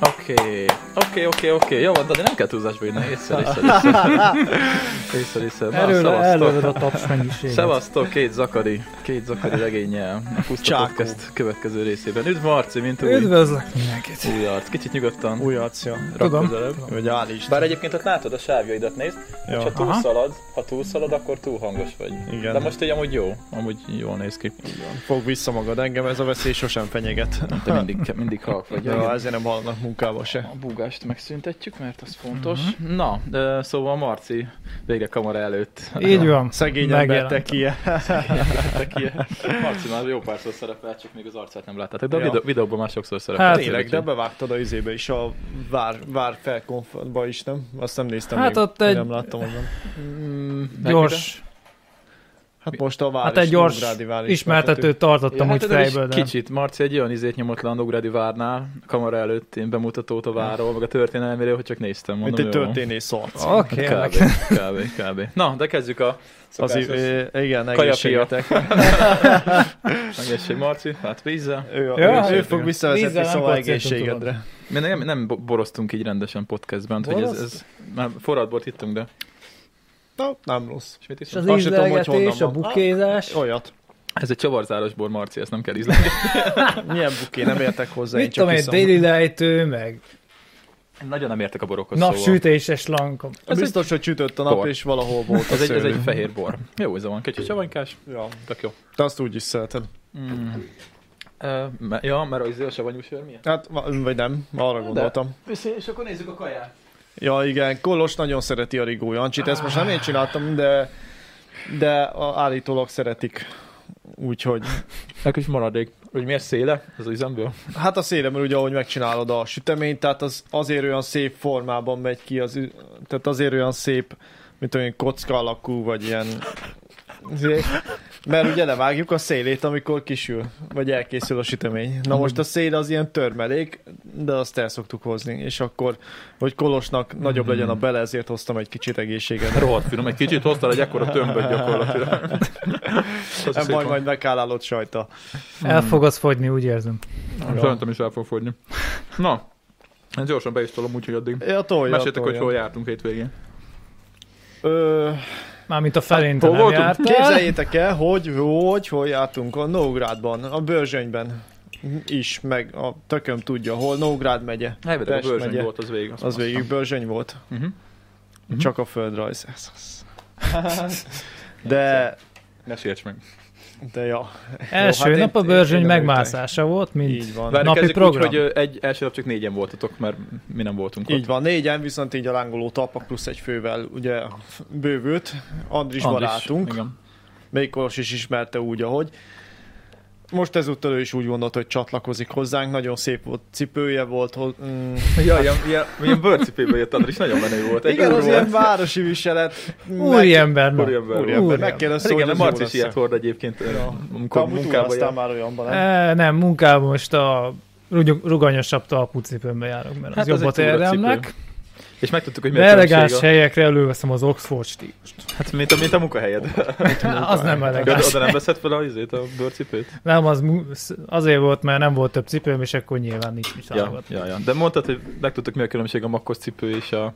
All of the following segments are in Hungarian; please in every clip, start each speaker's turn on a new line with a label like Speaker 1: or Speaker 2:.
Speaker 1: Oké, oké, oké, oké. Jó, de nem kell túlzásba írni. Észre, észre, észre. észre, észre. Na,
Speaker 2: Erről előlöd a
Speaker 1: szevasztok.
Speaker 2: taps mennyiséget.
Speaker 1: Szevasztok, két Zakari. Két Zakari regényel. A Puszta
Speaker 3: Csákó.
Speaker 1: Podcast következő részében. Üdv Marci, mint új.
Speaker 2: Üdvözlök mindenkit.
Speaker 1: Új arc. Kicsit nyugodtan.
Speaker 3: Új arcja.
Speaker 1: Rak
Speaker 2: Tudom.
Speaker 1: közelebb.
Speaker 3: Vagy állist.
Speaker 1: Bár egyébként ott látod a sávjaidat, nézd, ja. és ha túlszalad, ha túlszalad, akkor túl hangos vagy.
Speaker 3: Igen.
Speaker 1: De most így amúgy jó, amúgy jól néz ki.
Speaker 3: Fog vissza magad, engem ez a veszély sosem fenyeget.
Speaker 1: Te mindig, mindig halk vagy.
Speaker 3: Ja, ezért nem hallanak munkába se.
Speaker 1: A búgást megszüntetjük, mert az fontos.
Speaker 2: Mhm.
Speaker 1: Uh-huh. Na, de szóval Marci végre kamera előtt.
Speaker 2: Így van.
Speaker 3: Szegény ember Hát,
Speaker 2: Megjelent. Hát,
Speaker 3: tekie.
Speaker 1: Marci már jó párszor szerepelt, csak még az arcát nem láttátok, de a
Speaker 3: Ja.
Speaker 1: videó, videóban már sokszor szerepelt.
Speaker 2: Hát,
Speaker 3: Tényleg, de
Speaker 1: úgyhogy-
Speaker 3: bevágtad a izébe is, a vár, vár felkonfba is, nem? Azt nem néztem
Speaker 2: Hát
Speaker 3: még,
Speaker 2: ott egy-
Speaker 3: nem láttam onnan.
Speaker 1: Mm,
Speaker 2: Gyors,
Speaker 3: Hát most a vár
Speaker 2: hát egy gyors ismertetőt
Speaker 1: Ja,
Speaker 2: tartottam
Speaker 1: hát ez
Speaker 2: úgy
Speaker 1: is
Speaker 2: fejből, de
Speaker 1: kicsit, Marci egy olyan izét nyomott le a Nógrádi várnál, kamera előtt én bemutatót a várról, meg a történelméről, hogy csak néztem.
Speaker 3: Mint
Speaker 1: Mondom,
Speaker 3: egy
Speaker 1: jó. Hát,
Speaker 3: történész arc.
Speaker 2: Oké,
Speaker 1: Kb,
Speaker 2: okay,
Speaker 1: kb, kb. Na, de kezdjük a
Speaker 3: Az,
Speaker 1: szokásos
Speaker 3: i- igen,
Speaker 1: Kajapia.
Speaker 3: egészségetek.
Speaker 1: egészség, Marci, hát vízzel.
Speaker 3: Ő,
Speaker 2: Ja,
Speaker 3: ja, ő,
Speaker 2: igen.
Speaker 3: fog
Speaker 2: Vízzel
Speaker 3: visszavezetni
Speaker 2: nem
Speaker 3: szóval
Speaker 2: kacértunk,
Speaker 3: egészségedre.
Speaker 1: Mi nem, nem bo- boroztunk így rendesen podcastben, hát, hogy ez, ez már forradbort ittunk, de...
Speaker 3: Na, nem rossz.
Speaker 1: És mit
Speaker 2: És
Speaker 1: iszunk?
Speaker 2: az
Speaker 3: Azt se tudom, hogy
Speaker 2: ízlelgetés, a
Speaker 3: honnan van.
Speaker 2: bukézás.
Speaker 3: Olyat.
Speaker 1: Ez egy csavarzáros bor, Marci, ezt nem kell ízlelni.
Speaker 3: Milyen buké, nem értek hozzá, én
Speaker 2: Mit tudom
Speaker 3: csak
Speaker 2: én,
Speaker 3: iszom.
Speaker 2: déli lejtő, meg
Speaker 1: Nagyon nem értek a borokhoz, szóval.
Speaker 2: napsütéses lankom.
Speaker 1: Ez
Speaker 3: Biztos, hogy csütött a nap,
Speaker 1: Kor.
Speaker 3: és valahol volt a
Speaker 1: Ez egy, ez
Speaker 3: szőlő.
Speaker 1: egy fehér bor. Jó íze van, kicsit savanykás,
Speaker 3: Ja,
Speaker 1: tök jó.
Speaker 3: te azt úgy is szereted.
Speaker 1: Mm. Uh, me- ja, mert az a savanyú sör milyen?
Speaker 3: Hát, va- vagy nem, arra gondoltam.
Speaker 1: És akkor nézzük a kaját.
Speaker 3: Ja, igen, Kolos nagyon szereti a Rigó Jancsit, ezt most nem én csináltam, de, de a- állítólag szeretik. Úgyhogy,
Speaker 1: Egy kis maradék. Hogy miért széle az üzemből?
Speaker 3: hát a szélem, ugye ahogy megcsinálod a süteményt, tehát az azért olyan szép formában megy ki, az, ü- tehát azért olyan szép, mint olyan kocka alakú, vagy ilyen... Azért- Mert ugye levágjuk a szélét, amikor kisül, vagy elkészül a sütemény. Na most a szél az ilyen törmelék, de azt el szoktuk hozni, és akkor, hogy Kolosnak nagyobb legyen a bele, ezért hoztam egy kicsit egészséget.
Speaker 1: Rohadt finom, egy kicsit hoztál egy ekkora tömböt gyakorlatilag. Az is
Speaker 3: Nem
Speaker 1: szép van.
Speaker 3: majd, majd megállálod sajta.
Speaker 2: El fog az fogyni, úgy érzem.
Speaker 3: Ja.
Speaker 1: Szerintem is el fog fogyni. Na, én gyorsan be is tolom, úgyhogy addig.
Speaker 3: Ja, tolja,
Speaker 1: Meséltek, hogy
Speaker 3: tolja.
Speaker 1: hol jártunk hétvégén.
Speaker 3: Ö,
Speaker 2: Mármint a felén te
Speaker 1: Hol
Speaker 2: nem
Speaker 1: voltunk?
Speaker 2: jártál.
Speaker 3: Hát képzeljétek el, hogy, hogy hol jártunk a Nógrádban, a Börzsönyben is, meg a tököm tudja, hol Nógrád megye.
Speaker 1: Elvedek a
Speaker 3: Pest
Speaker 1: bőrzsöny
Speaker 3: megye.
Speaker 1: volt az végig. azt
Speaker 3: Az
Speaker 1: mondtam.
Speaker 3: végig Börzsöny volt,
Speaker 1: Mhm. Mhm.
Speaker 3: csak a földrajz. Ez az. De,
Speaker 1: Ne sérts meg.
Speaker 3: de ja.
Speaker 2: Első
Speaker 3: Jó, hát
Speaker 2: nap a
Speaker 3: én-
Speaker 2: bőrzsöny
Speaker 3: én nem
Speaker 2: megmászása volt, mint
Speaker 3: Így van.
Speaker 2: Várj,
Speaker 1: Várj,
Speaker 2: Napi
Speaker 1: kezdjük úgy,
Speaker 2: program.
Speaker 1: hogy ö, egy első nap csak négyen voltatok, mert mi nem voltunk
Speaker 3: Így
Speaker 1: ott.
Speaker 3: van, négyen, viszont így a lángoló talpak plusz egy fővel, ugye bővült,
Speaker 1: Andris,
Speaker 3: Andris, barátunk,
Speaker 1: Igen.
Speaker 3: még Kolos is ismerte úgy, ahogy. Most ezúttal ő is úgy gondolt, hogy csatlakozik hozzánk, nagyon szép volt, cipője volt, ho- mm,
Speaker 1: Ja, ilyen, ilyen, ilyen bőrcipébe jött Andris, nagyon menő volt. Egy
Speaker 3: igen, az
Speaker 1: úr
Speaker 3: ilyen
Speaker 1: volt.
Speaker 3: városi viselet.
Speaker 2: úriember nap.
Speaker 1: Úriember volt.
Speaker 3: Úriember,
Speaker 2: Úriember.
Speaker 3: megkérdezte,
Speaker 1: Igen, mert
Speaker 3: hogy az
Speaker 1: Marci
Speaker 3: jó
Speaker 1: is ilyet
Speaker 3: lesz-e.
Speaker 1: hord egyébként, ö,
Speaker 3: Ja.
Speaker 1: amikor
Speaker 3: Amúgy
Speaker 1: munkába
Speaker 3: munkába
Speaker 1: jár.
Speaker 3: már olyanban, nem?
Speaker 2: E, nem, munkában most a rugny- ruganyosabb talpucipőmbe járok, mert az
Speaker 1: Hát az
Speaker 2: jobbat
Speaker 1: egy túracipő.
Speaker 2: érdemnek.
Speaker 1: És megtudtuk, hogy mi
Speaker 2: De
Speaker 1: a
Speaker 2: elegáns
Speaker 1: különbség.
Speaker 2: helyekre előveszem az Oxford stílust.
Speaker 1: a- Hát, mint a, mint a munkahelyed.
Speaker 2: az nem
Speaker 1: Oda,
Speaker 2: elegáns.
Speaker 1: oda nem veszed fel a, izét, a bőrcipőt?
Speaker 2: Nem, az mu- sz- azért volt, mert nem volt több cipőm, és akkor nyilván nincs mit
Speaker 1: Ja,
Speaker 2: válogatni.
Speaker 1: ja, ja. De mondtad, hogy megtudtuk, mi a különbség a makkos cipő és a...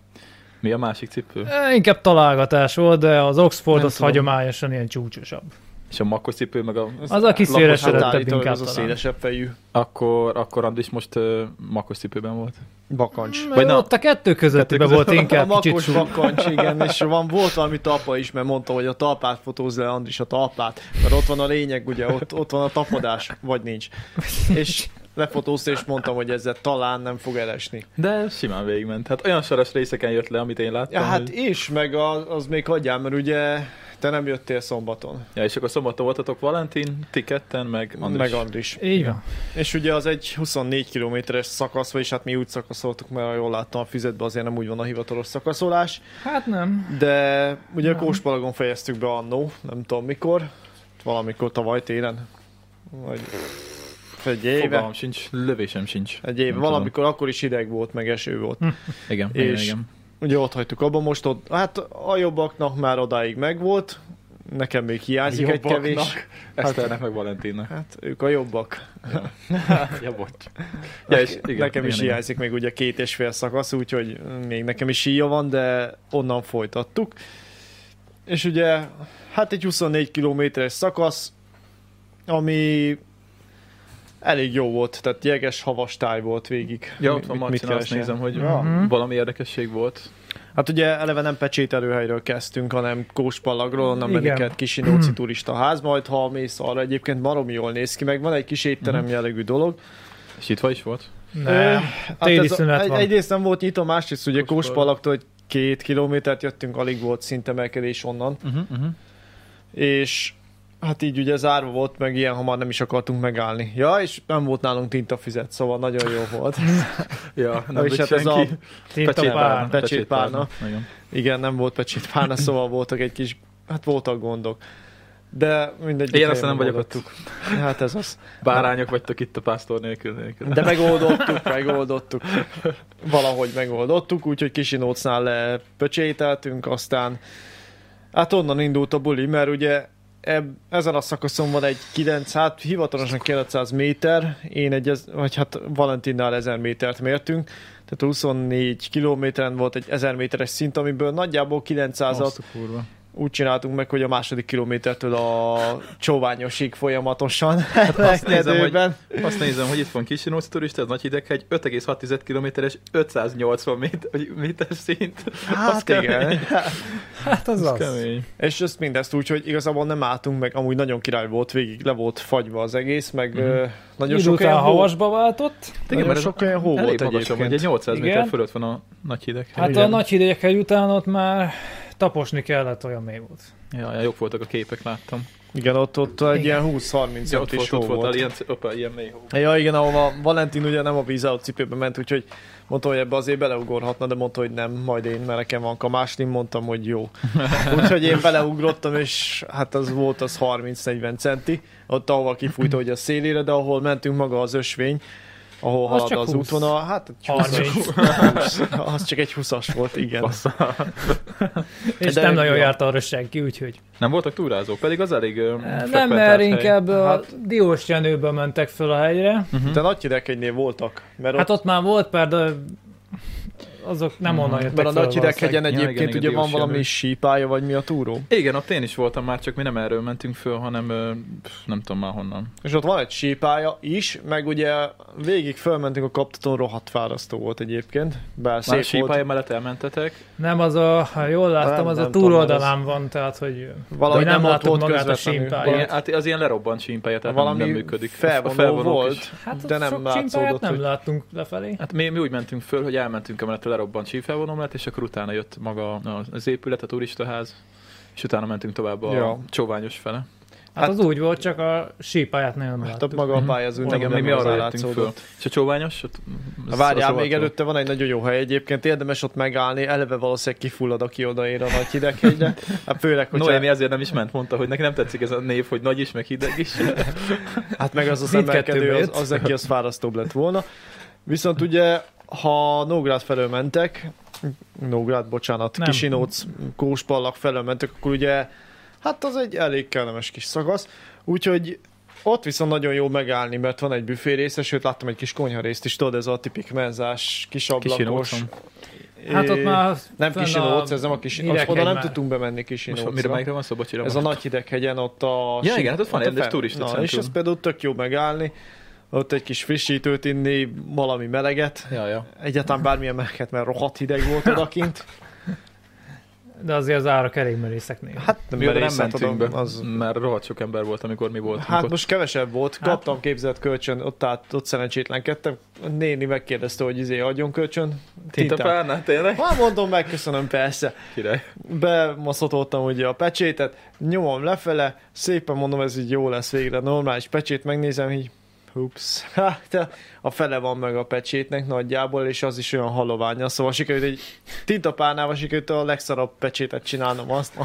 Speaker 1: Mi a másik cipő?
Speaker 2: E, Inkább találgatás volt, de az Oxford
Speaker 3: Nem
Speaker 2: az
Speaker 3: tudom.
Speaker 2: hagyományosan ilyen csúcsosabb.
Speaker 1: És a makkos cipő, meg a...
Speaker 2: Az a
Speaker 3: hát
Speaker 2: kiszélesedettebb
Speaker 3: állítólag
Speaker 2: inkább
Speaker 3: az a
Speaker 2: talán.
Speaker 3: szélesebb fejű
Speaker 1: Akkor, akkor Andris most uh, makkos cipőben volt.
Speaker 3: bakancs.
Speaker 1: Vagy
Speaker 2: Vagy
Speaker 1: na-
Speaker 2: ott a kettő közöttében
Speaker 1: kettő
Speaker 2: volt
Speaker 1: között-
Speaker 3: A
Speaker 2: inkább kicsit
Speaker 3: makos
Speaker 2: súly.
Speaker 3: bakancs, igen, és van, volt valami talpa is, mert mondta, hogy a talpát fotóz le, Andris a talpát, mert ott van a lényeg, ugye, ott, ott van a tapadás, vagy nincs. És lefotózta, és mondtam, hogy ezzel talán nem fog elesni.
Speaker 1: De simán végigment. Hát olyan saras részeken jött le, amit én láttam.
Speaker 3: Ja, hát
Speaker 1: hogy...
Speaker 3: és, meg az, az még hagyjál, mert ugye te nem jöttél szombaton,
Speaker 1: ja, és akkor szombaton voltatok Valentin, ti ketten, meg Andris.
Speaker 3: meg Andris.
Speaker 2: Így van.
Speaker 3: És ugye az egy 24 kilométeres szakasz, vagyis hát mi úgy szakaszoltuk, mert ha jól láttam a füzetben, azért nem úgy van a hivatalos szakaszolás,
Speaker 2: Hát nem.
Speaker 3: de ugye a Kóspalagon fejeztük be annó, nem tudom mikor, valamikor tavaly télen, vagy egy éve,
Speaker 1: Fogalmam sincs, lövésem sincs.
Speaker 3: egy éve,
Speaker 1: Nem tudom.
Speaker 3: valamikor akkor is hideg volt, meg eső volt.
Speaker 1: Igen,
Speaker 3: És-
Speaker 1: igen, igen.
Speaker 3: Ugye ott hagytuk abba, most ott, hát a jobbaknak már odáig megvolt, nekem még hiányzik egy
Speaker 1: Jobbaknak.
Speaker 3: kevés.
Speaker 1: Eszternek meg Valentinnak.
Speaker 3: Hát ők a jobbak.
Speaker 1: ja, bocs. Ja, és igen,
Speaker 3: Hát, nekem
Speaker 1: igen,
Speaker 3: is
Speaker 1: igen.
Speaker 3: hiányzik még ugye két és fél szakasz, úgyhogy még nekem is híja van, de onnan folytattuk. És ugye, hát egy 24 kilométeres szakasz, ami elég jó volt, tehát jeges, havas táj volt végig.
Speaker 1: Ja,
Speaker 3: Mi-
Speaker 1: ott van
Speaker 3: mit-
Speaker 1: Marcina, azt
Speaker 3: keresel?
Speaker 1: nézem, hogy Mhm.
Speaker 2: Ja.
Speaker 1: valami érdekesség volt.
Speaker 3: Hát ugye eleve nem pecsételőhelyről kezdtünk, hanem Kóspalagról, onnan
Speaker 2: Igen.
Speaker 3: menik egy kis Inóci turista ház, majd ha mész arra egyébként marom jól néz ki, meg van egy kis étterem
Speaker 1: Mhm.
Speaker 3: jellegű dolog.
Speaker 1: És itt is volt.
Speaker 3: Ö,
Speaker 2: Nem. téli
Speaker 3: Hát ez a-
Speaker 2: szünet
Speaker 3: egy,
Speaker 2: van.
Speaker 3: Egyrészt nem volt nyitó, másrészt ugye
Speaker 1: Kóspalak.
Speaker 3: Kóspalaktól egy két kilométert jöttünk, alig volt szintemelkedés onnan,
Speaker 1: Uh-huh, uh-huh.
Speaker 3: és hát így ugye zárva volt, meg ilyen hamar nem is akartunk megállni. Ja, és nem volt nálunk tintafizet, szóval nagyon jó volt.
Speaker 1: Ja, nem
Speaker 3: Na, és
Speaker 1: tudsz
Speaker 3: hát ez a,
Speaker 1: senki.
Speaker 2: Tintapár.
Speaker 3: Pecsétpárna.
Speaker 1: Igen.
Speaker 3: igen, nem volt pecsétpárna, szóval voltak egy kis, hát voltak gondok. De mindegy.
Speaker 1: Én aztán nem vagyok ott.
Speaker 3: Hát ez az.
Speaker 1: Bárányok vagytok itt a pásztor nélkül. nélkül.
Speaker 3: De megoldottuk, megoldottuk. Valahogy megoldottuk, úgyhogy Kisinócnál lepöcsételtünk, aztán hát onnan indult a buli, mert ugye eb, ezen a szakaszon van egy 9, hát hivatalosan 900 méter, én egy, ez- vagy hát Valentinnál 1000 métert mértünk, tehát 24 kilométeren volt egy 1000 méteres szint, amiből nagyjából 900-at
Speaker 1: Azt a kurva.
Speaker 3: úgy csináltunk meg, hogy a második kilométertől a csóványosig folyamatosan. Hát
Speaker 1: azt nézem, hogy- Azt nézem, hogy itt van Kisinóc turista, ez nagy hideghegy, 5,6 kilométeres, 580 méter, méter szint.
Speaker 3: Hát igen.
Speaker 2: Hát az
Speaker 1: Az
Speaker 2: az.
Speaker 1: kemény.
Speaker 3: És ezt mindezt úgy, hogy igazából nem álltunk meg, amúgy nagyon király volt végig, le volt fagyva az egész, meg
Speaker 1: Mhm.
Speaker 3: mm. nagyon sok
Speaker 2: Indult
Speaker 3: olyan
Speaker 2: el
Speaker 3: hó,
Speaker 2: havasba váltott.
Speaker 1: Igen, mert
Speaker 3: nagyon
Speaker 1: ez
Speaker 3: sok olyan hó
Speaker 1: Elég
Speaker 3: volt
Speaker 1: magasan,
Speaker 3: egyébként.
Speaker 1: hogy egy 800 méter
Speaker 2: Igen.
Speaker 1: fölött van a nagy hideghegy.
Speaker 2: Hát
Speaker 1: Igen.
Speaker 2: a nagy hidegekkel után ott már taposni kellett, olyan mély volt.
Speaker 1: Ja, ja, jók voltak a képek, láttam.
Speaker 3: Igen, ott, ott egy
Speaker 2: Igen.
Speaker 3: ilyen 20-30
Speaker 1: Ja,
Speaker 3: ja,
Speaker 1: ott
Speaker 3: is
Speaker 1: volt,
Speaker 3: hó
Speaker 1: ott
Speaker 3: volt.
Speaker 1: volt, ilyen, opa, ilyen mély hó.
Speaker 3: Ja, igen, ahova Valentin ugye nem a víz alatt cipőbe ment, úgyhogy mondta, hogy ebbe azért beleugorhatna, de mondta, hogy nem, majd én, mert nekem van kamás, én mondtam, hogy jó. Úgyhogy én beleugrottam, és hát az volt az 30-40 centi, ott ahova kifújta hogy a szélére, de ahol mentünk maga az ösvény, ahol
Speaker 2: Az
Speaker 3: halad
Speaker 2: csak
Speaker 3: az
Speaker 2: 20.
Speaker 3: útvonal, hát egy
Speaker 2: 30.
Speaker 3: 20, az csak egy 20-as volt, igen.
Speaker 2: És
Speaker 3: De-
Speaker 2: nem nagyon
Speaker 3: ja.
Speaker 2: járt arra senki, úgyhogy.
Speaker 1: Nem voltak túrázók, pedig az elég ö,
Speaker 2: Eh, Nem,
Speaker 1: frekventált
Speaker 2: mert
Speaker 1: hely.
Speaker 2: inkább a
Speaker 3: Hát-
Speaker 2: diós jenőből mentek föl a hegyre.
Speaker 3: De nagy hideghegynél voltak, mert
Speaker 2: Hát
Speaker 3: ott,
Speaker 2: ott már volt pár, de azok nem
Speaker 1: Mhm.
Speaker 2: onnan jöttek
Speaker 3: mert a
Speaker 2: föl
Speaker 3: nagy hideghegyen
Speaker 1: Ja, igen,
Speaker 3: egyébként
Speaker 1: igen,
Speaker 3: ugye van
Speaker 1: Diós
Speaker 3: valami
Speaker 1: Jenő.
Speaker 3: sípája, vagy mi a túró.
Speaker 1: Igen, ott én is voltam már, csak mi nem erről mentünk föl, hanem ö, pff, nem tudom már honnan.
Speaker 3: És ott van egy sípája is, meg ugye végig fölmentünk a kaptatón, rohadt fárasztó volt egyébként. Bár
Speaker 1: Már a
Speaker 3: szép
Speaker 1: sípálya mellett elmentetek.
Speaker 2: Nem, az a, ha jól láttam,
Speaker 3: Nem,
Speaker 2: az a
Speaker 3: nem tudom,
Speaker 2: túloldalán van, tehát hogy
Speaker 3: volt. Valahogy
Speaker 2: De
Speaker 3: nem,
Speaker 2: nem
Speaker 3: nem ott
Speaker 2: látom
Speaker 3: volt
Speaker 2: magát a
Speaker 3: közvetlenül.
Speaker 2: sípályát.
Speaker 1: Ilyen,
Speaker 3: Valami,
Speaker 1: hát az ilyen lerobbant símpálya, tehát valami nem, nem működik. A- a
Speaker 3: felvonó,
Speaker 1: felvonók
Speaker 3: volt,
Speaker 1: is.
Speaker 2: hát
Speaker 3: de
Speaker 2: ott
Speaker 3: nem
Speaker 2: sok csimpáját
Speaker 3: látszódott,
Speaker 2: nem
Speaker 3: hogy...
Speaker 2: láttunk lefelé.
Speaker 1: Hát mi, mi úgy mentünk föl, hogy elmentünk emellett a lerobbant sífelvonó mellett, és akkor utána jött maga az épület, a turistaház, és utána mentünk tovább a
Speaker 3: Ja.
Speaker 1: ja. csóványos fele.
Speaker 2: Hát,
Speaker 3: Hát-
Speaker 2: az úgy volt, csak a sípáját nem
Speaker 3: Hát ott
Speaker 2: láttuk.
Speaker 3: maga a pályázó,
Speaker 1: Igen,
Speaker 3: nem,
Speaker 1: még mi
Speaker 3: nem
Speaker 1: arra
Speaker 3: arra
Speaker 1: jöttünk föl.
Speaker 3: látszódott.
Speaker 1: És a csóványos? Ott,
Speaker 3: Na, Várjál,
Speaker 1: szóval
Speaker 3: még
Speaker 1: volt.
Speaker 3: előtte van egy nagyon jó hely egyébként, érdemes ott megállni, eleve valószínűleg kifullad, aki odaér a nagy hideghegyre. Hát főleg, hogy
Speaker 1: Noémi ezért nem is ment, mondta, hogy neki nem tetszik ez a név, hogy nagy is, meg hideg is.
Speaker 3: Hát meg az az
Speaker 2: Mindkettőbe
Speaker 3: emelkedő, az,
Speaker 2: jött.
Speaker 3: az neki az fárasztóbb lett volna. Viszont ugye, ha Nógrád felől mentek, Nógrád, bocsánat,
Speaker 2: Nem.
Speaker 3: Kisinóc, Kóspallak felől mentek, akkor ugye, hát az egy elég kellemes kis szakasz. Úgyhogy ott viszont nagyon jó megállni, mert van egy büfé része, sőt láttam egy kis konyha részt is, tudod, ez a tipik menzás, kis ablakos.
Speaker 1: Kisinócon.
Speaker 2: Hát ott
Speaker 3: é,
Speaker 2: már
Speaker 3: Nem
Speaker 2: fenn
Speaker 3: Kisinóc, ez nem a kis, az,
Speaker 2: hideghegy
Speaker 3: oda nem
Speaker 2: már.
Speaker 3: tudtunk bemenni
Speaker 1: Most mire
Speaker 3: Kisinócra.
Speaker 1: melyikre van szó? Bocsira,
Speaker 3: Ez a nagy hideghegyen ott a...
Speaker 1: Ja, igen, hát ott van
Speaker 3: a
Speaker 1: rendes
Speaker 3: fel-
Speaker 1: turista
Speaker 3: Na,
Speaker 1: centrum.
Speaker 3: és az például tök jó megállni, ott egy kis frissítőt inni, valami meleget,
Speaker 1: Ja, ja.
Speaker 3: egyáltalán bármilyen meleget, mert rohadt hideg volt odakint.
Speaker 2: De azért az árak elég merészek néha.
Speaker 3: Hát nem,
Speaker 1: Mi oda nem
Speaker 3: merész, hát
Speaker 1: mentünk
Speaker 3: oda-
Speaker 1: be, az... mert rohadt sok ember volt, amikor mi voltunk
Speaker 3: Hát
Speaker 1: ott.
Speaker 3: most kevesebb volt,
Speaker 2: Hát-
Speaker 3: kaptam képzett kölcsön, ott, állt, ott szerencsétlenkedtem, a néni megkérdezte, hogy izé adjon kölcsön.
Speaker 1: Tinta
Speaker 3: tintát.
Speaker 1: párnát, tényleg?
Speaker 3: Hát mondom, megköszönöm persze.
Speaker 1: Király.
Speaker 3: bemaszatoltam ugye a pecsétet, nyomom lefele, szépen mondom, ez így jó lesz végre, normális pecsét, megnézem így, hups, hát a fele van meg a pecsétnek nagyjából, és az is olyan haloványa, szóval sikerült egy tintapárnával sikerült a legszarabb pecsétet csinálnom azt,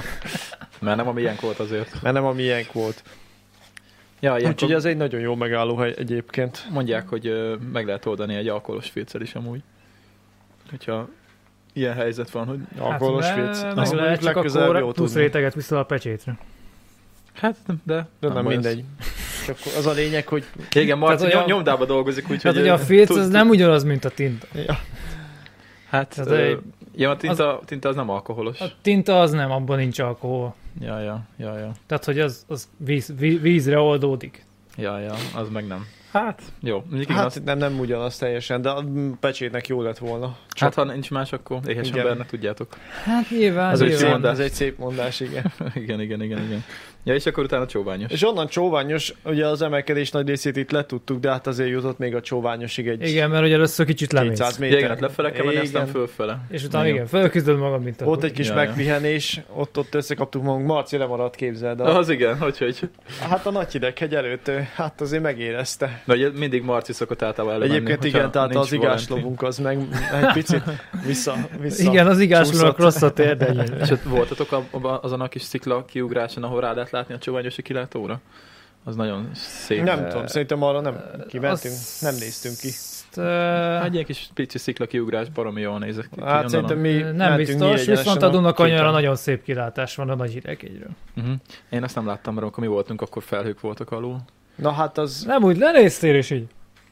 Speaker 1: Mert nem, ami ilyenk volt azért.
Speaker 3: mert nem a miénk volt.
Speaker 1: Ja,
Speaker 3: Úgyhogy
Speaker 1: ilyenkor
Speaker 3: ez egy nagyon jó megállóhely egyébként.
Speaker 1: mondják, hogy ö, meg lehet oldani egy alkoholos filccel is amúgy. Hogyha ilyen helyzet van, hogy
Speaker 3: Alkoholos
Speaker 2: hát,
Speaker 3: hát, vicc.
Speaker 2: Meg lehet
Speaker 3: Azt mondjuk
Speaker 2: csak
Speaker 3: legközelebb
Speaker 2: akkor
Speaker 3: jó
Speaker 2: 20
Speaker 3: tudni.
Speaker 2: réteget vissza a pecsétre.
Speaker 1: Hát, de
Speaker 3: De
Speaker 1: nem,
Speaker 3: nem
Speaker 1: baj ez.
Speaker 3: mindegy. Csak az a lényeg, hogy...
Speaker 1: Igen, Marci
Speaker 2: Tehát olyan-
Speaker 1: nyom- nyomdába dolgozik, úgyhogy...
Speaker 2: Tehát ugye
Speaker 1: ö,
Speaker 2: Hát, a filc
Speaker 1: tud-
Speaker 2: az nem ugyanaz, mint a tinta.
Speaker 3: Ja.
Speaker 1: Hát,
Speaker 2: az Hát-
Speaker 1: ö,
Speaker 2: egy-
Speaker 1: ja, a tinta, tinta az nem alkoholos.
Speaker 2: A tinta az nem, abban nincs alkohol.
Speaker 1: Ja, ja, ja, ja.
Speaker 2: Tehát, hogy az, az víz, víz, vízre oldódik.
Speaker 1: Ja, ja, az meg nem. Hát, jó. Mondjuk hát,
Speaker 3: Hát
Speaker 1: azt,
Speaker 3: nem, nem ugyanaz teljesen, de a pecsétnek jó lett volna.
Speaker 1: hát, ha nincs más, akkor éhes
Speaker 3: Igen.
Speaker 1: embernek tudjátok.
Speaker 2: Hát nyilván,
Speaker 1: Az
Speaker 2: az
Speaker 1: egy
Speaker 3: szép,
Speaker 2: nyilván.
Speaker 1: mondás.
Speaker 3: ez egy szép mondás, igen.
Speaker 1: igen, igen, igen, igen. Ja, és akkor utána csóványos.
Speaker 3: És onnan csóványos, ugye az emelkedés nagy részét itt letudtuk, de hát azért jutott még a csóványosig egy
Speaker 2: Igen, mert ugye először kicsit lemész.
Speaker 3: 200
Speaker 1: Ja,
Speaker 3: méter.
Speaker 1: igen, hát lefele kell menni, aztán fölfele.
Speaker 2: És utána igen, felküzdöd magad, mint a
Speaker 3: Ott egy kis
Speaker 1: Ja, ja.
Speaker 3: megpihenés, ott, ott összekaptuk magunk, Marci lemaradt, képzeld el.
Speaker 1: Az igen, hogy, hogy.
Speaker 3: Hát a nagy hideghegy előtt, ő, hát azért megérezte.
Speaker 1: Na, ugye mindig Marci szokott általában előmenni.
Speaker 3: Egyébként
Speaker 1: hogyha
Speaker 3: igen, tehát
Speaker 1: nincs
Speaker 3: az
Speaker 1: Valentin.
Speaker 3: igáslobunk az meg egy picit vissza, vissza.
Speaker 2: Igen, az igásúnak
Speaker 3: csúszott.
Speaker 2: rossz a térdenyén.
Speaker 1: És ott voltatok abban, azon a kis szikla kiugráson, ahol rá lehet látni a csóványosi kilátóra? Az nagyon szép.
Speaker 3: Nem tudom, szerintem arra nem kimentünk,
Speaker 2: Azt-
Speaker 3: nem néztünk ki.
Speaker 1: Egy
Speaker 2: Ö, hát,
Speaker 1: ilyen kis pici szikla kiugrás baromi jól nézek ki.
Speaker 3: Hát szerintem mi
Speaker 2: Nem
Speaker 3: mentünk mi
Speaker 2: biztos,
Speaker 3: egyenesen
Speaker 2: viszont a Dunakanyarra
Speaker 3: képen.
Speaker 2: nagyon szép kilátás van a nagy hideghegyről.
Speaker 1: Uh-huh. Én azt nem láttam, mert amikor mi voltunk, akkor felhők voltak alul.
Speaker 3: Na hát az...
Speaker 2: Nem úgy, lenéztél és így.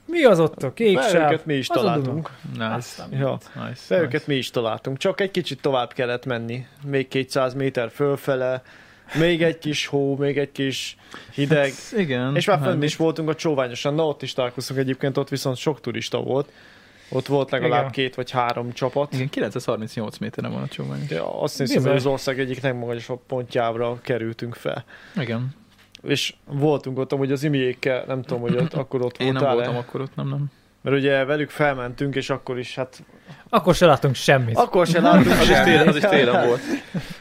Speaker 2: Mi az ott a kék
Speaker 3: Mert
Speaker 2: sáv?
Speaker 3: őket mi is
Speaker 2: Az a Duna.
Speaker 3: találtunk.
Speaker 1: Nice.
Speaker 3: Ja.
Speaker 1: nice,
Speaker 3: De
Speaker 1: nice.
Speaker 3: őket mi is találtunk, csak egy kicsit tovább kellett menni. Még 200 méter fölfele, még egy kis hó, még egy kis hideg.
Speaker 1: Igen.
Speaker 3: És már
Speaker 1: hát,
Speaker 3: fönn is voltunk a csóványosan, na ott is találkoztunk egyébként, ott viszont sok turista volt. Ott volt legalább
Speaker 2: Igen.
Speaker 3: két vagy három csapat.
Speaker 1: Igen, 938 méteren van a csóvány.
Speaker 3: De azt hiszem,
Speaker 2: Bizony.
Speaker 3: hogy az ország egyik legmagasabb pontjára kerültünk fel.
Speaker 1: Igen.
Speaker 3: És voltunk ott amúgy az imiékkel, nem tudom, hogy ott, akkor ott
Speaker 1: Én nem
Speaker 3: voltál
Speaker 1: voltam akkor ott, nem, nem.
Speaker 3: Mert ugye velük felmentünk, és akkor is hát...
Speaker 2: Akkor se látunk semmit.
Speaker 3: Akkor se láttuk
Speaker 1: Az is,
Speaker 3: semmit.
Speaker 1: télen, az is télen volt.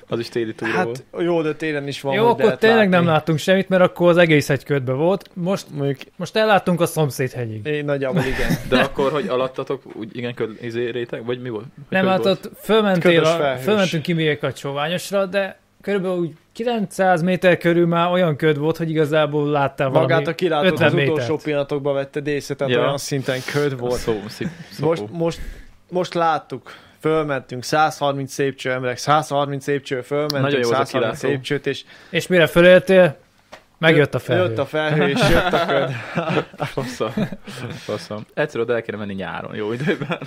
Speaker 1: Az is téli túra hát, volt.
Speaker 3: Hát jó, de télen is van,
Speaker 2: Jó,
Speaker 3: hogy
Speaker 2: akkor
Speaker 3: lehet
Speaker 2: tényleg
Speaker 3: látni.
Speaker 2: nem láttunk semmit, mert akkor az egész egy ködbe volt. Most,
Speaker 3: Mondjuk
Speaker 2: most ellátunk a szomszédhegyig.
Speaker 3: én nagyjából igen.
Speaker 1: De akkor, hogy alattatok, úgy igen, köd, izé, réteg, vagy mi volt? Hogy
Speaker 2: Nem,
Speaker 1: hogy
Speaker 2: hát
Speaker 1: volt?
Speaker 2: ott fölmentél
Speaker 3: Ködös
Speaker 2: a,
Speaker 3: felhős.
Speaker 2: fölmentünk ki még a csóványosra, de körülbelül úgy 900 méter körül már olyan köd volt, hogy igazából láttál
Speaker 3: Magát
Speaker 2: valami.
Speaker 3: a kilátót az
Speaker 2: 50 métert.
Speaker 3: utolsó pillanatokban vetted észre, tehát
Speaker 1: Ja.
Speaker 3: olyan szinten köd
Speaker 1: A
Speaker 3: volt.
Speaker 1: Szó, szép, szó.
Speaker 3: Most, most, most láttuk, fölmentünk 130 lépcső, emberek, 130 lépcső,
Speaker 1: Nagyon
Speaker 3: fölmentünk
Speaker 1: jó az a
Speaker 3: 130
Speaker 1: kilátó.
Speaker 3: lépcsőt, és
Speaker 2: És mire föléltél, megjött a felhő.
Speaker 3: jött a felhő, és jött a köd.
Speaker 1: Faszom. Faszom. Egyszer oda el kéne menni nyáron, jó időben.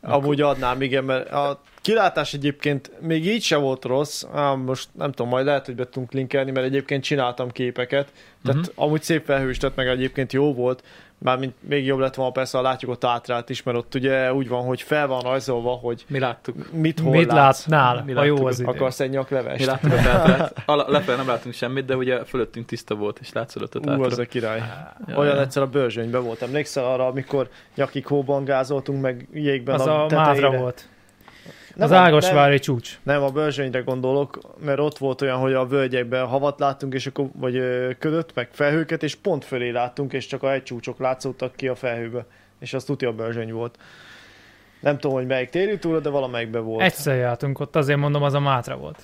Speaker 3: Amúgy adnám, igen, mert a kilátás egyébként még így se volt rossz, Á, most nem tudom, majd lehet, hogy be tudunk linkelni, mert egyébként csináltam képeket, tehát
Speaker 1: Mhm.
Speaker 3: amúgy szép felhős lett, meg egyébként jó volt, mármint még jobb lett volna persze, ha látjuk ott átrát is, mert ott ugye úgy van, hogy fel van rajzolva, hogy
Speaker 1: Mi láttuk.
Speaker 3: mit hol
Speaker 2: Mit
Speaker 3: látsz,
Speaker 2: látnál,
Speaker 1: Mi
Speaker 2: ha jó
Speaker 1: láttuk,
Speaker 2: az idő?
Speaker 3: akarsz egy
Speaker 1: Mi
Speaker 3: nyaklevest.
Speaker 1: láttuk a tátrát. Ala- Lefelé nem láttunk semmit, de ugye fölöttünk tiszta volt, és látszódott a
Speaker 3: Ú,
Speaker 1: tátra.
Speaker 3: az a király.
Speaker 1: Ja,
Speaker 3: Olyan
Speaker 1: ja.
Speaker 3: egyszer a Börzsönyben volt. Emlékszel arra, amikor nyakig hóban gázoltunk, meg jégben
Speaker 2: Az
Speaker 3: a,
Speaker 2: a
Speaker 3: tetejére?
Speaker 2: Mávra volt.
Speaker 3: Nem,
Speaker 2: az
Speaker 3: a-
Speaker 2: Ágosvári csúcs.
Speaker 3: Nem, a Börzsönyre gondolok, mert ott volt olyan, hogy a völgyekben havat láttunk, és akkor, vagy ö, ködöt, meg felhőket, és pont fölé láttunk, és csak a egy csúcsok látszódtak ki a felhőbe. És az tudja a Börzsöny volt. Nem tudom, hogy melyik téri túra, de valamelyikben volt.
Speaker 2: Egyszer jártunk ott, azért mondom, az a Mátra volt.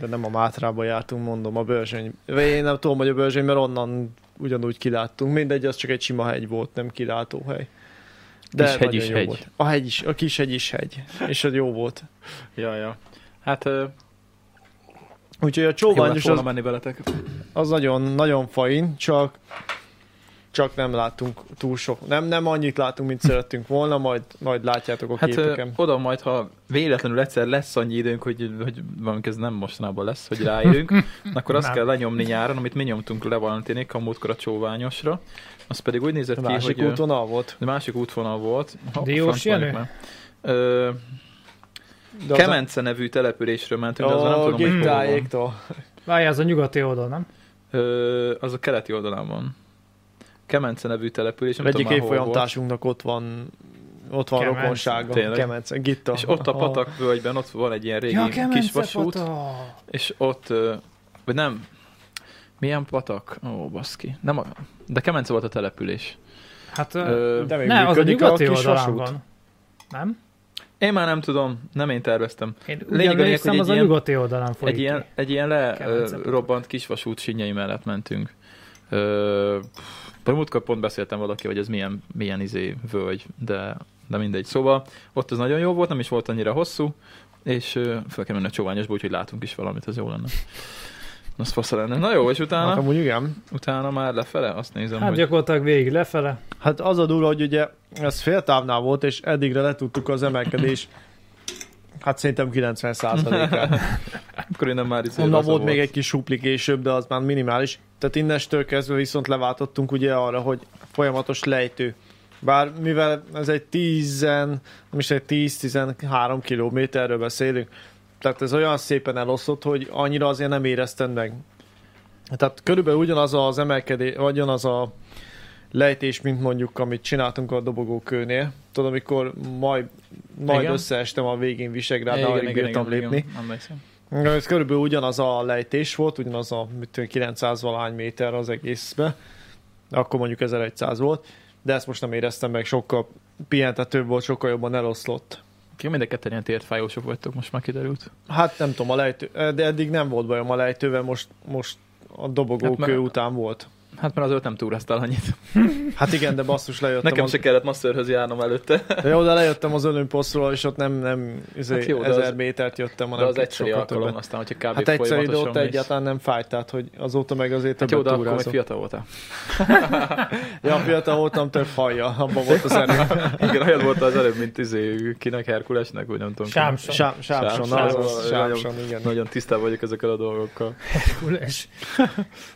Speaker 3: De nem a Mátrába jártunk, mondom, a Börzsöny. Vagy Én nem tudom, hogy a Börzsöny, mert onnan ugyanúgy kiláttunk. Mindegy, az csak egy sima hegy volt, nem kilátó hely. De
Speaker 1: Kis hegy
Speaker 3: nagyon
Speaker 1: is
Speaker 3: jó
Speaker 1: hegy.
Speaker 3: Volt. A hegy is, a kis hegy is hegy. És az jó volt.
Speaker 1: Ja, ja. Hát ö,
Speaker 3: Úgyhogy
Speaker 1: jó
Speaker 3: a
Speaker 1: lett
Speaker 3: csóványos
Speaker 1: volna
Speaker 3: az,
Speaker 1: menni veletek.
Speaker 3: az nagyon, nagyon fain, csak csak nem láttunk túl sok. Nem, nem annyit látunk, mint szerettünk volna, majd, majd látjátok a
Speaker 1: Hát ö,
Speaker 3: képeken.
Speaker 1: oda majd, ha véletlenül egyszer lesz annyi időnk, hogy, hogy valamik ez nem mostanában lesz, hogy ráérünk, akkor azt
Speaker 2: Nem.
Speaker 1: kell lenyomni nyáron, amit mi nyomtunk le Valentinék a múltkor a csóványosra. Az pedig úgy nézett
Speaker 3: A
Speaker 1: ki,
Speaker 3: másik
Speaker 1: hogy... ö,
Speaker 3: úton volt.
Speaker 1: De másik útvonal volt. Ha,
Speaker 2: Diós
Speaker 1: franc
Speaker 2: Jenő?
Speaker 1: mondjuk már. Ö,
Speaker 3: De az a-
Speaker 1: Kemence nevű településről mentünk, de azon nem
Speaker 3: a
Speaker 1: tudom, hogy hol van.
Speaker 3: Gittájéktól.
Speaker 2: Várjál, az a nyugati oldal, nem?
Speaker 1: Ö, az a keleti oldalán van. Kemence nevű település, nem
Speaker 3: Egyik
Speaker 1: tudom már hol volt.
Speaker 3: évfolyamtársunknak ott van ott van
Speaker 2: Kemence,
Speaker 3: rokonsága,
Speaker 1: tényleg.
Speaker 3: Kemence, Gitta.
Speaker 1: És ott a patakvölgyben, ott van egy ilyen régi kis vasút, és ott, ö, vagy nem, milyen patak? Ó, baszki. Nem a, de Kemence volt a település.
Speaker 2: Hát, ö,
Speaker 1: Ö,
Speaker 3: De még
Speaker 2: nem, az a
Speaker 3: működik
Speaker 2: nyugati
Speaker 3: kis
Speaker 2: oldalán
Speaker 3: vasút?
Speaker 2: van. Nem?
Speaker 1: én már nem tudom, nem én terveztem.
Speaker 2: Én úgy
Speaker 1: lényeg,
Speaker 2: emlékszem,
Speaker 1: hogy
Speaker 2: az
Speaker 1: egy
Speaker 2: a
Speaker 1: ilyen-
Speaker 2: nyugati oldalán folyik
Speaker 1: Egy ilyen,
Speaker 2: ki.
Speaker 1: egy ilyen le
Speaker 2: Kemence
Speaker 1: ö,
Speaker 2: patak.
Speaker 1: robbant kisvasút sinjei mellett mentünk. Ö, de múltkor pont beszéltem valaki, hogy ez milyen, milyen izé völgy, de, de mindegy. Szóval ott az nagyon jó volt, nem is volt annyira hosszú, és ö, fel kell menni a csóványosba, úgyhogy látunk is valamit, az jó lenne. Az fasz lenne. Na jó, és
Speaker 3: Hát
Speaker 1: utána,
Speaker 3: amúgy igen.
Speaker 1: utána már lefele? Azt nézem,
Speaker 2: Hát
Speaker 1: hogy...
Speaker 2: gyakorlatilag végig lefele.
Speaker 3: Hát az a durva, hogy ugye ez féltávnál volt, és eddigre letudtuk az emelkedés. Hát szerintem 90%-ra.
Speaker 1: Akkor én nem már izé
Speaker 3: Onnan
Speaker 1: laza
Speaker 3: volt még egy kis supli később, de az már minimális. Tehát innestől kezdve viszont leváltottunk ugye arra, hogy folyamatos lejtő. Bár mivel ez egy 10, nem is egy 10-13 kilométerről beszélünk, tehát ez olyan szépen elosztott, hogy annyira azért nem éreztem meg. Tehát körülbelül ugyanaz az emelkedés, vagy ugyanaz a lejtés, mint mondjuk, amit csináltunk a dobogókőnél. Tudod, amikor majd, majd
Speaker 1: Igen.
Speaker 3: összeestem a végén Visegrádnál, alig bírtam lépni.
Speaker 1: igen, emlékszem.
Speaker 3: Ja, Ez körülbelül ugyanaz a lejtés volt, ugyanaz a mit tudom, 900 valány méter az egészbe, akkor mondjuk 1100 volt, de ezt most nem éreztem meg, sokkal pihentetőbb volt, sokkal jobban eloszlott.
Speaker 1: Ki mind a ketten ilyen térfájósok vagytok, most már kiderült.
Speaker 3: Hát nem tudom, a lejtő, de eddig nem volt bajom a lejtővel, most, most a
Speaker 1: Hát
Speaker 3: dobogókő
Speaker 1: mert-
Speaker 3: után volt.
Speaker 1: Hát mert azért nem túráztál annyit.
Speaker 3: Hát igen, de basszus lejöttem,
Speaker 1: Nekem
Speaker 3: az,
Speaker 1: se kellett masterhöz járnom előtte.
Speaker 3: de jó, de lejöttem az önönposztról, és ott nem, nem izé,
Speaker 1: Hát
Speaker 3: hát
Speaker 1: jó,
Speaker 3: jó,
Speaker 1: de az-
Speaker 3: ezer métert jöttem,
Speaker 1: De
Speaker 3: hanem
Speaker 1: az egyszerű
Speaker 3: sokkal
Speaker 1: alkalom,
Speaker 3: többet.
Speaker 1: aztán, hogyha kb.
Speaker 3: Hát egyszer idő
Speaker 1: folyamatosan
Speaker 3: ott
Speaker 1: mész.
Speaker 3: egyáltalán nem fájt, tehát hogy azóta meg azért
Speaker 1: Hát
Speaker 3: többet
Speaker 1: jó, de akkor még
Speaker 3: túrázok.
Speaker 1: fiatal voltál.
Speaker 3: Ja, fiatal voltam, több hajja, abban volt az erő.
Speaker 1: Igen, olyan volt az előbb, mint izé, kinek Herkulesnek, vagy nem tudom. ki.
Speaker 2: Sámson.
Speaker 3: Sám, sámson,
Speaker 1: Sámson,
Speaker 3: az,
Speaker 1: az-
Speaker 3: az, sámson, igen.
Speaker 1: Nagyon tisztában vagyok ezekkel a dolgokkal.
Speaker 2: Kules.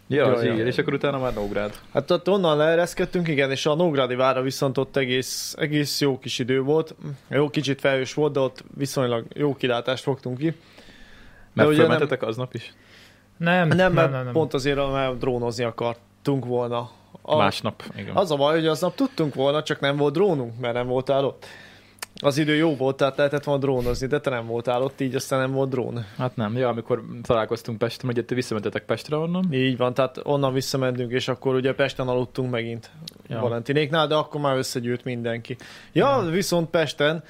Speaker 1: Ja,
Speaker 3: Jaj,
Speaker 1: az
Speaker 3: jaj.
Speaker 1: igen, és akkor utána már Nógrád.
Speaker 3: Hát ott onnan leereszkedtünk, igen, és a Nógrádi vára viszont ott egész, egész jó kis idő volt. Jó kicsit felhős volt, de ott viszonylag jó kilátást fogtunk ki.
Speaker 1: Mert
Speaker 3: ugye nem-
Speaker 1: fölmentetek aznap is?
Speaker 2: Nem, Hát
Speaker 3: Nem, mert nem, nem, pont azért, mert drónozni akartunk volna. A,
Speaker 1: Másnap, igen.
Speaker 3: Az a baj, hogy aznap tudtunk volna, csak nem volt drónunk, mert nem voltál ott. Az idő jó volt, tehát lehetett volna drónozni, de te nem voltál ott, így aztán nem volt drón.
Speaker 1: Hát nem, ja, amikor találkoztunk Pesten, ugye te visszamentetek Pestre onnan.
Speaker 3: Így van, tehát onnan visszamentünk, és akkor ugye Pesten aludtunk megint
Speaker 1: Ja.
Speaker 3: ja. Valentinéknál, de akkor már összegyűlt mindenki. Ja, ja. viszont Pesten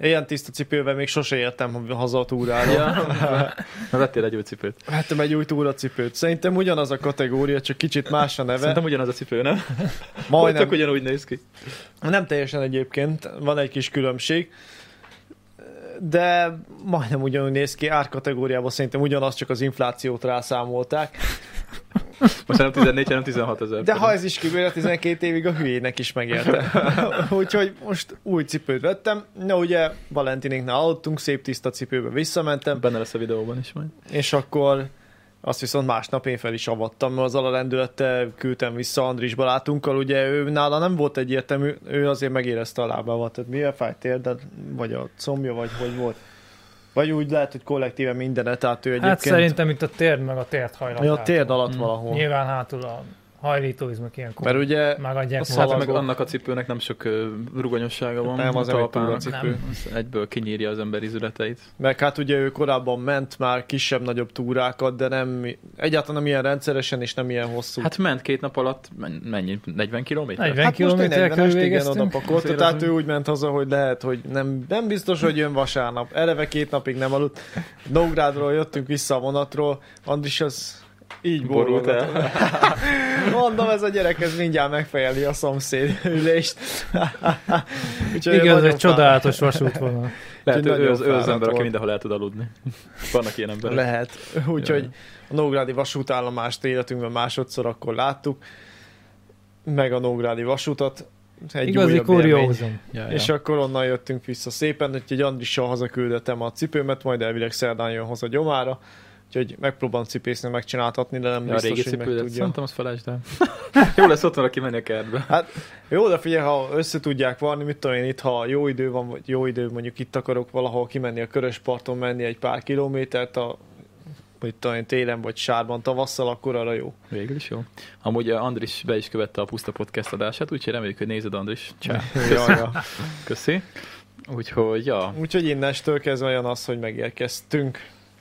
Speaker 3: ilyen tiszta cipővel még sose értem haza a túrára. Ja.
Speaker 1: Na, vettél egy új cipőt.
Speaker 3: Vettem egy új túracipőt. Szerintem ugyanaz a kategória, csak kicsit más a neve.
Speaker 1: Szerintem ugyanaz a cipő, nem?
Speaker 3: Majdnem.
Speaker 1: Tök ugyanúgy néz ki.
Speaker 3: Nem teljesen egyébként, van egy kis különbség. De majdnem ugyanúgy néz ki, árkategóriában szerintem ugyanaz, csak az inflációt rászámolták.
Speaker 1: Most nem 14, hanem 16 ezer.
Speaker 3: De ha ez is kibőr, 12 évig a hülyének is megérte. Úgyhogy most új cipőt vettem. Na ugye Valentinéknál aludtunk, szép tiszta cipőbe visszamentem,
Speaker 1: Benne lesz a videóban is majd.
Speaker 3: és akkor azt viszont másnap én fel is avattam, mert az alalendülettel küldtem vissza Andris barátunkkal, ugye ő nála nem volt egyértelmű, ő azért megérezte a lábával, tehát mivel fájt térded, vagy a combja, vagy hogy volt. Vagy úgy lehet, hogy kollektíve minden, tehát ő
Speaker 2: Hát
Speaker 3: egyébként...
Speaker 2: szerintem itt a térd meg a térd hajlat.
Speaker 3: Ja, a
Speaker 2: hátul.
Speaker 3: térd alatt
Speaker 1: Mm.
Speaker 3: valahol.
Speaker 2: Nyilván hátul a hajlítóizmak ilyenkor.
Speaker 3: Mert ugye
Speaker 2: Megadják
Speaker 3: a
Speaker 2: magukat.
Speaker 1: Hát
Speaker 3: szalag-
Speaker 1: meg
Speaker 3: Szalagok.
Speaker 1: annak a cipőnek nem sok ö, ruganyossága van.
Speaker 3: Nem, az
Speaker 1: a
Speaker 3: nem egy
Speaker 1: talpának.
Speaker 3: túracipő.
Speaker 2: Nem.
Speaker 1: Az Egyből kinyírja az ember izületeit.
Speaker 3: Meg hát ugye ő korábban ment már kisebb-nagyobb túrákat, de nem, egyáltalán nem ilyen rendszeresen és nem ilyen hosszú. Hát
Speaker 1: Hát ment két nap alatt, men- mennyi? 40 kilométer?
Speaker 2: 40
Speaker 3: most egy
Speaker 2: kilométer
Speaker 3: 40-est, igen,
Speaker 2: körülvégeztünk.
Speaker 3: oda pakolt,
Speaker 1: Azért
Speaker 3: tehát
Speaker 1: az
Speaker 3: ő úgy ment haza, hogy lehet, hogy nem, nem biztos, hogy jön vasárnap. Eleve két napig nem aludt. Nógrádról jöttünk vissza a vonatról, Andris az így borult el. Mondom, ez a gyerek, ez mindjárt megfejeli a szomszéd ülést. Úgyhogy ő
Speaker 2: Igen, ez
Speaker 3: nagyon
Speaker 2: egy csodálatos vasútvonal.
Speaker 1: Lehet, ő,
Speaker 3: Úgyhogy
Speaker 1: ő, az,
Speaker 3: nagyon
Speaker 1: ő az
Speaker 3: fáradt
Speaker 1: ember, aki
Speaker 3: volt.
Speaker 1: mindenhol el tud aludni. Vannak ilyen emberek.
Speaker 3: Lehet. Úgyhogy
Speaker 1: Jaj.
Speaker 3: a Nógrádi vasútállomást életünkben másodszor akkor láttuk, meg a Nógrádi vasútat. Egy
Speaker 2: Igazi
Speaker 3: újabb élmény.
Speaker 2: kuriózum.
Speaker 1: Ja,
Speaker 3: És
Speaker 1: ja.
Speaker 3: akkor onnan jöttünk vissza szépen, úgyhogy Andrissal hazaküldöttem a cipőmet, majd elvileg szerdán jön haza gyomára. Úgyhogy megpróbálom cipészni, megcsináltatni, de nem
Speaker 1: Ja, a
Speaker 3: biztos,
Speaker 1: régi
Speaker 3: hogy meg
Speaker 1: cipődet,
Speaker 3: tudja.
Speaker 1: szerintem azt felejtsd el. Jó lesz otthon, aki menni a kertbe.
Speaker 3: Jó, de figyelj, ha össze tudják varni, mit tudom én itt, ha jó idő van, vagy jó idő, mondjuk itt akarok valahol kimenni a körös parton, menni egy pár kilométert, a, mit tudom én, télen vagy sárban, tavasszal, akkor arra jó.
Speaker 1: Végül is jó. Amúgy eh, Andris be is követte a Puszta Podcast adását, úgyhogy reméljük, hogy nézed Andris. Csá.
Speaker 3: Ja, ja.
Speaker 1: Köszi. Úgyhogy, ja,
Speaker 3: Úgyhogy innestől kezdve olyan az, hogy megérkeztünk,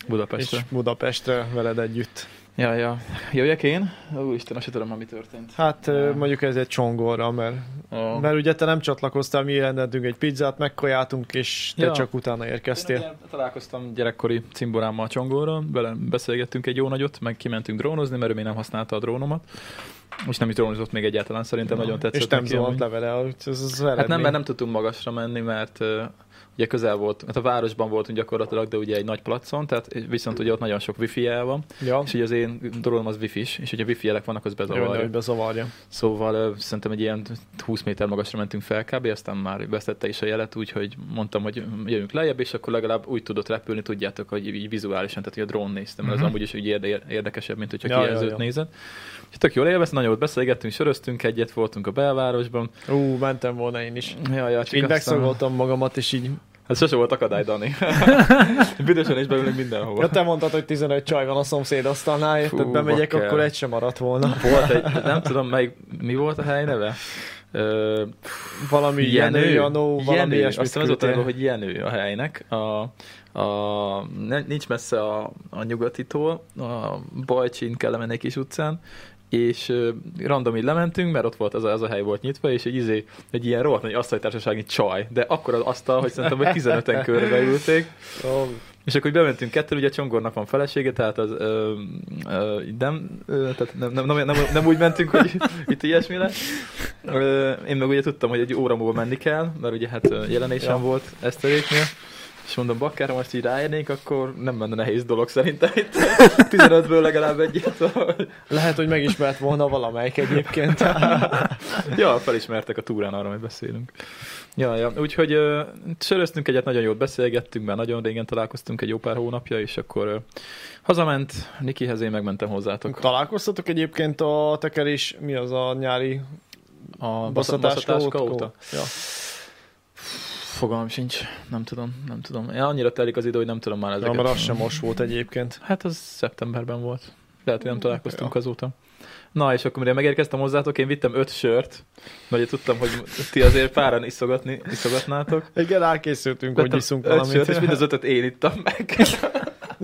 Speaker 3: Pestre.
Speaker 1: Budapestre.
Speaker 3: és Budapestre veled együtt.
Speaker 1: Ja, ja. Jöjjek én? Úristen, azt sem tudom, már mi történt.
Speaker 3: Hát ö,
Speaker 1: Ja.
Speaker 3: mondjuk ez egy csongorra, mert,
Speaker 1: Oh.
Speaker 3: mert ugye te nem csatlakoztál, mi rendeltünk egy pizzát, megkajáltunk, és te
Speaker 1: Ja.
Speaker 3: csak utána érkeztél.
Speaker 1: Én ugye találkoztam gyerekkori cimborámmal Csongóról, vele beszélgettünk egy jó nagyot, meg kimentünk drónozni, mert ő még nem használta a drónomat. És nem is drónizott még egyáltalán, szerintem nagyon tetszett
Speaker 3: és nem
Speaker 1: neki,
Speaker 3: zuhant
Speaker 1: amúgy.
Speaker 3: levele, úgyhogy ez az
Speaker 1: Hát nem,
Speaker 3: eredmény.
Speaker 1: mert nem tudtunk magasra menni, mert ö, ugye közel volt, hát a városban voltunk gyakorlatilag, de ugye egy nagy placon, tehát viszont ugye ott nagyon sok wifi el van,
Speaker 3: Ja,
Speaker 1: és ugye az én drónom az wifi-s, és ugye wifi jelek vannak, az
Speaker 3: jönne,
Speaker 1: bezavarja.
Speaker 3: hogy bezavarja.
Speaker 1: Szóval ö, szerintem egy ilyen 20 méter magasra mentünk fel kb, aztán már vesztette is a jelet, úgyhogy mondtam, hogy jöjjünk lejjebb, és akkor legalább úgy tudott repülni, tudjátok, hogy így vizuálisan, tehát hogy a drón néztem, mert
Speaker 2: Mhm.
Speaker 1: az amúgy is úgy érde- érdekesebb, mint hogyha
Speaker 3: Ja, ja,
Speaker 1: kijelzőt
Speaker 3: ja.
Speaker 1: nézed. És tök jól élveztem, nagyon jót beszélgettünk, söröztünk egyet, voltunk a belvárosban.
Speaker 3: Ú, mentem volna én is.
Speaker 1: Ja, ja, csak
Speaker 3: Így
Speaker 1: aztán-
Speaker 3: megszagoltam magamat, és így...
Speaker 1: Hát sose volt akadály, Dani. Büdösen és belülünk mindenhova.
Speaker 3: Ja, te mondtad, hogy 15 csaj van a szomszéd asztalnál,
Speaker 1: Fú,
Speaker 3: érted, bemegyek,
Speaker 1: bakker.
Speaker 3: akkor egy sem maradt volna.
Speaker 1: Volt egy, nem tudom melyik, mi volt a hely neve? Ö,
Speaker 3: Valami Jenő, Janó, valami
Speaker 1: Jenő.
Speaker 3: ilyesmit
Speaker 1: Azt hiszem az volt a neve,
Speaker 3: küldtél.
Speaker 1: hogy Jenő a helynek. A, a, ne- nincs messze a, a nyugatitól, a Bajcsin kellemenné kis utcán, és ö, random így lementünk, mert ott volt az a, az a hely volt nyitva, és egy, izé, egy ilyen rohadt nagy asztaltársasági csaj, de akkor az asztal, hogy szerintem, hogy 15-en körbeülték,
Speaker 3: Ó,
Speaker 1: És akkor így bementünk kettő, ugye Csongornak van felesége, tehát az, ö, ö, így nem, ö, tehát nem, nem, nem, nem, nem, úgy mentünk, hogy itt ilyesmi lesz. Ö, én meg ugye tudtam, hogy egy óra múlva menni kell, mert ugye hát ö, jelenésem
Speaker 3: Ja.
Speaker 1: ja. volt Eszteréknél. És mondom, bakker, ha most így ráérnénk, akkor nem lenne nehéz dolog szerintem itt 15-ből legalább egyet. valahogy.
Speaker 3: Lehet, hogy megismert volna valamelyik egyébként.
Speaker 1: ja, felismertek a túrán arra, hogy beszélünk. Ja, ja. Úgyhogy ö, söröztünk egyet, nagyon jól beszélgettünk, mert nagyon régen találkoztunk egy jó pár hónapja, és akkor ö, hazament Nikihez, én megmentem hozzátok.
Speaker 3: Találkoztatok egyébként a tekerés, mi az a nyári
Speaker 1: A
Speaker 3: baszatáska
Speaker 1: baszatáska
Speaker 3: óta?
Speaker 1: óta?
Speaker 3: Ja.
Speaker 1: Fogalmam sincs, nem tudom, nem tudom. Ja, annyira telik az idő, hogy nem tudom már
Speaker 3: ja,
Speaker 1: ezeket.
Speaker 3: mert az sem most volt egyébként.
Speaker 1: Hát az szeptemberben volt. Lehet,
Speaker 3: Mm,
Speaker 1: hogy nem találkoztunk azóta. Na, és akkor mire megérkeztem hozzátok, én vittem öt sört, mert ugye tudtam, hogy ti azért páran iszogatni, iszogatnátok.
Speaker 3: Igen, rákészültünk, hogy
Speaker 1: Vettem
Speaker 3: iszunk
Speaker 1: öt
Speaker 3: valamit.
Speaker 1: sört, és mind az ötöt én ittam meg.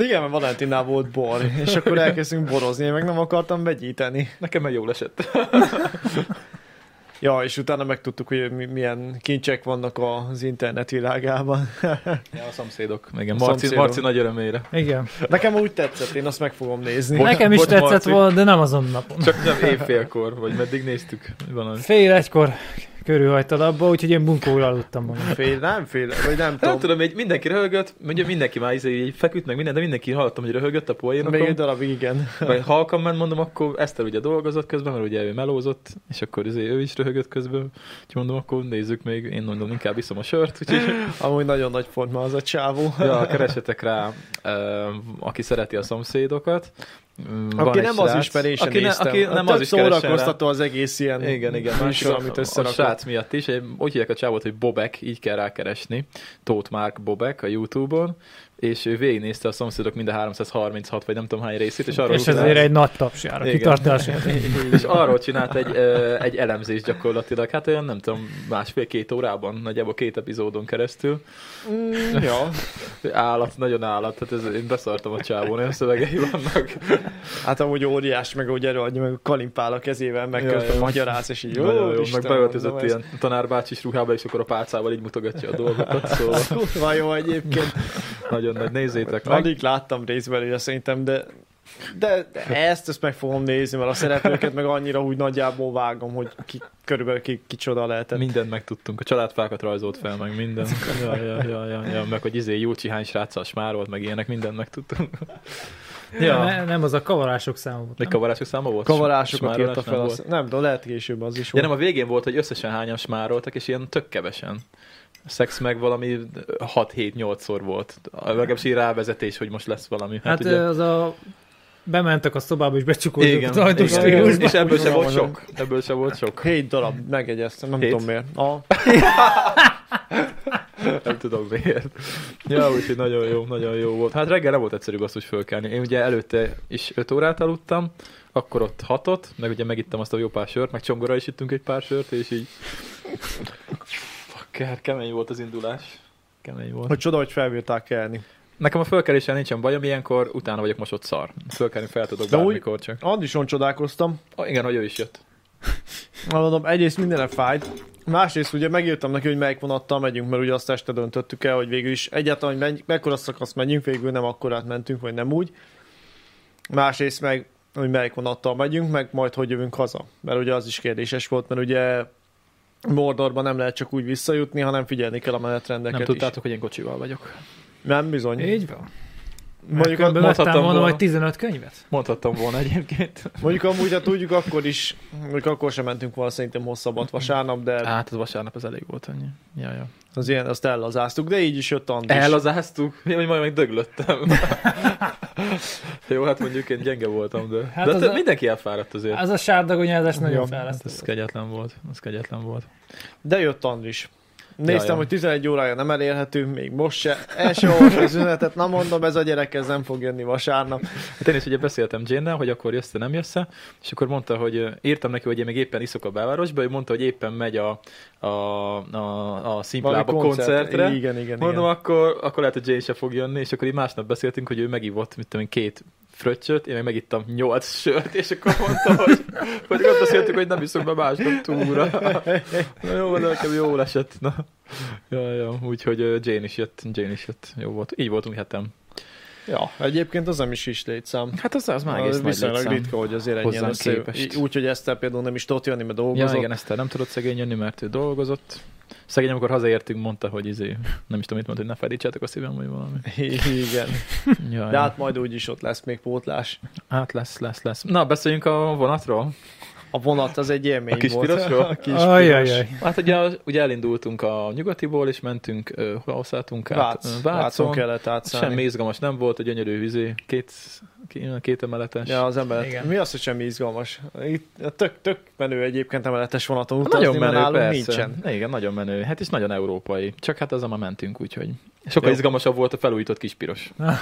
Speaker 3: Igen, mert Valentinál volt bor, és akkor elkezdtünk borozni, én meg nem akartam vegyíteni.
Speaker 1: Nekem meg jól esett.
Speaker 3: Ja, és utána megtudtuk, hogy mi- milyen kincsek vannak az internet világában.
Speaker 1: Ja, a szomszédok. Igen, Marci,
Speaker 3: A szomszédok.
Speaker 1: Marci nagy örömére.
Speaker 2: Igen.
Speaker 3: Nekem úgy tetszett, én azt meg fogom nézni.
Speaker 1: Bocs-
Speaker 2: Nekem is
Speaker 1: bocs,
Speaker 2: tetszett
Speaker 1: Marci.
Speaker 2: volna, de nem azon napon.
Speaker 1: Csak nem évfélkor, vagy meddig néztük. Van
Speaker 2: Fél egykor körülhagytad abba, úgyhogy én bunkóra aludtam magam.
Speaker 3: Fél, nem fél, vagy nem
Speaker 1: Hát Nem
Speaker 3: tudom.
Speaker 1: tudom, egy mindenki röhögött, ugye mindenki már izé, így feküdt meg minden, de mindenki hallottam, hogy röhögött a
Speaker 3: Még egy
Speaker 1: poénokon.
Speaker 3: darabig igen.
Speaker 1: Vagy halkan ment, mondom, akkor Eszter ugye dolgozott közben, mert ugye ő melózott, és akkor izé, ő is röhögött közben. Úgyhogy mondom, akkor nézzük még, én mondom, inkább iszom a sört. Úgyhogy,
Speaker 3: Amúgy nagyon nagy forma az a csávó.
Speaker 1: ja, keresetek rá, ö, aki szereti a szomszédokat. Mm, van
Speaker 3: Aki
Speaker 1: egy
Speaker 3: nem az
Speaker 1: srác-
Speaker 3: ismerése
Speaker 1: aki, ne,
Speaker 3: néztem. Hát
Speaker 1: aki nem
Speaker 3: Tök
Speaker 1: az is keresen rá.
Speaker 3: szórakoztató az egész ilyen
Speaker 1: Igen, igen.
Speaker 3: műsor, amit
Speaker 1: a, a
Speaker 3: összerakott.
Speaker 1: srác miatt is. Egy- Úgy hívják a csávot, hogy Bobek, így kell rákeresni. Tóth Márk Bobek a Youtube-on. És ő végignézte a szomszédok mind a 336, vagy nem tudom hány részét, és arról
Speaker 2: És ezért egy nagy taps jár a
Speaker 1: Igen.
Speaker 2: kitartásért.
Speaker 1: és arról csinált egy, ö, egy elemzést gyakorlatilag, hát olyan nem tudom, másfél-két órában, nagyjából két epizódon keresztül.
Speaker 3: Mm, ja.
Speaker 1: Állat, nagyon állat, hát ez, én beszartam a csávón, olyan szövegei vannak.
Speaker 3: Hát amúgy óriás, meg úgy előadja, meg kalimpál a kezével, meg
Speaker 1: Ja,
Speaker 3: közben
Speaker 1: ja.
Speaker 3: magyaráz, és így jó,
Speaker 1: Nagyon jó,
Speaker 3: Isten,
Speaker 1: meg beöltözött
Speaker 3: mondom, ez
Speaker 1: ilyen tanárbácsis ruhába, és akkor a pálcával így mutogatja a dolgokat, szóval
Speaker 3: Kurva jó egyébként.
Speaker 1: nagyon nagy, nézzétek meg.
Speaker 3: Alig láttam részbelőle szerintem, de de, de ezt, ezt meg fogom nézni, mert a szereplőket meg annyira úgy nagyjából vágom, hogy ki, körülbelül ki, kicsoda lehetett.
Speaker 1: Mindent megtudtunk, a családfákat rajzolt fel, meg minden. Ja, ja, ja, ja, ja, meg hogy izé Júcsi hány sráccal smárolt, meg ilyenek, mindent megtudtunk. Ja,
Speaker 2: Ne, nem az a kavarások száma volt.
Speaker 1: még
Speaker 2: nem?
Speaker 1: kavarások száma volt?
Speaker 3: Kavarásokat
Speaker 1: Smárolás
Speaker 3: írta
Speaker 1: nem
Speaker 3: fel,
Speaker 1: volt?
Speaker 3: azt, nem tudom, lehet később az is
Speaker 1: Ja
Speaker 3: volt.
Speaker 1: nem, a végén volt, hogy összesen hányan smároltak, és ilyen tök kevesen. A szex meg valami 6-7-8-szor volt. Legalábbis így rávezetés, hogy most lesz valami. Hát,
Speaker 2: Hát
Speaker 1: ugye,
Speaker 2: az a... Bementek a szobába és becsukoltak
Speaker 1: igen,
Speaker 2: az ajtó
Speaker 1: igen,
Speaker 2: stílusba.
Speaker 1: igen, és ebből se volt
Speaker 3: Uralmazom.
Speaker 1: sok. Ebből se volt sok.
Speaker 3: Hét darab, megjegyeztem, nem
Speaker 1: Hét?
Speaker 3: tudom miért. A,
Speaker 1: Nem tudom miért. Ja, úgyhogy nagyon jó, nagyon jó volt. Hát reggel nem volt egyszerű basszus fölkelni. Én ugye előtte is 5 órát aludtam, akkor ott hatot, meg ugye megittem azt a jó pár sört, meg csongora is ittünk egy pár sört, és így... Fuck, hát kemény volt az indulás. Kemény volt.
Speaker 3: hogy csoda, hogy felbírták kelni.
Speaker 1: Nekem a fölkeléssel nincsen bajom, ilyenkor utána vagyok mosott szar. Fölkelni fel tudok
Speaker 3: De úgy-
Speaker 1: bármikor csak.
Speaker 3: Andison csodálkoztam,
Speaker 1: Ah, igen, hogy ő is jött.
Speaker 3: Mondom, egyrészt mindenre fájt, másrészt ugye megírtam neki, hogy melyik vonattal megyünk, mert ugye azt este döntöttük el, hogy végül is egyáltalán, hogy menj, mekkora szakaszt megyünk, végül nem akkorát mentünk, vagy nem úgy. Másrészt meg hogy melyik vonattal megyünk, meg majd hogy jövünk haza. Mert ugye az is kérdéses volt, mert ugye Mordorban nem lehet csak úgy visszajutni, hanem figyelni kell a menetrendeket
Speaker 1: Nem
Speaker 3: is.
Speaker 1: tudtátok, hogy én kocsival vagyok.
Speaker 3: Nem bizony.
Speaker 2: Így van. Mondjuk
Speaker 3: Mondjuk, a,
Speaker 2: Különben
Speaker 1: mondhattam
Speaker 2: vettem volna,
Speaker 1: volna.
Speaker 2: hogy 15 könyvet.
Speaker 1: Mondhattam volna egyébként.
Speaker 3: mondjuk amúgy, ha tudjuk, akkor is, mondjuk akkor sem mentünk volna szerintem hosszabbat vasárnap, de
Speaker 1: Hát ez vasárnap az elég volt annyi. Ja, ja.
Speaker 3: az ilyen, azt ellazáztuk, de így is jött Andis.
Speaker 1: Ellazáztuk? Én vagy majd meg döglöttem. Jó, hát mondjuk én gyenge voltam, de,
Speaker 2: Hát
Speaker 1: hát de te,
Speaker 2: az a- Hát
Speaker 1: a... mindenki elfáradt azért.
Speaker 2: Az a sárdagonyázás nagyon
Speaker 3: Ja,
Speaker 1: Hát ez
Speaker 2: fejlesztő.
Speaker 1: kegyetlen volt, ez kegyetlen volt.
Speaker 3: De jött Andris. Néztem,
Speaker 1: Jaj, jaj.
Speaker 3: hogy 11 órája nem elérhető, még most se. El se olvasva az üzenetet, na mondom, ez a gyerek, ez nem fog jönni vasárnap.
Speaker 1: Hát én is ugye beszéltem Jane-nel, hogy akkor jössze, nem jössze, és akkor mondta, hogy ö, írtam neki, hogy én még éppen iszok a belvárosba, ő mondta, hogy éppen megy a, a, a, a
Speaker 3: Valami
Speaker 1: szimplába koncertre.
Speaker 3: Igen, igen,
Speaker 1: Mondom,
Speaker 3: igen.
Speaker 1: akkor, akkor lehet, hogy Jane se fog jönni, és akkor így másnap beszéltünk, hogy ő megívott, mit tudom én, két fröccsöt, én meg megittam nyolc sört, és akkor mondta, hogy, hogy ott beszéltük, hogy nem iszunk be másnap túra. Na jó, van, nekem jól esett. Na. Ja, ja, úgyhogy ö, Jane is jött, Jane is jött. Jó volt. Így voltunk hetem.
Speaker 3: Ja, egyébként az nem is is létszám.
Speaker 1: Hát az, az már
Speaker 3: Az
Speaker 1: egész nagy
Speaker 3: viszonylag
Speaker 1: létszám.
Speaker 3: ritka, hogy azért ennyien
Speaker 1: Hozzánk
Speaker 3: össze...
Speaker 1: képest.
Speaker 3: Úgyhogy ezt például nem is tudott jönni, mert
Speaker 1: Ja,
Speaker 3: dolgozott.
Speaker 1: igen, Eszter nem tudott szegény jönni, mert ő dolgozott. Szegény, amikor hazaértünk, mondta, hogy izé, nem is tudom, mit mondta, hogy ne fedítsátok a szívem, vagy valami.
Speaker 3: igen.
Speaker 1: Ja,
Speaker 3: De
Speaker 1: ja.
Speaker 3: hát majd úgyis ott lesz még pótlás.
Speaker 1: Hát lesz, lesz, lesz. Na, beszéljünk a vonatról.
Speaker 3: A vonat az egy élmény
Speaker 1: A kis
Speaker 3: volt.
Speaker 1: pirosról?
Speaker 3: A kis piros.
Speaker 2: Ajajaj.
Speaker 1: Hát ugye, ugye elindultunk a nyugatiból, és mentünk, ö, hol szálltunk át?
Speaker 3: Vác,
Speaker 1: Ö,
Speaker 3: Vácon
Speaker 1: Vácon.
Speaker 3: kellett átszállni.
Speaker 1: Semmi izgalmas nem volt, a gyönyörű vizé, két, két, két emeletes. Hát
Speaker 3: Ja, az emelet.
Speaker 2: Igen.
Speaker 3: Mi az, hogy semmi izgalmas? Itt tök, tök menő egyébként emeletes vonaton
Speaker 1: Hát
Speaker 3: utazni,
Speaker 1: nagyon menő,
Speaker 3: mert nálunk
Speaker 1: persze.
Speaker 3: nincsen.
Speaker 1: Igen, nagyon menő. Hát és nagyon európai. Csak hát ezzel már mentünk, úgyhogy. Sokkal
Speaker 3: Jó.
Speaker 1: izgalmasabb volt a felújított kispiros.
Speaker 2: Ah.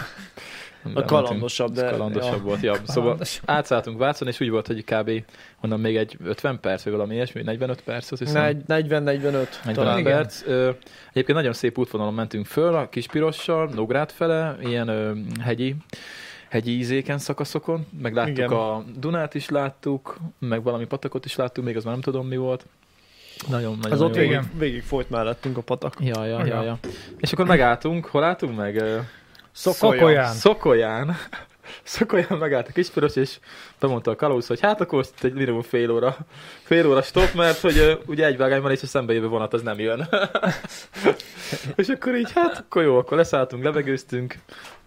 Speaker 1: Amivel
Speaker 3: A kalandosabb, de...
Speaker 1: mentünk. Az kalandosabb
Speaker 3: Ja.
Speaker 1: volt, ja. Szóval
Speaker 2: Kalandos.
Speaker 1: átszálltunk Vácon, és úgy volt, hogy kb. onnan még egy 50 perc, vagy valami ilyesmi, 45 perc, azt hiszem.
Speaker 3: Negy- 40-45
Speaker 1: 40
Speaker 3: talán.
Speaker 2: Igen.
Speaker 1: perc. Ö, Egyébként nagyon szép útvonalon mentünk föl, a Kispirossal, Nógrád fele, ilyen ö, hegyi, hegyi ízéken szakaszokon, meg láttuk
Speaker 3: Igen.
Speaker 1: Igen. a Dunát is láttuk, meg valami patakot is láttuk, még az már nem tudom mi volt. Nagyon, nagyon
Speaker 3: Az ott
Speaker 1: jó.
Speaker 3: végig,
Speaker 2: Igen.
Speaker 3: végig folyt mellettünk a patak.
Speaker 1: Ja, ja, ja,
Speaker 2: Ja.
Speaker 1: ja. És akkor megálltunk, hol álltunk meg? Ö,
Speaker 2: Szokolya. Szokolyán.
Speaker 1: Szokolyán. Szokolyán megállt a kispiros, és bemondta a kalóz, hogy hát akkor most egy minimum fél óra, fél óra stop, mert hogy ö, ugye egy vágány van, és a szembejövő vonat az nem jön. és akkor így, hát akkor jó, akkor leszálltunk, levegőztünk,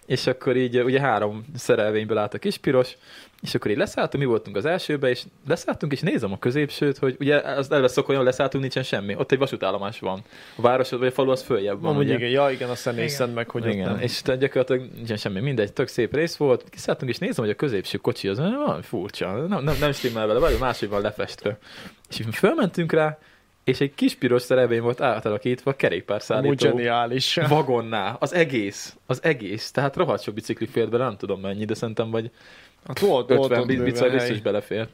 Speaker 1: és akkor így ö, ugye három szerelvényből állt a kispiros, és akkor így leszálltunk, mi voltunk az elsőbe, és leszálltunk, és nézem a középsőt, hogy ugye az elve szokolyon leszálltunk, nincsen semmi. Ott egy vasútállomás van. A város vagy a falu az följebb van.
Speaker 3: Amúgy
Speaker 1: ugye?
Speaker 3: igen, ja igen, aztán nézted meg, hogy ott
Speaker 1: igen,
Speaker 3: nem.
Speaker 1: és tehát gyakorlatilag nincsen semmi, mindegy, tök szép rész volt. Kiszálltunk, és nézem, hogy a középső kocsi az olyan valami furcsa, nem, nem, nem stimmel vele, valami máshogy van lefestve. És így fölmentünk rá, és egy kis piros szerelvény volt átalakítva
Speaker 3: Amúgy
Speaker 1: kerékpárszállító
Speaker 3: zseniális.
Speaker 1: vagonná. Az egész, az egész. Tehát rohadt sok bicikli fért bele, nem tudom mennyi, de szerintem vagy
Speaker 3: Hát volt, volt
Speaker 1: 50
Speaker 3: ott
Speaker 1: bi-
Speaker 3: bőven
Speaker 1: bicaj
Speaker 3: hely.
Speaker 1: biztos belefér.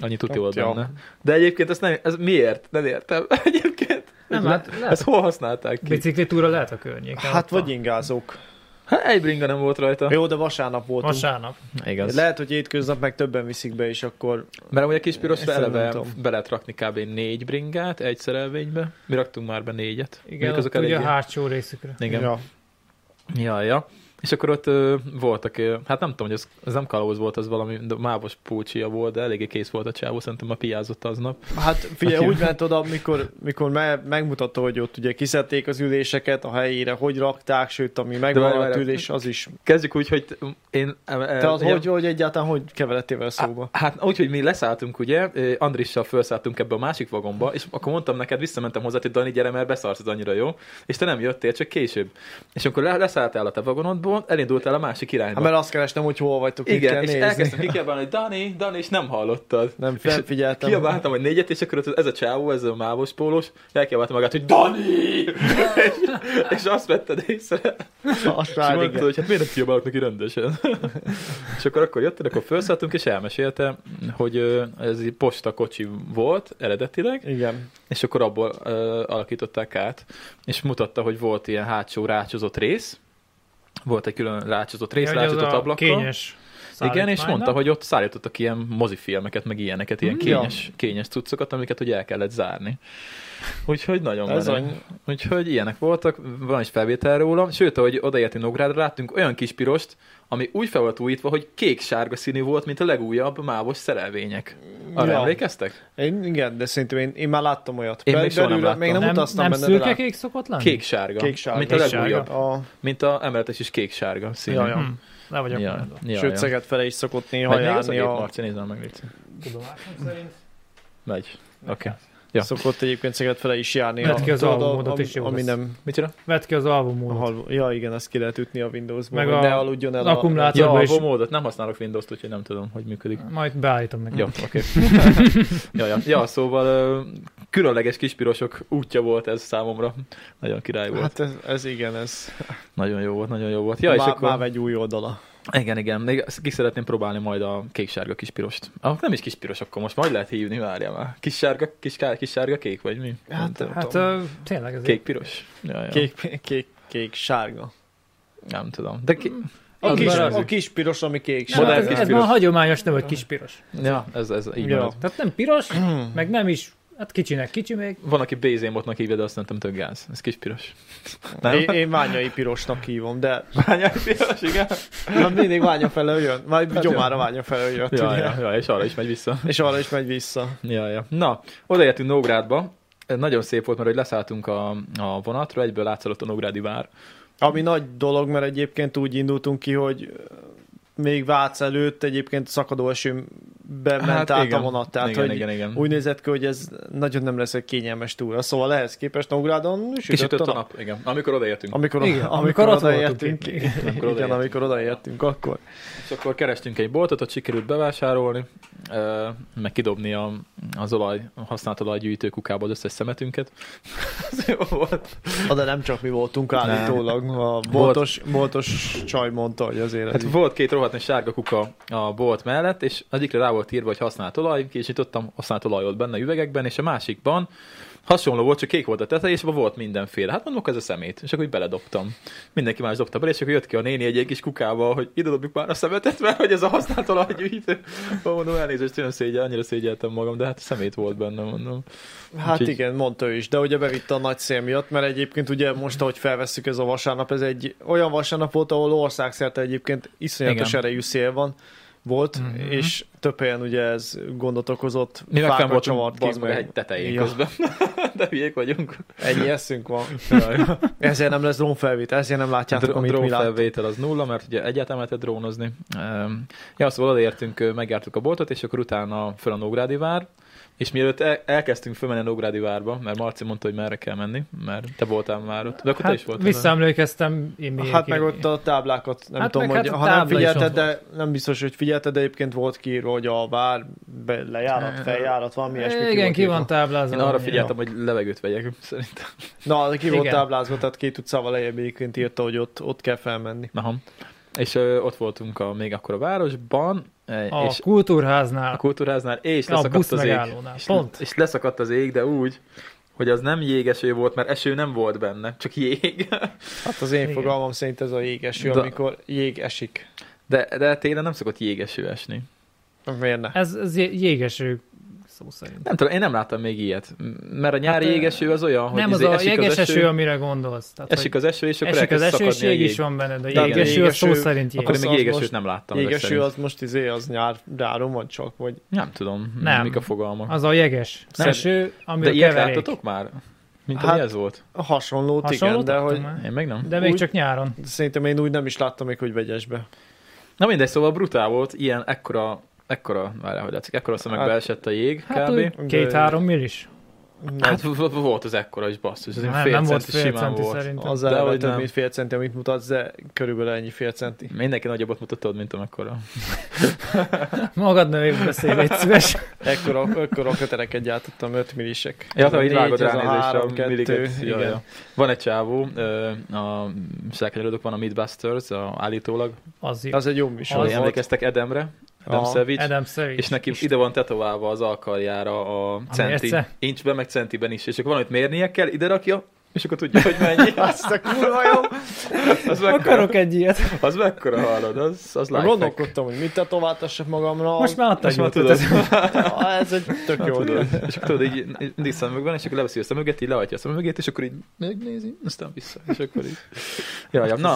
Speaker 1: Annyi tuti
Speaker 3: Ott
Speaker 1: volt
Speaker 3: jó.
Speaker 1: benne. De egyébként ezt nem, ez miért? Nem értem. Egyébként.
Speaker 2: Nem,
Speaker 1: Le-
Speaker 2: hát lehet.
Speaker 1: Ezt hol használták ki?
Speaker 2: Biciklitúra lehet a környéken.
Speaker 3: Hát
Speaker 2: ott
Speaker 3: vagy
Speaker 2: van.
Speaker 3: ingázók.
Speaker 1: Hát egy bringa nem volt rajta.
Speaker 3: Jó, de vasárnap voltunk.
Speaker 2: Vasárnap.
Speaker 1: Igaz.
Speaker 3: Lehet, hogy hétköznap meg többen viszik be, és akkor
Speaker 1: Mert amúgy a kispirosra
Speaker 3: Ezt nem
Speaker 1: eleve
Speaker 3: tudom.
Speaker 1: be lehet rakni kb. négy bringát egy szerelvénybe. Mi raktunk már be négyet.
Speaker 2: Igen,
Speaker 1: Mondjuk
Speaker 2: ott ugye a hátsó részükre.
Speaker 1: Igen. Ja.
Speaker 3: Ja.
Speaker 1: ja, ja. És akkor ott ö, voltak, ö, hát nem tudom, hogy az, az nem kalóz volt, az valami de mávos púcsia volt, de eléggé kész volt a csávó, szerintem a piázott aznap.
Speaker 3: Hát figyelj,
Speaker 1: Aki-
Speaker 3: úgy ment oda, mikor, mikor me- megmutatta, hogy ott ugye kiszedték az üléseket a helyére, hogy rakták, sőt, ami megmaradt
Speaker 1: várjál.
Speaker 3: ülés, az is.
Speaker 1: Kezdjük úgy, hogy én...
Speaker 3: Te az hogy, hogy egyáltalán hogy keveredtél vele szóba?
Speaker 1: Hát úgy, hogy mi leszálltunk, ugye, ö, Andrissal felszálltunk ebbe a másik vagomba, és akkor mondtam neked, visszamentem hozzá, hogy Dani, gyere, mert beszarsz, ez annyira jó, és te nem jöttél, csak később. És akkor le- leszálltál a te vagonodból, elindultál a másik irányba.
Speaker 3: Hát mert azt kerestem, hogy hol vagytok, mit kell
Speaker 1: Igen, és
Speaker 3: nézni.
Speaker 1: elkezdtem kikiabálni, hogy Dani, Dani, és nem hallottad.
Speaker 3: Nem,
Speaker 1: És
Speaker 3: nem figyeltem.
Speaker 1: Kiabáltam, hogy négyet, és akkor ez a csávó, ez a mávos pólós, elkiabálta magát, hogy Dani! és, és azt vetted észre,
Speaker 3: Azt
Speaker 1: és
Speaker 3: már
Speaker 1: mondtad,
Speaker 3: igen.
Speaker 1: hogy hát miért nem kiabálok neki rendesen? és akkor akkor jötted, akkor felszálltunk, és elmesélte, hogy ö, ez egy postakocsi volt eredetileg,
Speaker 3: Igen.
Speaker 1: és akkor abból ö, alakították át, és mutatta, hogy volt ilyen hátsó rácsozott rész, volt egy külön rácsozott rész,
Speaker 2: Ja,
Speaker 1: ja,
Speaker 2: ugye az
Speaker 1: rácsozott
Speaker 2: a
Speaker 1: ablakkal.
Speaker 2: Kényes.
Speaker 1: Igen, és
Speaker 2: szállítmánynak.
Speaker 1: mondta, hogy ott szállítottak ilyen mozifilmeket, meg ilyeneket, ilyen
Speaker 3: Mm.
Speaker 1: kényes, kényes cuccokat, amiket ugye el kellett zárni. Úgyhogy nagyon
Speaker 3: Ez
Speaker 1: menő.
Speaker 3: any-
Speaker 1: Úgyhogy ilyenek voltak, van is felvétel róla. Sőt, ahogy odaértünk Nógrádra, láttunk olyan kis pirost, ami úgy fel volt újítva, hogy kék-sárga színű volt, mint a legújabb mávos szerelvények. Arra
Speaker 3: Ja.
Speaker 1: ja. emlékeztek?
Speaker 3: Én, igen, de szerintem én, én már láttam olyat.
Speaker 1: Én
Speaker 3: Be-
Speaker 1: még soha nem
Speaker 3: belülről-
Speaker 1: láttam.
Speaker 3: Még nem,
Speaker 2: nem,
Speaker 3: utaztam
Speaker 2: nem
Speaker 3: benne, de
Speaker 2: szürke kék szokott lenni?
Speaker 1: Kék-sárga.
Speaker 3: Kék-sárga.
Speaker 1: Mint a
Speaker 2: Kék-sárga.
Speaker 1: legújabb.
Speaker 3: láttam. A,
Speaker 1: Mint a emeletes is kék-sárga színű.
Speaker 3: Ja, ja.
Speaker 2: Hm, le vagyok.
Speaker 1: Ja, ja,
Speaker 3: sőt,
Speaker 1: ja.
Speaker 3: Szeged fele is szokott néha
Speaker 1: Megy még az a
Speaker 3: járni.
Speaker 1: gép,
Speaker 3: A,
Speaker 1: Marci? Nézd már meg, légy szíves.
Speaker 2: Tudomásom szerint.
Speaker 1: Megy. Oké. Okay.
Speaker 3: ja.
Speaker 1: Ja.
Speaker 3: Szokott egyébként Szeged fele is járni.
Speaker 2: Vedd
Speaker 3: a-
Speaker 2: ki az
Speaker 3: tudod, a-
Speaker 2: albumodot,
Speaker 3: ami-
Speaker 2: és jó
Speaker 3: Ami
Speaker 2: lesz.
Speaker 3: nem
Speaker 1: Mit csinál?
Speaker 2: Vedd ki az
Speaker 3: a
Speaker 2: albumot.
Speaker 3: hal... Ja, igen, azt ki lehet ütni a Windows-ból,
Speaker 2: Meg
Speaker 3: hogy
Speaker 2: a-
Speaker 3: ne aludjon el.
Speaker 2: az
Speaker 3: a-
Speaker 2: akkumulátor.
Speaker 1: Ja,
Speaker 2: Tudod,
Speaker 1: a
Speaker 2: és-
Speaker 1: homódot. Nem használok Windows-t, úgyhogy nem tudom, hogy működik.
Speaker 2: Majd beállítom neki.
Speaker 1: Jó,
Speaker 3: Mm.
Speaker 1: oké. ja, ja. ja, szóval ö, különleges kispirosok útja volt ez számomra. Nagyon király volt.
Speaker 3: Hát ez, ez igen, ez
Speaker 1: Nagyon jó volt, nagyon jó volt.
Speaker 3: ja,
Speaker 1: Ja, és
Speaker 3: már,
Speaker 1: akkor...
Speaker 3: már egy új oldala.
Speaker 1: Igen, igen. Még ezt ki szeretném próbálni majd a kék-sárga kispirost. Ah, nem is kispiros, akkor most majd lehet hívni, várjál már. Kis-sárga, kis, kis-sárga kék, vagy mi?
Speaker 3: Hát,
Speaker 1: Nem
Speaker 2: Hát
Speaker 3: tudom.
Speaker 2: ö, tényleg ez
Speaker 1: Kék-piros? Ja, ja.
Speaker 3: kék, kék, kék, sárga.
Speaker 1: Nem tudom. De ki...
Speaker 3: A
Speaker 1: Az
Speaker 3: kis,
Speaker 1: már az.
Speaker 3: a kis piros, ami kék,
Speaker 2: Nem,
Speaker 1: Modern
Speaker 2: ez,
Speaker 3: sárga.
Speaker 1: kis
Speaker 2: ez
Speaker 1: piros.
Speaker 2: már hagyományos nem, hogy kis piros.
Speaker 1: Ja, ez, ez így
Speaker 3: Ja.
Speaker 1: ja. marad.
Speaker 2: Tehát nem piros, meg nem is, hát kicsinek kicsi még.
Speaker 1: Van, aki bézémotnak hívja, de azt nem tudom, gáz. Ez kispiros. Nem?
Speaker 3: Én, én ványai pirosnak hívom, de
Speaker 1: Bányai piros, igen.
Speaker 3: na, mindig ványa felől jön. Majd
Speaker 1: Hát jó.
Speaker 3: gyomára ványa felől jön.
Speaker 1: Ja,
Speaker 3: ugye?
Speaker 1: ja, ja, és arra is megy vissza.
Speaker 3: És arra is megy vissza.
Speaker 1: Ja, ja. Na, odaértünk Nógrádba. Nagyon szép volt, mert hogy leszálltunk a, a vonatra, egyből látszott a Nógrádi vár.
Speaker 3: Ami nagy dolog, mert egyébként úgy indultunk ki, hogy ö, még Vác előtt egyébként szakadó esőben ment hát, át igen. a vonat. Tehát,
Speaker 1: igen,
Speaker 3: hogy
Speaker 1: igen, igen.
Speaker 3: Úgy nézett ki, hogy ez nagyon nem lesz egy kényelmes túra. Szóval ehhez képest Nógrádon sütött
Speaker 1: Kisütött
Speaker 3: a nap.
Speaker 1: igen. Amikor odaértünk.
Speaker 3: Amikor,
Speaker 2: Igen, amikor ott voltunk.
Speaker 3: Igen,
Speaker 1: Amikor
Speaker 3: igen,
Speaker 1: odaértünk.
Speaker 3: amikor odaértünk, akkor.
Speaker 1: És akkor kerestünk egy boltot, ott sikerült bevásárolni, ö, meg kidobni a, az olaj, a használt olajgyűjtő kukába az összes szemetünket. Hát Ez jó volt.
Speaker 3: Na, De nem csak mi voltunk állítólag. A boltos, boltos csaj mondta, hogy azért
Speaker 1: Hát
Speaker 3: ez így-
Speaker 1: volt két rohadt nagy sárga kuka a bolt mellett, és egyikre rá volt írva, hogy használt olaj, ki is nyitottam, használt olaj volt benne üvegekben, és a másikban hasonló volt, csak kék volt a teteje, és abban volt mindenféle. Hát mondom, akkor ez a szemét. És akkor így beledobtam. Mindenki más dobta bele, és akkor jött ki a néni egy ilyen kis kukába, hogy ide dobjuk már a szemetet, mert hogy ez a használt olajgyűjtő. Mondom, elnézést, olyan szégyel, annyira szégyeltem magam, de hát szemét volt benne, mondom.
Speaker 3: Hát
Speaker 1: úgyhogy-
Speaker 3: igen, mondta ő is, de ugye bevitte a nagy szél miatt, mert egyébként ugye most, ahogy felvesszük ez a vasárnap, ez egy olyan vasárnap volt, ahol országszerte egyébként iszonyatos
Speaker 1: Igen.
Speaker 3: erejű szél van, volt, mm-hmm. és több helyen ugye ez gondot okozott,
Speaker 1: Mi meg
Speaker 3: fákra
Speaker 1: fenn voltunk
Speaker 3: csavart ki,
Speaker 1: bazd meg
Speaker 3: meg-
Speaker 1: egy tetején
Speaker 3: Ja.
Speaker 1: közben. De hülyék vagyunk.
Speaker 3: Ennyi eszünk van.
Speaker 1: Jaj.
Speaker 3: Ezért nem lesz drónfelvétel, ezért nem látjátok,
Speaker 1: a
Speaker 3: amit mi
Speaker 1: drón
Speaker 3: látunk.
Speaker 1: felvétel az nulla, mert ugye egyáltalán lehetett drónozni. Ehm, Ja, szóval odaértünk, ö, megjártuk a boltot, és akkor utána föl a Nógrádi vár, és mielőtt el- elkezdtünk fölmenni a Nógrádi várba, mert Marci mondta, hogy merre kell menni, mert te voltál már ott. De akkor te
Speaker 2: Hát
Speaker 1: is voltál.
Speaker 2: visszaemlékeztem én még.
Speaker 3: Hát meg ott a táblákat, nem
Speaker 2: Hát
Speaker 3: tudom,
Speaker 2: meg
Speaker 3: hogy
Speaker 2: hát a
Speaker 3: ha nem
Speaker 2: tábla is
Speaker 3: figyelted,
Speaker 2: ott
Speaker 3: de nem biztos, hogy figyelted, de egyébként volt kiírva, hogy a vár, be, lejárat, feljárat, valami ilyesmi.
Speaker 2: Igen,
Speaker 3: volt
Speaker 2: ki
Speaker 3: írva.
Speaker 2: van táblázva.
Speaker 1: Én arra
Speaker 2: valami.
Speaker 1: figyeltem, hogy levegőt vegyek, szerintem.
Speaker 3: Na, ki volt
Speaker 2: Igen.
Speaker 3: táblázva, tehát két utcával lejjebb egyébként írta, hogy ott, ott kell felmenni.
Speaker 1: Aha. És ö, ott voltunk a, még akkor a városban, eh,
Speaker 2: A
Speaker 1: és a
Speaker 2: kultúrháznál.
Speaker 1: kultúráznál, és
Speaker 2: A
Speaker 1: leszakadt
Speaker 2: busz
Speaker 1: az ég.
Speaker 2: megállónál.
Speaker 1: És,
Speaker 2: Pont.
Speaker 1: és leszakadt az ég, de úgy, hogy az nem jégeső volt, mert eső nem volt benne, csak jég.
Speaker 3: Hát az én
Speaker 2: Igen.
Speaker 3: fogalmam szerint ez a jégeső,
Speaker 1: Da-
Speaker 3: amikor jég esik.
Speaker 1: De, de télen nem szokott jégeső esni.
Speaker 3: Miért ne?
Speaker 2: Ez, ez jé- jégeső szó szerint.
Speaker 1: Nem tudom, én nem láttam még ilyet. M- Mert a nyári
Speaker 2: Hát,
Speaker 1: hát,
Speaker 2: ö,
Speaker 1: jégeső az olyan, hogy
Speaker 2: Nem az
Speaker 1: izé
Speaker 2: a
Speaker 1: esik
Speaker 2: jeges
Speaker 1: az eső,
Speaker 2: eső, amire gondolsz. Tehát,
Speaker 1: esik
Speaker 2: hogy
Speaker 1: az eső, és akkor
Speaker 2: esik az
Speaker 1: elkezd
Speaker 2: eső, és
Speaker 1: szakadni a
Speaker 2: jég
Speaker 1: jég.
Speaker 2: is van benned. A
Speaker 3: De
Speaker 1: a
Speaker 2: jégeső az szó
Speaker 3: jégeső-
Speaker 2: szerint jég.
Speaker 1: Akkor én
Speaker 3: Azt
Speaker 1: még
Speaker 3: az
Speaker 1: jégesőt
Speaker 3: most-
Speaker 1: nem láttam. ezek
Speaker 3: Jégeső
Speaker 1: szerint.
Speaker 3: az most izé, az nyár, nyáron van csak, vagy
Speaker 1: Nem tudom,
Speaker 2: Nem.
Speaker 1: nem. mik a fogalmak.
Speaker 2: Az a jeges
Speaker 1: Nem.
Speaker 2: eső, ami
Speaker 1: De
Speaker 2: a
Speaker 1: ilyet
Speaker 2: keverék.
Speaker 1: láttatok már? Mint
Speaker 3: Hát-
Speaker 1: hát, ez volt?
Speaker 3: hasonlót, igen,
Speaker 2: Hasonlót hát.
Speaker 3: de hogy
Speaker 2: láttam már?
Speaker 1: Én meg nem.
Speaker 2: De még
Speaker 3: Úgy-
Speaker 2: csak nyáron.
Speaker 3: szerintem én úgy nem is láttam még, hogy vegyesbe.
Speaker 1: Na mindegy, szóval brutál volt, ilyen ekkora, ekkora, várjál, hogy látszik, ekkora szemekbe
Speaker 3: Hát-
Speaker 1: esett a jég
Speaker 2: Hát
Speaker 1: kb.
Speaker 2: úgy két-három mil is.
Speaker 1: Hát v- v- volt az ekkora is basszus, ez
Speaker 2: Nem,
Speaker 1: nem, fél
Speaker 2: nem volt
Speaker 1: centi
Speaker 2: fél
Speaker 1: simán
Speaker 2: centi
Speaker 1: volt.
Speaker 2: szerintem.
Speaker 3: Az
Speaker 1: De
Speaker 3: eleve
Speaker 1: hogy
Speaker 3: több,
Speaker 1: nem.
Speaker 3: mint fél centi, amit mutatsz, de körülbelül ennyi fél centi.
Speaker 1: Mindenki nagyobbat mutattad, mint amekkora.
Speaker 2: Magad nevében beszélj, légy szíves.
Speaker 3: Ekkora, ekkora kötereket gyártottam, 5 millisek.
Speaker 1: Ja,
Speaker 3: Ez a
Speaker 1: te így
Speaker 3: négy,
Speaker 1: vágod rá
Speaker 3: ez
Speaker 1: nézésre
Speaker 3: három,
Speaker 1: a
Speaker 3: kettő,
Speaker 1: milliket. Ja,
Speaker 3: igen.
Speaker 1: ja. Van egy csávó, ö, a sárkányorodok van a Midbusters, a, állítólag.
Speaker 2: Az jó.
Speaker 3: Az egy jó műsor
Speaker 1: Sorry,
Speaker 3: volt.
Speaker 1: emlékeztek Edemre, Edem
Speaker 3: Aha.
Speaker 1: Savage,
Speaker 2: Adam Savage.
Speaker 1: és neki
Speaker 2: Isten.
Speaker 1: ide van tetoválva az alkarjára a centi,
Speaker 2: mérce?
Speaker 1: incsben, meg centiben is, és akkor valamit mérnie kell, ide rakja, és akkor tudja, hogy mennyi.
Speaker 3: Azt a kurva jó.
Speaker 1: az mekkora,
Speaker 2: Akarok egy ilyet.
Speaker 1: az mekkora hallod, az, az
Speaker 3: Like
Speaker 1: lifehack.
Speaker 3: Gondolkodtam, hogy mit tetováltassak magamra.
Speaker 2: Most már adtam
Speaker 1: Most már
Speaker 2: jót.
Speaker 1: tudod.
Speaker 3: Ah, Ez egy tök jó
Speaker 1: Tudod,
Speaker 3: dolog.
Speaker 1: és akkor tudod, így mindig szemüvegben, és akkor leveszi a szemüveget, így lehagyja a szemüvegét, és akkor így megnézi, aztán vissza, és akkor így. Ja, ja, na,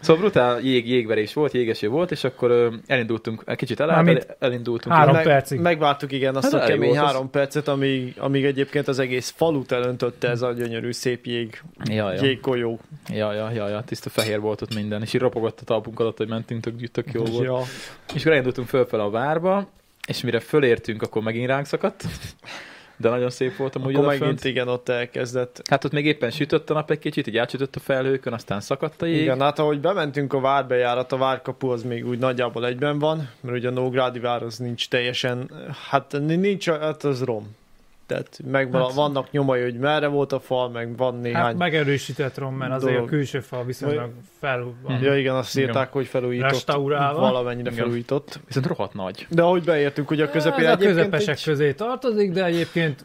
Speaker 1: szóval brutál jég, jégverés volt, jégeső volt, és akkor ö, elindultunk, egy kicsit elább,
Speaker 2: Mármint
Speaker 1: el- elindultunk.
Speaker 2: három
Speaker 1: Meg-
Speaker 2: percig.
Speaker 3: Megváltuk igen azt
Speaker 1: Hát
Speaker 3: a
Speaker 1: elég
Speaker 3: kemény
Speaker 1: volt az.
Speaker 3: három percet, amíg, amíg egyébként az egész falut elöntötte ez a gyönyörű szép jég,
Speaker 1: Ja, ja.
Speaker 3: jégkolyó.
Speaker 1: Ja, ja, ja, ja, tiszta fehér volt ott minden, és így ropogott a talpunk alatt, hogy mentünk, tök, tök jó volt. Ja.
Speaker 3: Ja.
Speaker 1: És akkor elindultunk fölfel a várba, és mire fölértünk, akkor megint ránk szakadt, de nagyon szép volt amúgy
Speaker 3: Akkor
Speaker 1: odafönt.
Speaker 3: megint igen, ott elkezdett.
Speaker 1: Hát ott még éppen sütött a nap egy kicsit, így átsütött a felhőkön, aztán szakadt a jég.
Speaker 3: Igen, hát ahogy bementünk a várbejárat, a várkapu az még úgy nagyjából egyben van, mert ugye a Nógrádi vár az nincs teljesen, hát nincs, hát az rom. Tehát meg
Speaker 2: Hát-
Speaker 3: hát, vannak nyomai, hogy merre volt a fal, meg van néhány.
Speaker 2: Hát megerősített rom, mert azért a
Speaker 3: dolog. Hm.
Speaker 2: külső fal viszonylag fel van.
Speaker 1: Mhm.
Speaker 3: Ja igen, azt
Speaker 1: Igen.
Speaker 3: írták, hogy felújított.
Speaker 2: Restaurálva.
Speaker 3: Valamennyire
Speaker 1: Igen.
Speaker 3: felújított.
Speaker 1: Viszont rohadt nagy.
Speaker 3: De ahogy beértünk, ugye a
Speaker 2: Ez
Speaker 3: közepére
Speaker 2: Hát, a
Speaker 3: egyébként
Speaker 2: közepesek
Speaker 3: egy-
Speaker 2: közé tartozik, de egyébként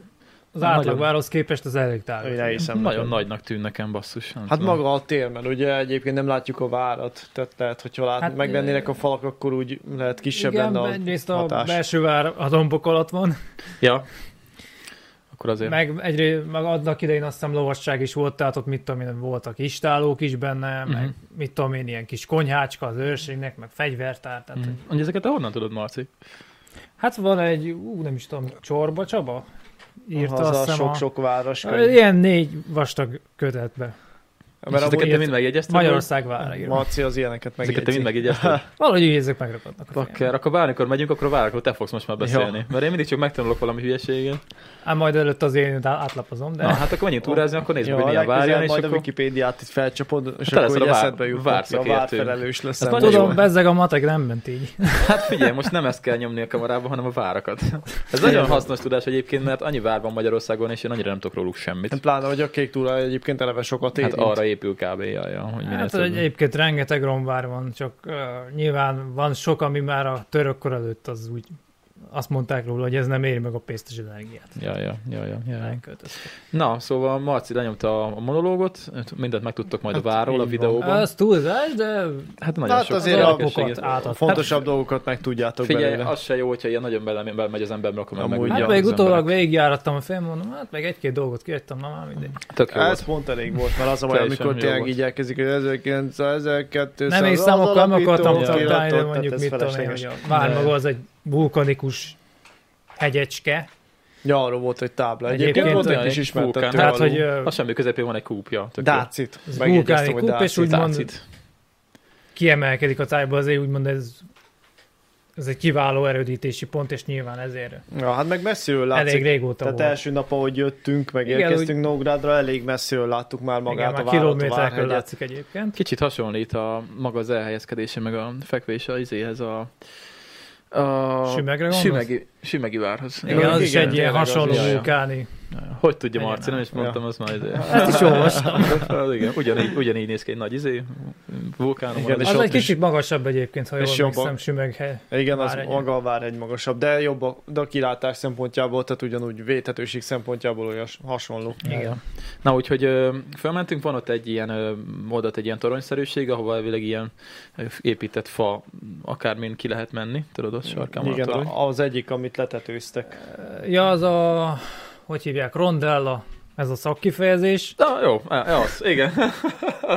Speaker 2: az
Speaker 1: Nagyon.
Speaker 2: átlagvárhoz képest az elég
Speaker 3: Én
Speaker 2: távol.
Speaker 3: elhiszem.
Speaker 1: Nagyon
Speaker 3: neked.
Speaker 1: nagynak tűn nekem basszus. nem
Speaker 3: Hát
Speaker 1: tudom.
Speaker 3: maga a tér, mert ugye egyébként nem látjuk a várat, tehát lehet, hogyha lát,
Speaker 2: Hát,
Speaker 3: hát, megvennének a falak, akkor úgy lehet kisebb
Speaker 2: Igen,
Speaker 3: lenne a...
Speaker 2: egyrészt a
Speaker 3: hatás.
Speaker 2: belső vár a dombok alatt van,
Speaker 1: Ja. Akkor azért. Meg...
Speaker 2: meg egyrészt meg adnak idején azt hiszem lovasság is volt, tehát ott mit tudom én, voltak istálók is benne, mm-hmm. meg
Speaker 1: Mhm.
Speaker 2: mit tudom én, ilyen kis konyhácska az őrségnek, meg fegyvertár, tehát mm.
Speaker 1: Mm. Ezeket te honnan tudod, Marci?
Speaker 2: hát van egy, ú, nem is tudom, Csorba Csaba? Írta
Speaker 3: az
Speaker 2: azt
Speaker 3: a
Speaker 2: hiszem a...
Speaker 3: sok-sok város könyv.
Speaker 2: Ilyen négy vastag kötetbe.
Speaker 1: Mert
Speaker 3: Mert
Speaker 1: ezeket
Speaker 3: amúgy
Speaker 1: te mind megjegyezted?
Speaker 2: Magyarország vára írva.
Speaker 3: Marci az ilyeneket
Speaker 1: Ezeket te mind
Speaker 3: megjegyzi.
Speaker 1: megjegyezted?
Speaker 2: Valahogy így ezek megragadnak. a fejemben.
Speaker 1: Bakker, akkor bármikor megyünk, akkor várok, te fogsz most már beszélni. Mert én mindig csak megtanulok valami hülyeséget.
Speaker 2: Ám Hát majd előtt az én átlapozom, de...
Speaker 1: Na, hát akkor menjünk túrázni, akkor nézzük,
Speaker 3: Jó,
Speaker 1: hogy milyen várján,
Speaker 3: legközelebb
Speaker 1: és
Speaker 3: majd a
Speaker 1: akkor...
Speaker 3: Wikipédiát itt felcsapod, és
Speaker 1: te
Speaker 3: akkor
Speaker 1: leszel
Speaker 3: így
Speaker 1: a vár-
Speaker 3: eszedbe jut, a
Speaker 1: várszakértő.
Speaker 3: várfelelős lesz.
Speaker 1: Ez nagyon
Speaker 2: Tudom,
Speaker 1: jó.
Speaker 2: bezzeg a matek nem ment így.
Speaker 1: Hát figyelj, most nem ezt kell nyomni a kamerába, hanem a várakat. Ez nagyon hasznos tudás egyébként, mert annyi vár van Magyarországon, és én annyira nem tudok róluk semmit.
Speaker 3: hát Pláne, hogy a kék túra egyébként eleve sokat
Speaker 1: Hát
Speaker 3: érint.
Speaker 1: arra épül kb. Ja, ja, hogy minél
Speaker 2: Hát
Speaker 1: több.
Speaker 2: egy, egyébként rengeteg romvár van, csak uh, nyilván van sok, ami már a török kor előtt az úgy azt mondták róla, hogy ez nem éri meg a pénzt és energiát.
Speaker 1: Ja, ja, ja, ja, ja.
Speaker 2: Elköltöztek.
Speaker 1: Na, szóval Marci lenyomta a monológot, mindent megtudtok majd
Speaker 2: Hát,
Speaker 1: a váról a
Speaker 3: így
Speaker 1: videóban.
Speaker 2: Ez túlzás, de
Speaker 1: Hát nagyon
Speaker 3: Hát
Speaker 1: sok
Speaker 3: azért
Speaker 1: érdekességet.
Speaker 2: alapokat Hát, átadta.
Speaker 3: Fontosabb dolgokat megtudjátok
Speaker 1: Figyelj,
Speaker 3: belőle.
Speaker 1: az se jó, hogyha ilyen nagyon bele, belemegy az emberbe, akkor meg
Speaker 3: Amúgy.
Speaker 1: megudja
Speaker 2: hát
Speaker 1: az
Speaker 2: ja, még
Speaker 1: ember.
Speaker 2: utólag végigjárattam a film, mondom, hát meg egy-két dolgot kihagytam, na már mindegy.
Speaker 1: Tök jó
Speaker 2: Hát,
Speaker 3: Ez
Speaker 1: volt.
Speaker 3: Hát, pont elég volt, mert az a baj,
Speaker 1: Teljesen
Speaker 3: amikor
Speaker 1: jó
Speaker 3: tényleg
Speaker 1: volt.
Speaker 3: így elkezdik, hogy 1900, 1200,
Speaker 2: Nem és
Speaker 3: az
Speaker 2: számokkal nem
Speaker 3: alapító
Speaker 2: akartam
Speaker 3: kiratot,
Speaker 2: tartani, de
Speaker 3: tehát
Speaker 2: mondjuk
Speaker 3: ez
Speaker 2: mit tudom én,
Speaker 3: felesleges.
Speaker 2: hogy a vár maga az egy vulkanikus hegyecske,
Speaker 3: Ja, arról volt egy tábla. Egyébként,
Speaker 2: Egyébként
Speaker 3: volt
Speaker 1: olyan
Speaker 3: egy kis
Speaker 1: egy vulkán.
Speaker 3: ismertető.
Speaker 2: tehát
Speaker 3: alul.
Speaker 2: hogy ö, hát,
Speaker 1: A semmi közepén van egy kúpja. Tök jó.
Speaker 3: Dácit.
Speaker 2: Ez vulkáni
Speaker 3: Megjegyeztem, hogy
Speaker 2: kúp, és
Speaker 3: Dácit.
Speaker 2: úgy mond,
Speaker 1: Tácit.
Speaker 2: kiemelkedik a tájba, azért úgymond ez, ez egy kiváló erődítési pont, és nyilván ezért
Speaker 3: Ja, hát meg messziről látszik.
Speaker 2: elég régóta
Speaker 3: Tehát
Speaker 2: volt.
Speaker 3: első nap, ahogy jöttünk, meg
Speaker 2: Igen,
Speaker 3: érkeztünk Nógrádra, elég messziről láttuk már magát
Speaker 2: Igen,
Speaker 3: a
Speaker 2: már
Speaker 3: várat, a
Speaker 2: kilométerről
Speaker 3: várhegyet.
Speaker 2: látszik egyébként.
Speaker 1: Kicsit hasonlít a maga az elhelyezkedése, meg a fekvése az izéhez a... a
Speaker 2: Sümegre gondolsz?
Speaker 1: sümegi, sümegi várhoz.
Speaker 2: Igen,
Speaker 3: Igen,
Speaker 2: az is
Speaker 3: igen,
Speaker 2: egy ilyen
Speaker 3: tényleg az
Speaker 2: hasonló
Speaker 1: is. Jaj, jaj.
Speaker 2: vulkáni.
Speaker 1: Hogy tudja
Speaker 2: Igen,
Speaker 1: Marci, nem is
Speaker 3: ja.
Speaker 1: mondtam, az már izé.
Speaker 2: Ezt is olvastam.
Speaker 1: Az igen, ugyanígy, ugyanígy néz ki egy nagy izé, vulkánom.
Speaker 3: Igen,
Speaker 1: Igen,
Speaker 3: és
Speaker 1: és
Speaker 2: Az
Speaker 3: ott
Speaker 2: egy kicsit magasabb egyébként, ha jól
Speaker 3: És
Speaker 2: emlékszem,
Speaker 3: jobban.
Speaker 2: sümeg
Speaker 3: Igen, az
Speaker 2: Várhegy.
Speaker 3: maga a várhegy magasabb, de jobb a, de a kilátás szempontjából, tehát ugyanúgy védhetőség szempontjából olyas hasonló.
Speaker 2: Igen.
Speaker 1: Na úgyhogy ö, fölmentünk, van ott egy ilyen ö, oldalt egy ilyen toronyszerűség, ahova elvileg ilyen ö, épített fa akármin ki lehet menni, tudod, ott sarkán van
Speaker 3: Igen,
Speaker 1: a torony.
Speaker 3: a- az egyik, amit letetőztek.
Speaker 2: Ja, az a, hogy hívják, rondella, ez a szakkifejezés.
Speaker 1: Na, jó, á, az, igen.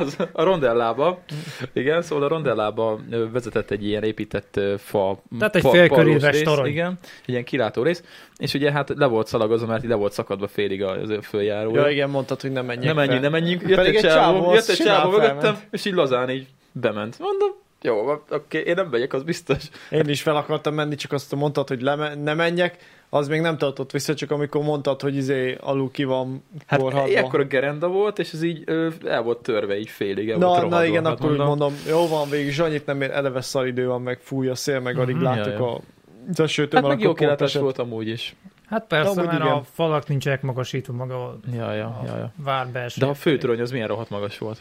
Speaker 1: az, a rondellába, igen, szóval a rondellába ö, vezetett egy ilyen épített ö, fa.
Speaker 2: Tehát egy
Speaker 1: fa-
Speaker 2: félköríves
Speaker 1: palós rész,
Speaker 2: torony.
Speaker 1: Igen, egy ilyen kilátó rész, és ugye hát le volt szalagozva, mert így le volt szakadva félig az ő följárója.
Speaker 3: Ja, igen, mondtad, hogy nem menjünk
Speaker 1: nem menjünk, nem menjünk. Jött
Speaker 3: Pedig
Speaker 1: egy
Speaker 3: egy csávó,
Speaker 1: csávó,
Speaker 3: az
Speaker 1: jött egy
Speaker 3: simán
Speaker 1: csávó
Speaker 3: felment.
Speaker 1: mögöttem, és így lazán így bement. Mondom, jó, van, oké, én nem megyek, az biztos.
Speaker 3: Én is fel akartam menni, csak azt mondtad, hogy leme- ne menjek, az még nem tartott vissza, csak amikor mondtad, hogy izé alul ki van
Speaker 1: Hát
Speaker 3: korhadva.
Speaker 1: ilyenkor a gerenda volt, és ez így ö, el volt törve, így félig el volt
Speaker 3: Na, na
Speaker 1: rohadva.
Speaker 3: igen,
Speaker 1: Hát
Speaker 3: akkor úgy mondom, jó van végig, és annyit nem ér, eleve szar idő van, meg fúj a szél, meg alig
Speaker 2: Mhm.
Speaker 3: látjuk
Speaker 1: Ja, ja.
Speaker 3: a az esőt,
Speaker 1: Hát
Speaker 3: mert
Speaker 1: meg jó
Speaker 3: akkor pont
Speaker 1: kilátás
Speaker 3: esett.
Speaker 1: volt amúgy is.
Speaker 2: Hát persze,
Speaker 3: Amúgy
Speaker 2: mert
Speaker 3: igen.
Speaker 2: a falak nincsenek magasítva maga a
Speaker 1: Ja, ja, ja, ja.
Speaker 2: vár belső.
Speaker 1: De a főtorony az milyen rohadt magas volt.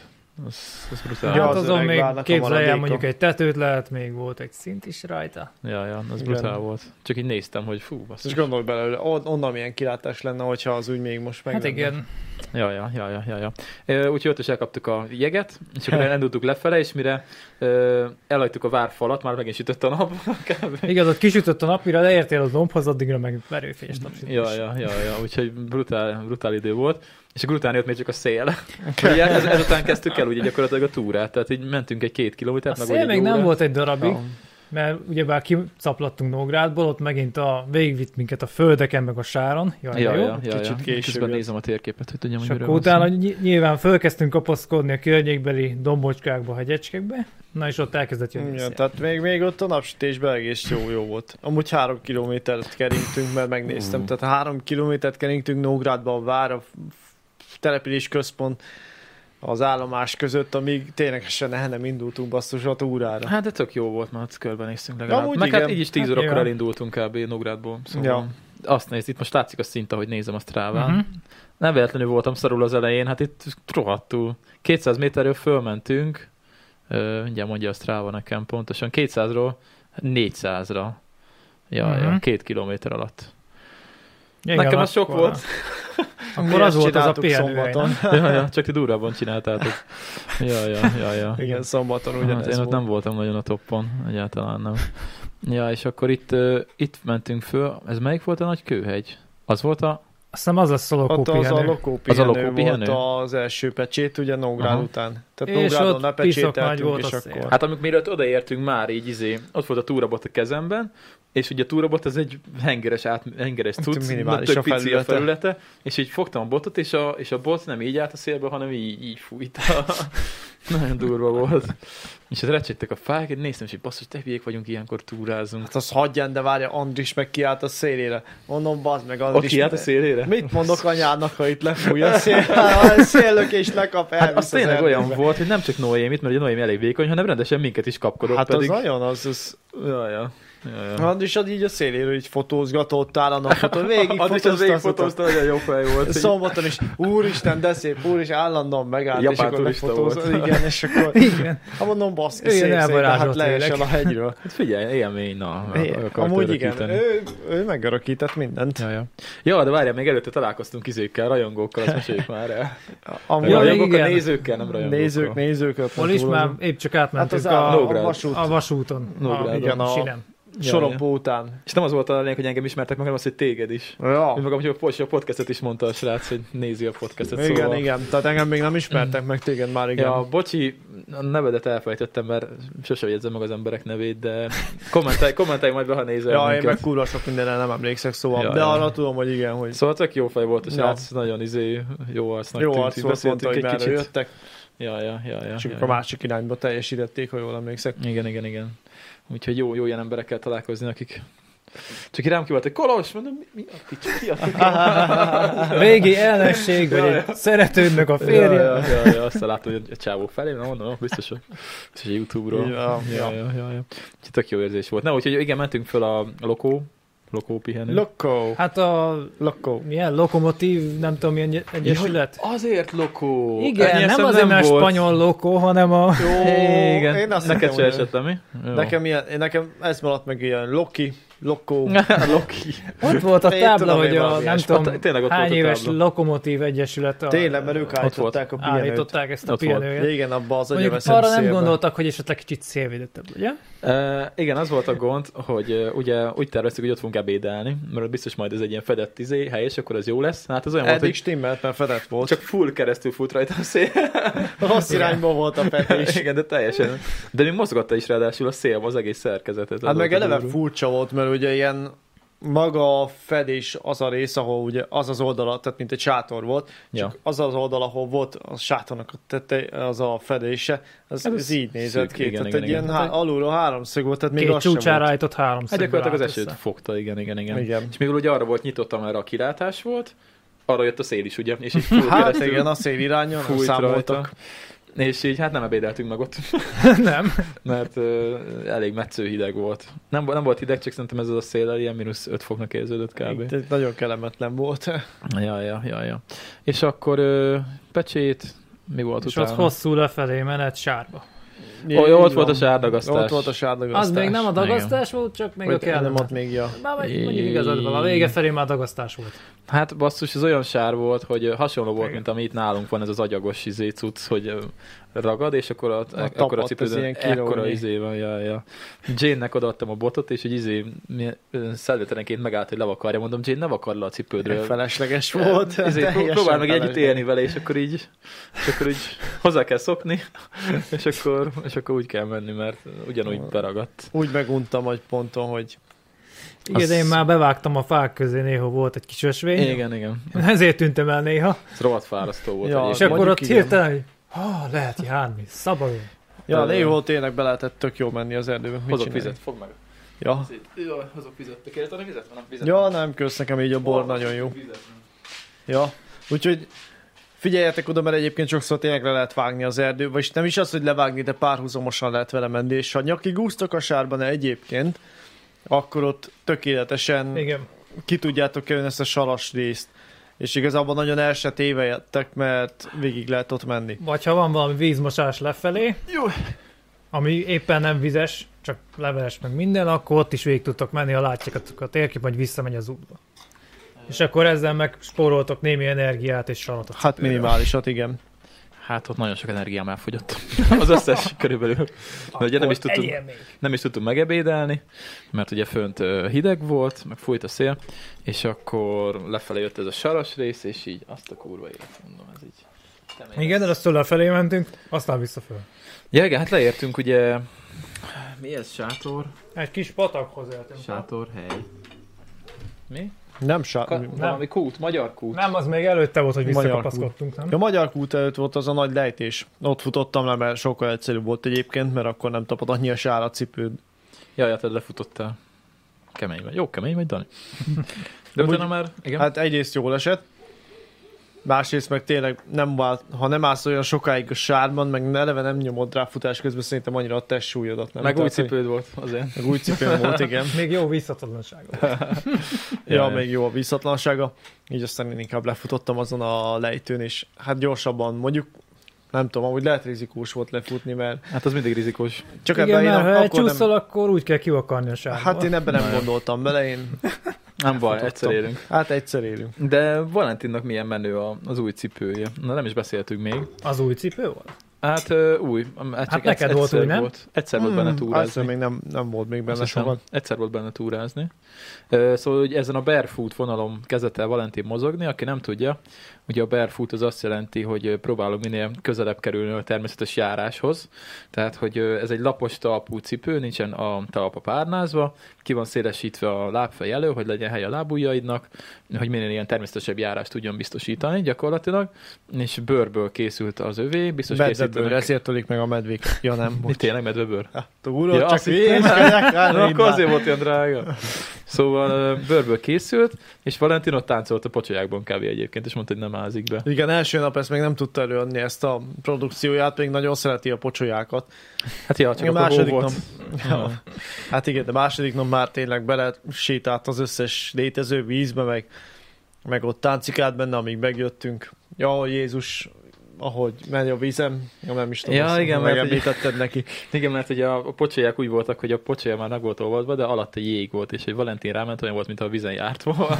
Speaker 1: Ez, ez
Speaker 2: Ja,
Speaker 1: brutális.
Speaker 2: hát
Speaker 1: Ja,
Speaker 3: az
Speaker 1: az...
Speaker 2: azon
Speaker 3: öreg
Speaker 2: még
Speaker 3: vádnak a
Speaker 2: képzelj el,
Speaker 3: maradéka.
Speaker 2: mondjuk egy tetőt lehet, még volt egy szint is rajta. Hát
Speaker 1: ja, ja, az
Speaker 3: Igen.
Speaker 1: brutál volt. Csak így néztem, hogy fú, basszus.
Speaker 3: És gondolj bele, onnan milyen kilátás lenne, hogyha az úgy még most meg.
Speaker 2: Hát igen,
Speaker 1: Ja, ja, ja, ja, ja, ja. Ö, Úgyhogy ott is elkaptuk a jeget, és akkor elindultuk lefele, és mire ö, elhagytuk a várfalat, már megint sütött a nap. kb.
Speaker 2: igaz, ott kisütött a nap, mire leértél a dombhoz, addigra meg verőfényes napsütés.
Speaker 1: Ja, ja, ja, ja, úgyhogy brutál, brutál idő volt, és akkor utána jött még csak a szél. Ugye, ez, ezután kezdtük el ugye gyakorlatilag a túrát, tehát így mentünk egy két kilométert.
Speaker 2: A
Speaker 1: meg
Speaker 2: szél
Speaker 1: vagy egy
Speaker 2: még nem
Speaker 1: órát.
Speaker 2: volt egy darabig,
Speaker 3: Ja.
Speaker 2: mert ugyebár kicaplattunk Nógrádból, ott megint a, végigvitt minket a földeken, meg a sáron, jaj,
Speaker 1: Ja,
Speaker 2: ja, jó.
Speaker 1: ja, ja, ja.
Speaker 3: Kicsit később
Speaker 1: Közben
Speaker 3: jött.
Speaker 1: nézem a térképet, hogy tudjam,
Speaker 2: És
Speaker 1: hogy
Speaker 2: akkor
Speaker 1: miről
Speaker 2: utána
Speaker 1: van szó.
Speaker 2: ny- nyilván fölkezdtünk kapaszkodni a környékbeli dombocskákba, hegyecskékbe, na és ott elkezdett jönni a
Speaker 3: Igen,
Speaker 2: szél.
Speaker 3: tehát még, még ott a napsütésben egész jó, jó volt. Amúgy három kilométert keringtünk, mert megnéztem. Tehát három kilométert keringtünk Nógrádba, a vár, a f- f- település központ, az állomás között, amíg ténylegesen el nem indultunk basszus a túrára.
Speaker 1: Hát de tök jó volt, már ott körbenéztünk legalább.
Speaker 3: Amúgy
Speaker 1: Meg hát
Speaker 3: igen.
Speaker 1: így is 10
Speaker 2: Hát
Speaker 1: órakor
Speaker 2: igen.
Speaker 1: elindultunk kb. Nógrádból. Szóval
Speaker 3: Ja.
Speaker 1: azt nézd, itt most látszik a szint, ahogy nézem a stráván.
Speaker 2: Mhm.
Speaker 1: Nem véletlenül voltam szarul az elején, hát itt rohadtul. 200 méterről fölmentünk, ö, mindjárt mondja a Strava nekem pontosan, 200-ról 400-ra. Ja,
Speaker 2: Mhm.
Speaker 1: ja, két kilométer alatt.
Speaker 2: Igen,
Speaker 1: Nekem az sok
Speaker 2: akkor-
Speaker 1: volt.
Speaker 2: Akkor az
Speaker 3: Ezt
Speaker 2: volt az a
Speaker 3: csináltuk
Speaker 2: pihenőhely. nem?
Speaker 1: ja, ja, csak ti durrában csináltátok. Ja, ja, ja, ja.
Speaker 3: Igen, szombaton
Speaker 1: Hát én
Speaker 3: ugyanez
Speaker 1: ott
Speaker 3: volt.
Speaker 1: nem voltam nagyon a toppon, egyáltalán nem. Ja, és akkor itt, ö, itt mentünk föl, ez melyik volt a nagy kőhegy? Az volt a...
Speaker 2: Azt hiszem az lesz a
Speaker 3: Ott
Speaker 2: lokó
Speaker 3: az a
Speaker 2: pihenő.
Speaker 3: lokó
Speaker 1: Az a
Speaker 3: pihenő,
Speaker 1: lokó
Speaker 3: volt
Speaker 1: pihenő?
Speaker 3: az első pecsét, ugye Nógrád
Speaker 1: Aha.
Speaker 3: után. Tehát
Speaker 2: És
Speaker 3: Nógrádon
Speaker 2: ott piszok nagy
Speaker 3: lepecsételtünk,
Speaker 2: volt
Speaker 3: és
Speaker 2: a
Speaker 3: akkor...
Speaker 2: szél.
Speaker 1: Hát amik mielőtt odaértünk már így izé, ott volt a túrabot a kezemben, és ugye a túrabot az egy hengeres, át, hengeres cucc, na,
Speaker 3: minimális
Speaker 1: tök
Speaker 3: a
Speaker 1: pici a
Speaker 3: felülete.
Speaker 1: felülete, és így fogtam a botot, és a, és a bot nem így állt a szélbe, hanem így, így fújt. Nagyon durva volt. És az recsegtek a fák, én néztem, és így basszus, te hülyék vagyunk, ilyenkor túrázunk.
Speaker 3: Hát azt hagyján, de várja, Andris meg kiállt a szélére. Mondom, bazd meg,
Speaker 1: Ott
Speaker 3: Andris.
Speaker 1: kiállt a szélére?
Speaker 3: Mit mondok anyának, ha itt lefúj a szél? A széllök és lekap el.
Speaker 1: Hát az tényleg olyan volt, hogy nem csak Noémit, mert ugye Noémi elég vékony, hanem rendesen minket is kapkodott.
Speaker 3: Hát
Speaker 1: pedig...
Speaker 3: az Hát, nagyon az, az
Speaker 1: Ja, ja. ja, ja.
Speaker 3: Andris az így a széléről így fotózgatott, állandóan fotó, végig
Speaker 1: Az Hát is az végig fotózta,
Speaker 3: fotózta.
Speaker 1: nagyon jó fej volt. így-
Speaker 3: Szombaton is, úristen, de szép, úr, és állandóan megállt,
Speaker 1: Japán
Speaker 3: és akkor
Speaker 1: turista
Speaker 3: megfotózott. Igen, és akkor,
Speaker 2: Igen.
Speaker 3: ha mondom, baszki,
Speaker 2: Ő
Speaker 3: szép,
Speaker 2: ilyen
Speaker 3: szép, de hát
Speaker 2: elvarázsolt
Speaker 3: leesel
Speaker 2: lélek.
Speaker 3: a hegyről.
Speaker 1: Hát figyelj, élmény, na.
Speaker 3: É,
Speaker 1: akart
Speaker 3: Amúgy igen,
Speaker 1: Hát, örökíteni.
Speaker 3: ő, ő megörökített mindent.
Speaker 1: Ja, ja. ja, de várjál, még előtte találkoztunk izékkel, rajongókkal, azt meséljük már el.
Speaker 3: Amúgy
Speaker 2: Ja,
Speaker 1: rajongókkal,
Speaker 2: igen.
Speaker 1: nézőkkel, nem rajongókkal.
Speaker 3: nézők, nézők. ott
Speaker 2: Hol is
Speaker 3: túlozunk.
Speaker 2: már épp csak
Speaker 3: Hát
Speaker 2: átmentünk
Speaker 3: az a,
Speaker 2: a,
Speaker 3: a
Speaker 1: Nógrád.
Speaker 3: vasút
Speaker 2: a vasúton. Ah,
Speaker 1: Nógrádon.
Speaker 2: A,
Speaker 3: Igen, a-
Speaker 2: Sinem.
Speaker 3: sorompó után.
Speaker 1: És nem az volt a lényeg, hogy engem ismertek meg, hanem az, hogy téged is. Én
Speaker 3: Ja.
Speaker 1: magam, hogy a, post- a podcastet is mondta a srác, hogy nézi a podcastet.
Speaker 3: Igen,
Speaker 1: szóval...
Speaker 3: igen. Tehát engem még nem ismertek meg téged már, igen.
Speaker 1: Ja, bocsi, a nevedet elfejtettem, mert sose jegyzem meg az emberek nevét, de kommentelj, kommentelj majd be, ha nézel
Speaker 3: Ja, én
Speaker 1: minket.
Speaker 3: meg kurva sok mindenre nem emlékszek, szóval,
Speaker 1: Ja,
Speaker 3: de
Speaker 1: ja.
Speaker 3: arra tudom, hogy igen, hogy
Speaker 1: Szóval tök jó fej volt a
Speaker 3: Ja.
Speaker 1: srác, nagyon izé, jó arcnak
Speaker 3: jó
Speaker 1: tűnt, így
Speaker 3: arc volt, mondta, hogy
Speaker 1: egy
Speaker 3: merre
Speaker 1: kicsit.
Speaker 3: jöttek,
Speaker 1: Ja, ja, ja, ja,
Speaker 3: csak
Speaker 1: ja,
Speaker 3: a
Speaker 1: ja.
Speaker 3: másik irányba teljesítették, ha jól emlékszek.
Speaker 1: Igen, igen, igen. Úgyhogy jó, jó ilyen emberekkel találkozni, akik csak így rám kivoltak, Kolos, mondom, mi, mi a kicsi, ki a
Speaker 2: Ah, Régi ellenség, vagy
Speaker 1: Ja,
Speaker 2: egy szeretődnek a
Speaker 1: ja,
Speaker 2: férje.
Speaker 1: ja, ja, ja, aztán látod, hogy a csávó felé, na mondom, biztos, hogy biztos, hogy YouTube-ról.
Speaker 3: Ja,
Speaker 1: ja,
Speaker 3: ja.
Speaker 1: ja, ja, ja. Úgyhogy tök jó érzés volt. Na, úgyhogy igen, mentünk föl a lokó, lokó pihenő.
Speaker 3: Lokó,
Speaker 2: Hát a
Speaker 3: lokó.
Speaker 2: milyen lokomotív, nem tudom, milyen egyesület.
Speaker 1: Azért lokó!
Speaker 2: Igen, nem azért,
Speaker 1: nem
Speaker 2: mert
Speaker 1: volt.
Speaker 2: spanyol lokó, hanem a...
Speaker 3: Jó,
Speaker 1: Igen,
Speaker 3: én azt
Speaker 1: neked se
Speaker 3: hittem, hogy-
Speaker 1: esett, ami? Jó.
Speaker 3: Nekem, ilyen, én- nekem ez maradt meg ilyen Loki, Lokó.
Speaker 1: Loki.
Speaker 2: Ott volt a
Speaker 3: Én
Speaker 2: tábla,
Speaker 3: tudom,
Speaker 2: hogy
Speaker 3: én
Speaker 2: a nem
Speaker 3: valami ilyesmi. Hát,
Speaker 1: Ott-
Speaker 2: tudom
Speaker 1: tényleg ott
Speaker 2: hány
Speaker 1: volt a
Speaker 2: éves
Speaker 1: tábla.
Speaker 2: lokomotív egyesület a,
Speaker 3: Tényleg, mert ők állították a pihenőt.
Speaker 2: állították ezt a
Speaker 1: Ott volt.
Speaker 2: pihenőjét.
Speaker 3: Igen, abba az
Speaker 2: Mondjuk
Speaker 3: agyaveszem
Speaker 2: arra nem
Speaker 3: szélbe.
Speaker 2: gondoltak, hogy esetleg kicsit szélvédettebb, ugye?
Speaker 1: Uh, igen, az volt a gond, hogy uh, ugye úgy terveztük, hogy ott fogunk ebédelni, mert ott biztos majd ez egy ilyen fedett izé, hely, és akkor az jó lesz. Hát az olyan volt,
Speaker 3: Eddig
Speaker 1: hogy
Speaker 3: stimmelt, mert fedett volt.
Speaker 1: csak full keresztül fut rajta a szél.
Speaker 3: Rossz irányba volt a fetés.
Speaker 1: igen, de teljesen. De még mozgatta is ráadásul a szél, az egész szerkezetet.
Speaker 3: Hát
Speaker 1: Az
Speaker 3: meg
Speaker 1: volt a
Speaker 3: eleve
Speaker 1: durva.
Speaker 3: furcsa volt, mert ugye ilyen maga a fedés az a rész, ahol ugye az az oldala, tehát mint egy sátor volt, csak
Speaker 1: Ja.
Speaker 3: az az oldal, ahol volt a sátornak a tete, az a fedése, az,
Speaker 1: Hát
Speaker 3: ez,
Speaker 1: ez
Speaker 3: így nézett
Speaker 1: szűk,
Speaker 3: ki,
Speaker 1: igen,
Speaker 3: tehát
Speaker 1: igen,
Speaker 3: egy
Speaker 1: igen.
Speaker 3: ilyen há- alulról háromszög volt, tehát még
Speaker 2: Két
Speaker 3: az sem
Speaker 2: csúcsára
Speaker 3: volt.
Speaker 2: állított három
Speaker 1: Hát
Speaker 2: szögből
Speaker 1: gyakorlatilag az
Speaker 2: állt
Speaker 1: esőt
Speaker 2: össze.
Speaker 1: fogta, igen, igen, igen.
Speaker 3: Igen.
Speaker 1: És még ugye arra volt nyitott, amerre a kilátás volt, arra jött a szél is, ugye? És így full
Speaker 3: Hát
Speaker 1: keresztül
Speaker 3: igen, a szél irányon nem
Speaker 1: fújt
Speaker 3: számoltak.
Speaker 1: rajta. És így hát nem ebédeltünk meg ott.
Speaker 2: Nem.
Speaker 1: mert ö, elég metsző hideg volt. Nem, nem volt hideg, csak szerintem ez az a széllel ilyen mínusz 5 foknak érződött kb.
Speaker 3: Itt Nagyon kellemetlen volt.
Speaker 1: Ja, ja, ja, ja. És akkor ö, pecsét, mi volt
Speaker 2: És
Speaker 1: utána.
Speaker 2: ott hosszú lefelé menet sárba.
Speaker 1: Ó, jó, ott
Speaker 3: Így
Speaker 1: volt a
Speaker 3: van.
Speaker 1: sárdagasztás.
Speaker 3: Ott volt a sárdagasztás.
Speaker 2: Az még nem a dagasztás volt, csak még a
Speaker 3: Vagy nem
Speaker 2: kellemet.
Speaker 3: ott még, ja.
Speaker 2: Bár vagy- mondjuk igazad van, a vége felé már dagasztás volt.
Speaker 1: Hát basszus, ez olyan sár volt, hogy ö, hasonló volt, mint ami itt nálunk van, ez az agyagos izé cucc, hogy ö, ragad, és akkor a, a, akkor a
Speaker 3: tapadt, ez
Speaker 1: cipődön
Speaker 3: ilyen
Speaker 1: ekkora
Speaker 3: kilónyi.
Speaker 1: izé van, ja, ja. Jane-nek odaadtam a botot, és egy izé mi- ö, szelvételenként megállt, hogy levakarja. Mondom, Jane, ne vakar le a cipődről.
Speaker 3: Felesleges volt.
Speaker 1: Ezért pró-
Speaker 3: teljesen
Speaker 1: izé, próbál meg együtt
Speaker 3: felesleges.
Speaker 1: élni vele, és akkor így, és akkor így hozzá kell szokni, és akkor, és akkor úgy kell menni, mert ugyanúgy beragadt.
Speaker 3: Úgy meguntam egy ponton, hogy
Speaker 2: Igen,
Speaker 1: Az-
Speaker 2: de én már bevágtam a fák közé, néha volt egy kis ösvény.
Speaker 1: Igen, igen.
Speaker 2: Ezért tűntem el néha.
Speaker 1: Ez rohadt fárasztó volt.
Speaker 3: Ja,
Speaker 1: egyébként.
Speaker 2: És akkor
Speaker 3: mondjuk
Speaker 2: ott
Speaker 3: igen.
Speaker 2: hirtelen, hogy ha, lehet járni, szabadon.
Speaker 3: ja,
Speaker 1: Ö-
Speaker 3: néha volt tényleg be lehetett tök jó menni az erdőbe. Mit
Speaker 1: Hozok
Speaker 3: csinálni?
Speaker 1: vizet, fogd meg.
Speaker 3: Ja.
Speaker 1: Jaj, hozok vizet. Te kérdez, vizet? Van, vizet?
Speaker 3: ja, nem, kösz nekem így a bor nagyon jó. Ja, úgyhogy figyeljetek oda, mert egyébként sokszor tényleg le lehet vágni az erdő, vagyis nem is az, hogy levágni, de párhuzamosan lehet vele menni, és ha nyakig úsztok a sárban egyébként, akkor ott tökéletesen
Speaker 2: Igen.
Speaker 3: ki tudjátok kerülni ezt a salas részt. És igazából nagyon el se tévejettek, mert végig lehet ott menni.
Speaker 2: Vagy ha van valami vízmosás lefelé,
Speaker 1: Jó.
Speaker 2: ami éppen nem vizes, csak leveles meg minden, akkor ott is végig tudtok menni, ha látják a térkép, hogy visszamegy az útba. És akkor ezzel meg spóroltok némi energiát és salatot.
Speaker 3: Hát minimálisat, igen.
Speaker 1: Hát ott nagyon sok energiám elfogyott. Az összes körülbelül. De ugye nem is
Speaker 2: Akkor
Speaker 1: tudtunk,
Speaker 2: egyél még.
Speaker 1: nem is tudtunk megebédelni, mert ugye fönt ö, hideg volt, meg fújt a szél, és akkor lefelé jött ez a saras rész, és így azt a kurva élet, mondom, ez így. kemény
Speaker 2: Igen, de
Speaker 1: lesz.
Speaker 2: aztól lefelé mentünk, aztán vissza föl.
Speaker 1: Ja, igen, hát leértünk ugye... Mi ez? Sátor?
Speaker 2: Egy kis patakhoz éltünk.
Speaker 1: Sátor, hely. Mi?
Speaker 3: Nem sár...
Speaker 1: Ka- valami kút, magyar kút.
Speaker 2: Nem, az még előtte volt, hogy
Speaker 3: Magyar
Speaker 2: visszakapaszkodtunk, nem?
Speaker 3: A magyar kút előtt volt az a nagy lejtés. Ott futottam le, mert sokkal egyszerűbb volt egyébként, mert akkor nem tapad annyi a sár a cipőd.
Speaker 1: Jaj, hát lefutottál. Kemény vagy. Jó, kemény vagy, Dani. De utána már, igen. Hát,
Speaker 3: Hát egyrészt jól esett, másrészt meg tényleg nem vált, ha nem állsz olyan sokáig a sárban, meg eleve nem nyomod rá futás közben, szerintem annyira a test súlyodat nem.
Speaker 1: meg új
Speaker 3: Tehát, hogy-
Speaker 1: cipőd volt azért.
Speaker 3: Meg új cipőm volt, igen.
Speaker 2: Még jó visszatadlansága.
Speaker 3: ja,
Speaker 1: Jaj.
Speaker 3: még jó a visszatlansága. Így aztán én inkább lefutottam azon a lejtőn, és hát gyorsabban mondjuk nem tudom, amúgy lehet rizikós volt lefutni, mert
Speaker 1: Hát az mindig rizikós.
Speaker 3: csak
Speaker 2: Igen,
Speaker 3: ebben én
Speaker 2: mert ha
Speaker 3: a- akkor
Speaker 2: elcsúszol,
Speaker 3: nem,
Speaker 2: akkor úgy kell kivakarni a sárba.
Speaker 3: Hát én ebben nem gondoltam bele, én
Speaker 1: Nem baj,
Speaker 3: Futottam.
Speaker 1: egyszer élünk.
Speaker 3: hát egyszer élünk.
Speaker 1: De Valentinnak milyen menő a- az új cipője? Na nem is beszéltünk még.
Speaker 2: Az új cipő volt?
Speaker 1: Hát ö, új. Csak egyszer-
Speaker 2: neked volt
Speaker 1: egyszer
Speaker 2: új, nem?
Speaker 1: Volt. Egyszer volt benne
Speaker 3: Hmm, Azt
Speaker 1: túrázni.
Speaker 3: még nem, nem volt még
Speaker 1: Azt
Speaker 3: benne
Speaker 1: hiszem,
Speaker 3: sokat.
Speaker 1: Egyszer volt benne túrázni. Ö, Szóval hogy ezen a barefoot vonalon kezdett el Valentin mozogni, aki nem tudja, ugye a barefoot az azt jelenti, hogy ö, próbálunk minél közelebb kerülni a természetes járáshoz, tehát hogy ö, ez egy lapos talpú cipő, nincsen a talpa párnázva, ki van szélesítve a lábfej elő, hogy legyen hely a lábujjaidnak, hogy minél ilyen természetesebb járást tudjon biztosítani gyakorlatilag, és bőrből készült az övé, biztos
Speaker 3: Medvebőr,
Speaker 1: készítenek.
Speaker 3: ezért tölik meg a medvék. Ja nem,
Speaker 1: Mi tényleg medvebőr?
Speaker 3: Túló,
Speaker 1: Ja,
Speaker 3: ja,
Speaker 1: azt
Speaker 3: csak
Speaker 1: hittem.
Speaker 3: vészkedek rá,
Speaker 1: Na, akkor
Speaker 3: rindál.
Speaker 1: azért volt ilyen drága. Szóval ö, bőrből készült, és Valentin ott táncolt a pocsolyákban kb. egyébként, és mondta, hogy nem ázik be.
Speaker 3: Igen, első nap ezt még nem tudta előadni, ezt a produkcióját, még nagyon szereti a pocsolyákat.
Speaker 1: Hát ja, csak
Speaker 3: Csak a
Speaker 1: a második
Speaker 3: második
Speaker 1: volt.
Speaker 3: nap, ja. hát igen, de második nap már tényleg bele sétált az összes létező vízbe, meg, meg ott táncikált benne, amíg megjöttünk. Ja, Jézus, ahogy megy a vízem, ja, nem is tudom,
Speaker 1: Ja,
Speaker 3: azt
Speaker 1: igen, mert ugye-
Speaker 3: megemlítetted neki.
Speaker 1: Igen, mert ugye a a pocsolyák úgy voltak, hogy a pocsolya már meg volt olvadva, de alatt a jég volt, és egy Valentin ráment, olyan volt, mint a vizen járt volna.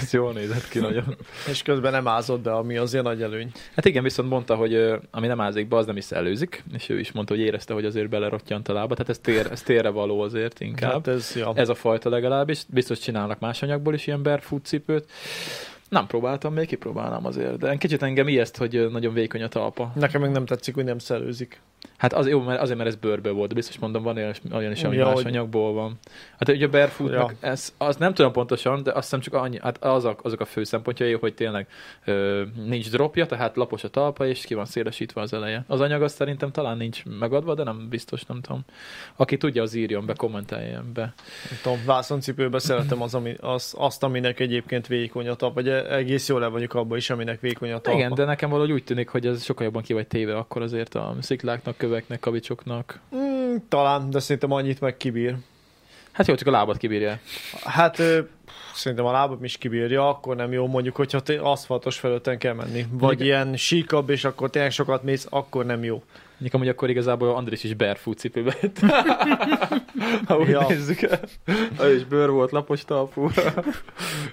Speaker 1: Ezt jól nézett ki nagyon.
Speaker 3: És közben nem ázott be, ami azért nagy előny.
Speaker 1: Hát igen, viszont mondta, hogy ö, ami nem ázik be, az nem is előzik, és ő is mondta, hogy érezte, hogy azért belerottyant a lába, tehát ez, tér, ez térre való azért inkább.
Speaker 3: Hát ez, ja.
Speaker 1: Ez a fajta legalábbis. Biztos csinálnak más anyagból is ilyen barefoot cipőt. Nem próbáltam, még kipróbálnám azért, de kicsit engem ijeszt, hogy ö, nagyon vékony a talpa.
Speaker 3: Nekem még nem tetszik, hogy nem szerőzik.
Speaker 1: Hát az, jó, mert, azért, mert ez bőrbe volt, de biztos mondom, van olyas- olyan is, ami
Speaker 3: Ja,
Speaker 1: más
Speaker 3: hogy-
Speaker 1: anyagból van. Hát ugye a barefootnak, ez, az nem tudom pontosan, de azt hiszem csak annyi, hát azok, azok a fő szempontjai, hogy tényleg ö, nincs dropja, tehát lapos a talpa, és ki van szélesítve az eleje. Az anyag azt szerintem talán nincs megadva, de nem biztos, nem tudom. Aki tudja, az írjon be, kommenteljen be.
Speaker 3: Nem tudom, vászoncipőbe szeretem az, ami, az, azt, aminek egyébként vékony a talp, vagy egész jól le vagyok abba is, aminek vékony a talpa.
Speaker 1: Igen, de nekem valahogy úgy tűnik, hogy ez sokkal jobban ki vagy téve akkor azért a szikláknak, köveknek, kavicsoknak.
Speaker 3: Hmm, Mm, talán, de szerintem annyit meg kibír.
Speaker 1: Hát jó, csak a lábat kibírja.
Speaker 3: Hát ö, szerintem a lábam is kibírja, akkor nem jó mondjuk, hogyha te aszfaltos felületen kell menni. Vagy
Speaker 1: Igen.
Speaker 3: ilyen síkabb, és akkor tényleg sokat mész, akkor nem jó.
Speaker 1: Mondjuk amúgy akkor igazából Andris is barefoot cipőbe jött. ha úgy
Speaker 3: Ja.
Speaker 1: ja. nézzük el. Ő is bőr volt, lapos talpú.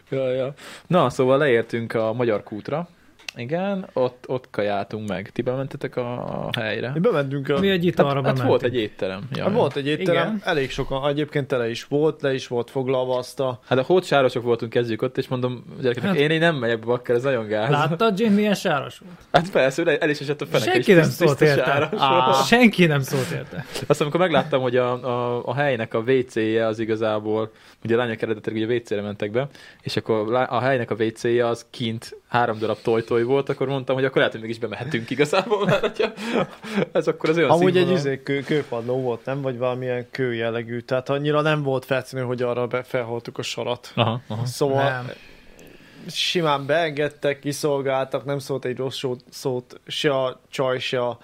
Speaker 1: ja, ja. Na, szóval leértünk a Magyar kútra. Igen, ott, ott kajáltunk meg. Ti bementetek a, a helyre?
Speaker 3: Mi bementünk a...
Speaker 2: Mi egy itt arra
Speaker 1: hát, hát
Speaker 2: bementünk.
Speaker 1: volt egy étterem. Ja,
Speaker 3: Hát
Speaker 1: ja.
Speaker 3: volt egy étterem,
Speaker 2: Igen.
Speaker 3: elég sokan, egyébként tele is volt, le is volt foglalva azt a...
Speaker 1: Hát a hódsárosok voltunk, kezdjük ott, és mondom gyerekeknek,
Speaker 2: Hát-
Speaker 1: én, én nem megyek be, akkor ez nagyon gáz.
Speaker 2: Láttad, Jim, milyen sáros volt?
Speaker 1: Hát persze, el- el is esett a feneke,
Speaker 2: Senki
Speaker 1: és
Speaker 2: nem
Speaker 1: tiszt- tiszta
Speaker 2: szólt érte.
Speaker 1: sáros
Speaker 2: Á,
Speaker 1: volt.
Speaker 2: Senki nem szólt érte.
Speaker 1: Azt amikor megláttam, hogy a, a, a helynek a WC-je az igazából, ugye a lányok eredetileg ugye WC-re mentek be, és akkor lá- a helynek a WC-je az kint három darab tojtoj volt, akkor mondtam, hogy akkor lehet, hogy mégis bemehetünk igazából, mert hogyha ez akkor az olyan
Speaker 3: Amúgy egy
Speaker 1: színvonal.
Speaker 3: izé, kő, kőpadló volt, nem? Vagy valamilyen kő jellegű, tehát annyira nem volt feltűnő, hogy arra be, felholtuk a sarat.
Speaker 1: Aha, aha.
Speaker 3: Szóval
Speaker 2: Nem.
Speaker 3: simán beengedtek, kiszolgáltak, nem szólt egy rossz só- szót, se a csaj, se a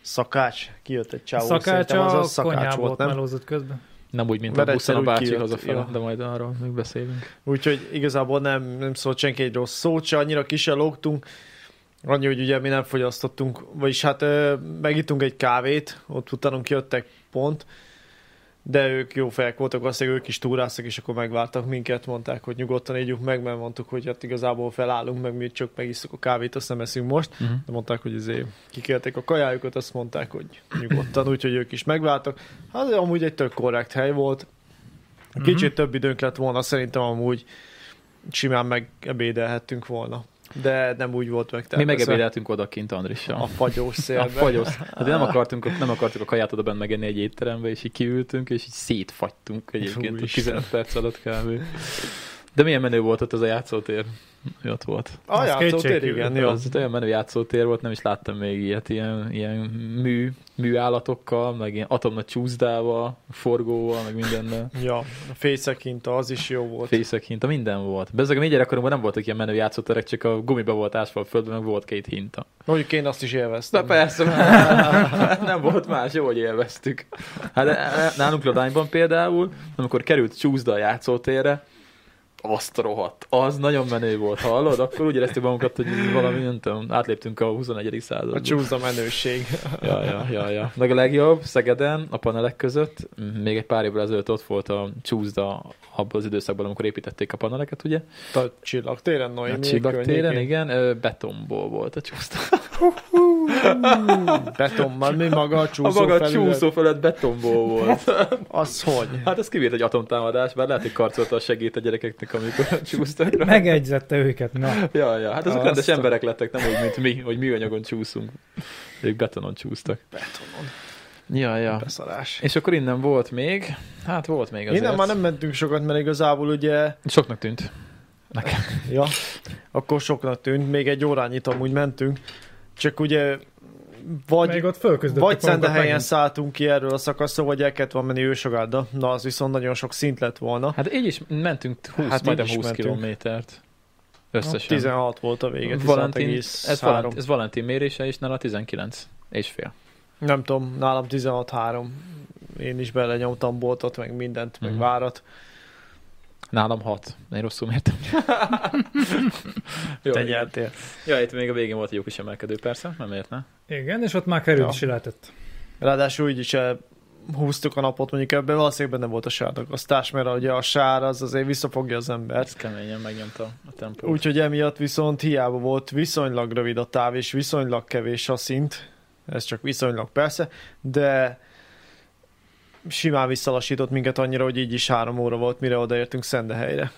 Speaker 3: szakács. Kijött egy csávó,
Speaker 2: Szakács
Speaker 3: szerintem az a
Speaker 2: a
Speaker 3: szakács
Speaker 2: konyhába
Speaker 3: volt,
Speaker 2: ott
Speaker 3: nem?
Speaker 2: melózott közben.
Speaker 1: Nem úgy, mint
Speaker 3: Mert
Speaker 1: a buszon a
Speaker 3: egyszer úgy
Speaker 1: bácsi
Speaker 3: kijött,
Speaker 1: hazafele,
Speaker 3: ja.
Speaker 1: de majd arról még beszélünk.
Speaker 3: Úgyhogy igazából nem, nem szólt senki egy rossz szót, se annyira ki se lógtunk. Annyi, hogy ugye mi nem fogyasztottunk, vagyis hát ö, megittunk egy kávét, ott utánunk jöttek pont, de ők jó fejek voltak, azt ők is túráztak, és akkor megvártak minket, mondták, hogy nyugodtan ígyjuk meg, mert mondtuk, hogy hát igazából felállunk, meg mi csak megisszuk a kávét, azt nem eszünk most.
Speaker 1: Uh-huh.
Speaker 3: De mondták, hogy izé, kikérték a kajájukat, azt mondták, hogy nyugodtan, úgyhogy ők is megváltak. Hát amúgy egy tök korrekt hely volt. Kicsit
Speaker 2: Mhm.
Speaker 3: több időnk lett volna, szerintem amúgy simán megebédelhettünk volna. De nem úgy volt
Speaker 1: Mi
Speaker 3: megtervezve.
Speaker 1: megebédeltünk odakint Andrissal.
Speaker 3: A fagyós
Speaker 1: A
Speaker 3: szélben.
Speaker 1: fagyos. Hát nem akartunk, nem akartuk a kaját oda bent megenni egy étterembe, és így kiültünk, és így szétfagytunk egyébként a
Speaker 3: Úristen.
Speaker 1: 15 perc alatt kb. De milyen menő volt ott az a játszótér? Ott volt.
Speaker 3: A
Speaker 2: Az
Speaker 3: játszótér,
Speaker 2: kétségkívül.
Speaker 3: igen,
Speaker 1: Jó.
Speaker 3: Hát jó.
Speaker 1: Az egy olyan menő játszótér volt, nem is láttam még ilyet, ilyen, ilyen mű, műállatokkal, meg ilyen atomna csúszdával, forgóval, meg mindennel.
Speaker 3: Ja, a fészekinta, az is jó volt.
Speaker 1: Fészek hinta, minden volt. Bezzeg a mi gyerekkorunkban nem voltak ilyen menő játszóterek, csak a gumiba volt ásva a földben, meg volt két hinta.
Speaker 3: Mondjuk én azt is
Speaker 1: Na
Speaker 3: élveztem.
Speaker 1: persze, nem volt más, jó, hogy élveztük. Hát e, nálunk Ladányban például, amikor került csúszda a játszótérre, azt rohadt. Az nagyon menő volt, hallod? Akkor úgy éreztük magunkat, hogy valami, nem tudom, átléptünk a 21. századba.
Speaker 3: A csúszda menőség. Hát
Speaker 1: Ja, ja, ja, ja. Meg a legjobb, Szegeden, a panelek között, m, még egy pár évvel ezelőtt ott volt a csúszda abban az időszakban, amikor építették a paneleket, ugye?
Speaker 3: A csillagtéren, Noémi
Speaker 1: a csillagtéren,
Speaker 3: környékén.
Speaker 1: Hát igen, ö, betonból volt a csúszda.
Speaker 3: Beton, már mi maga a
Speaker 1: A
Speaker 3: csúszó
Speaker 1: maga a
Speaker 3: felület?
Speaker 1: csúszó felett betonból volt.
Speaker 3: Az hogy?
Speaker 1: Hát ez kivírt egy atomtámadás, bár lehet, hogy karcolta a segít a gyerekeknek, amikor csúsztak rá.
Speaker 2: Megegyzette őket, na.
Speaker 1: Ja, ja, hát azok
Speaker 3: Azt
Speaker 1: rendes
Speaker 3: a-
Speaker 1: emberek lettek, nem úgy, mint mi, hogy műanyagon csúszunk. Ők betonon csúsztak.
Speaker 3: Betonon.
Speaker 1: Ja, ja.
Speaker 3: Hát, Beszarás.
Speaker 1: És akkor innen volt még, hát volt még azért.
Speaker 3: Innen már nem mentünk sokat, mert igazából ugye,
Speaker 1: Soknak tűnt.
Speaker 3: ja, akkor soknak tűnt, még egy órányit amúgy mentünk, csak ugye
Speaker 2: Még
Speaker 3: vagy,
Speaker 2: ott fölközdöttük
Speaker 3: vagy
Speaker 2: magunkat
Speaker 3: Szendehelyen
Speaker 2: megint.
Speaker 3: szálltunk ki erről a szakaszról, vagy el kellett volna menni Ősogádra, na az viszont nagyon sok szint lett volna.
Speaker 1: Hát így is mentünk 20,
Speaker 3: Hát
Speaker 1: hát
Speaker 3: így
Speaker 1: majdnem
Speaker 3: is
Speaker 1: 20
Speaker 3: mentünk.
Speaker 1: kilométert. Összesen.
Speaker 3: 16 volt a vége,
Speaker 1: Hát, Valentin, ez, Valentin,
Speaker 3: 16,3.
Speaker 1: ez Valentin mérése, és nála 19 és fél.
Speaker 3: Nem tudom, nálam 16,3. Én is belenyomtam boltot, meg mindent, meg
Speaker 1: Mhm.
Speaker 3: várat.
Speaker 1: Nálam 6. Én rosszul mértem. Jó,
Speaker 3: Te
Speaker 1: igen.
Speaker 3: nyertél.
Speaker 1: Ja, itt még a végén volt egy jó kis emelkedő, persze, nem miért ne?
Speaker 2: Igen, és ott már került
Speaker 3: Ja.
Speaker 2: is lehetett.
Speaker 3: Ráadásul úgy is eh, húztuk a napot, mondjuk ebben valószínűleg benne volt a sárdagasztás, mert ugye a sár az azért visszafogja az embert.
Speaker 1: Ez keményen megnyomta a tempót.
Speaker 3: Úgyhogy emiatt viszont hiába volt viszonylag rövid a táv, és viszonylag kevés a szint, ez csak viszonylag persze, de simán visszalassított minket annyira, hogy így is három óra volt, mire odaértünk Szendehelyre.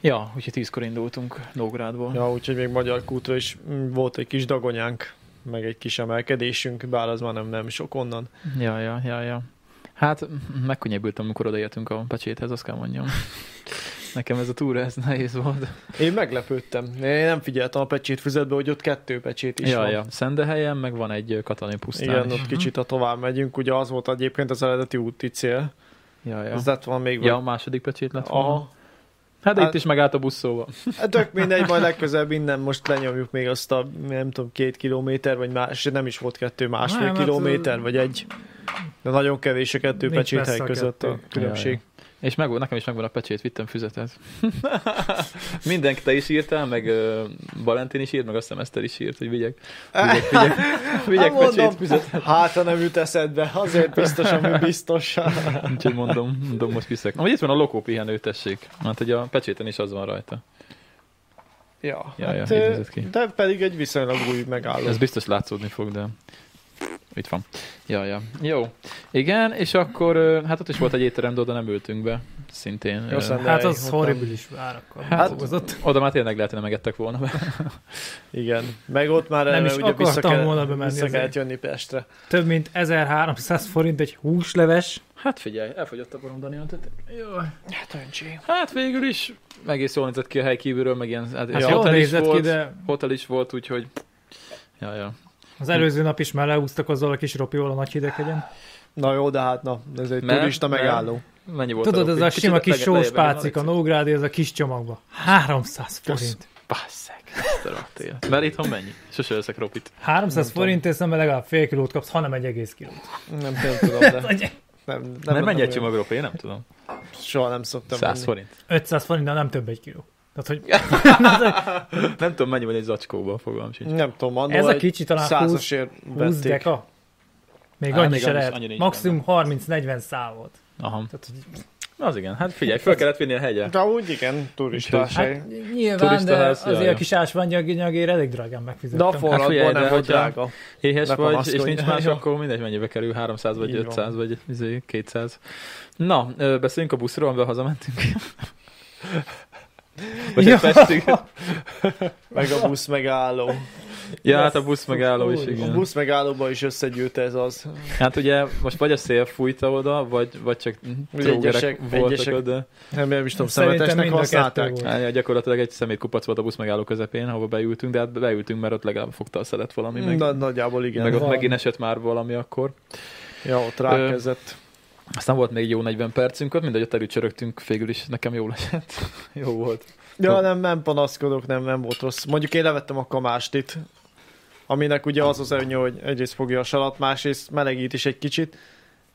Speaker 1: Ja, úgyhogy tízkor indultunk Nógrádból. Ja.
Speaker 3: Ja, úgyhogy még Magyar kútra is mm, volt egy kis dagonyánk, meg egy kis emelkedésünk, bár az már nem, nem sok onnan.
Speaker 1: ja, ja, ja, ja. Hát m- megkönnyebbültem, amikor odaértünk a pecséthez, azt kell mondjam. Nekem ez a túra, ez nehéz volt.
Speaker 3: Én meglepődtem. Én nem figyeltem a pecsét füzetbe, hogy ott kettő pecsét is
Speaker 1: Ja,
Speaker 3: van.
Speaker 1: ja. Szendehelyen, meg van egy ö, katalin pusztán
Speaker 3: Igen,
Speaker 1: is.
Speaker 3: ott kicsit ha tovább megyünk, ugye az volt egyébként az eredeti úti cél.
Speaker 1: Ja, ja.
Speaker 3: Ez lett van még
Speaker 1: ja, a második pecsét lett volna.
Speaker 3: Aha.
Speaker 1: Hát de
Speaker 3: Hát-
Speaker 1: itt is megállt a busz szóval.
Speaker 3: Hát Tök mindegy, majd legközelebb innen most lenyomjuk még azt a, nem tudom, két kilométer, vagy más, nem is volt kettő, másfél
Speaker 2: Nem,
Speaker 3: nem,
Speaker 2: hát,
Speaker 3: kilométer, vagy egy. De nagyon kevés a kettő
Speaker 2: Nincs
Speaker 3: pecsét
Speaker 2: messze
Speaker 3: hely
Speaker 2: a
Speaker 3: között a
Speaker 2: kettő.
Speaker 3: különbség.
Speaker 1: Ja, És megvan, nekem is megvan a pecsét, vittem füzetet. Mindenki te is írtál, meg uh, Valentin is írt, meg a szemeszter is írt, hogy vigyek, vigyek, vigyek, vigyek
Speaker 3: Hát mondom,
Speaker 1: pecsét, füzetet.
Speaker 3: Hát, ha nem jut eszedbe, azért biztos, ami biztos.
Speaker 1: Úgyhogy mondom, mondom, most viszek. Amúgy itt van a lokó pihenő, tessék. Hát ugye a pecséten is az van rajta.
Speaker 3: Ja,
Speaker 1: Ja,
Speaker 3: hát,
Speaker 1: ja, így
Speaker 3: ö,
Speaker 1: nézett ki.
Speaker 3: de pedig egy viszonylag új megálló.
Speaker 1: Ez biztos látszódni fog, de itt van. Ja, ja. Jó. Igen, és akkor, ö, hát ott is volt egy étterem, de oda nem ültünk be. Szintén.
Speaker 3: Jó
Speaker 1: Ö,
Speaker 3: szem.
Speaker 2: Hát
Speaker 3: De
Speaker 2: az
Speaker 3: mondtam.
Speaker 2: horribilis árakkal
Speaker 1: Hát-
Speaker 2: hát, dolgozott.
Speaker 1: Oda már tényleg lehet, hogy nem egettek volna be.
Speaker 3: Igen, meg ott már
Speaker 2: Nem
Speaker 3: eleve
Speaker 2: is
Speaker 3: ugye
Speaker 2: akartam
Speaker 3: vissza kellett-
Speaker 2: volna bemenni
Speaker 3: Vissza
Speaker 2: ezért.
Speaker 3: kellett jönni Pestre.
Speaker 2: Több mint 1300 forint egy húsleves.
Speaker 1: Hát figyelj, elfogyott a borom Daniel, tehát... Jó.
Speaker 3: Hát öncsi.
Speaker 1: Hát végül is egész jól nézett ki a hely kívülről, meg ilyen... Hát,
Speaker 2: Hát
Speaker 1: ja,
Speaker 2: jól
Speaker 1: hotel is
Speaker 2: nézett
Speaker 1: volt,
Speaker 2: ki, de
Speaker 1: Hotel is volt, úgyhogy... Ja, ja.
Speaker 2: az előző nap is már leúztak azzal a kis ropival a nagy hideghegyen.
Speaker 3: Na jó, de hát na, ez egy
Speaker 1: Nem,
Speaker 3: turista
Speaker 1: nem.
Speaker 3: megálló.
Speaker 1: Mennyi volt
Speaker 2: Tudod,
Speaker 1: a
Speaker 2: ez
Speaker 1: lopó?
Speaker 2: a sima
Speaker 1: Kicsit
Speaker 2: kis
Speaker 1: lejjebb-
Speaker 2: sós
Speaker 1: lejjebb van,
Speaker 2: pácik, a
Speaker 1: Alexi?
Speaker 2: Nógrádi, ez a kis csomagba. 300
Speaker 3: Kösz.
Speaker 2: forint.
Speaker 1: Basszeg, ezt a raktél. Mert itthon mennyi? Sose veszek ropit.
Speaker 2: 300
Speaker 3: Nem tudom.
Speaker 2: forint, és nem legalább fél kilót kapsz, hanem egy egész kilót.
Speaker 3: Nem, nem tudom, de
Speaker 2: Egy-
Speaker 1: Nem,
Speaker 3: nem, nem,
Speaker 1: nem mennyi
Speaker 3: nem
Speaker 1: egy csomag ropi? Én nem tudom.
Speaker 3: Soha nem szoktam
Speaker 1: 100
Speaker 3: menni.
Speaker 1: forint.
Speaker 2: 500 forint, de nem több egy kiló. Tehát, hogy
Speaker 1: Nem tudom, mennyi van egy zacskóban, fogalmam sincs.
Speaker 3: Nem tudom, annól
Speaker 2: ez a
Speaker 3: egy
Speaker 2: kicsi talán 20,
Speaker 3: százasért
Speaker 2: 20
Speaker 3: vették.
Speaker 2: deka. Még
Speaker 1: Hát
Speaker 2: annyi
Speaker 1: még
Speaker 2: se
Speaker 1: annyi- annyi
Speaker 2: lehet.
Speaker 1: nincs
Speaker 2: Maximum 30-40 szál volt.
Speaker 1: Aha.
Speaker 2: Tehát, hogy,
Speaker 1: Na az igen, hát figyelj, fel kellett vinni a hegyre.
Speaker 3: De úgy igen, turistás
Speaker 1: Úgyhogy-
Speaker 3: hely.
Speaker 2: hát nyilván,
Speaker 1: Turista
Speaker 2: de
Speaker 1: ház,
Speaker 2: azért
Speaker 1: jaj.
Speaker 2: a kis ásványanyagért elég drágán megfizettem.
Speaker 3: De a
Speaker 1: Hát
Speaker 3: forradból
Speaker 1: figyelj, de
Speaker 3: nem volt
Speaker 1: hogyha-
Speaker 3: drága.
Speaker 1: Éhes
Speaker 3: Nekem
Speaker 1: vagy,
Speaker 3: azt
Speaker 1: és
Speaker 3: mondja,
Speaker 1: nincs más,
Speaker 3: jó.
Speaker 1: akkor mindegy, mennyibe kerül, 300 vagy
Speaker 3: Így van.
Speaker 1: 500 vagy izé, 200. Na, ö, beszéljünk a buszról, amivel hazamentünk. Vagy ja.
Speaker 2: Ja.
Speaker 1: Pestig.
Speaker 3: Meg a busz megálló.
Speaker 1: Ja, hát a busz megálló is,
Speaker 2: Úr, a
Speaker 1: igen.
Speaker 3: A busz megállóban is összegyűlt ez az.
Speaker 1: Hát ugye most vagy a szél fújta oda, vagy, vagy csak
Speaker 3: egyesek-
Speaker 1: trógerek voltak
Speaker 3: egyesek-
Speaker 1: oda.
Speaker 3: Nem, nem is tudom,
Speaker 2: Szerintem
Speaker 3: szemetesnek
Speaker 2: mind a kettő
Speaker 3: használták.
Speaker 2: volt.
Speaker 1: Hát, ja, gyakorlatilag egy szemétkupac volt a busz megálló közepén, ahova beültünk, de hát beültünk, mert ott legalább fogta a szelet valami,
Speaker 2: Hmm.
Speaker 1: meg,
Speaker 3: Na, nagyjából igen.
Speaker 1: meg ott
Speaker 2: valami.
Speaker 1: megint esett már valami akkor.
Speaker 3: Ja, ott rákezett.
Speaker 1: Aztán volt még jó 40 percünk ott, mindegy, ott elücsörögtünk, végül is nekem jól esett. jó volt.
Speaker 3: Ja, nem, nem panaszkodok, nem, nem volt rossz. Mondjuk én levettem a kamást itt, aminek ugye az az előnye, hogy egyrészt fogja a salat, másrészt melegít is egy kicsit.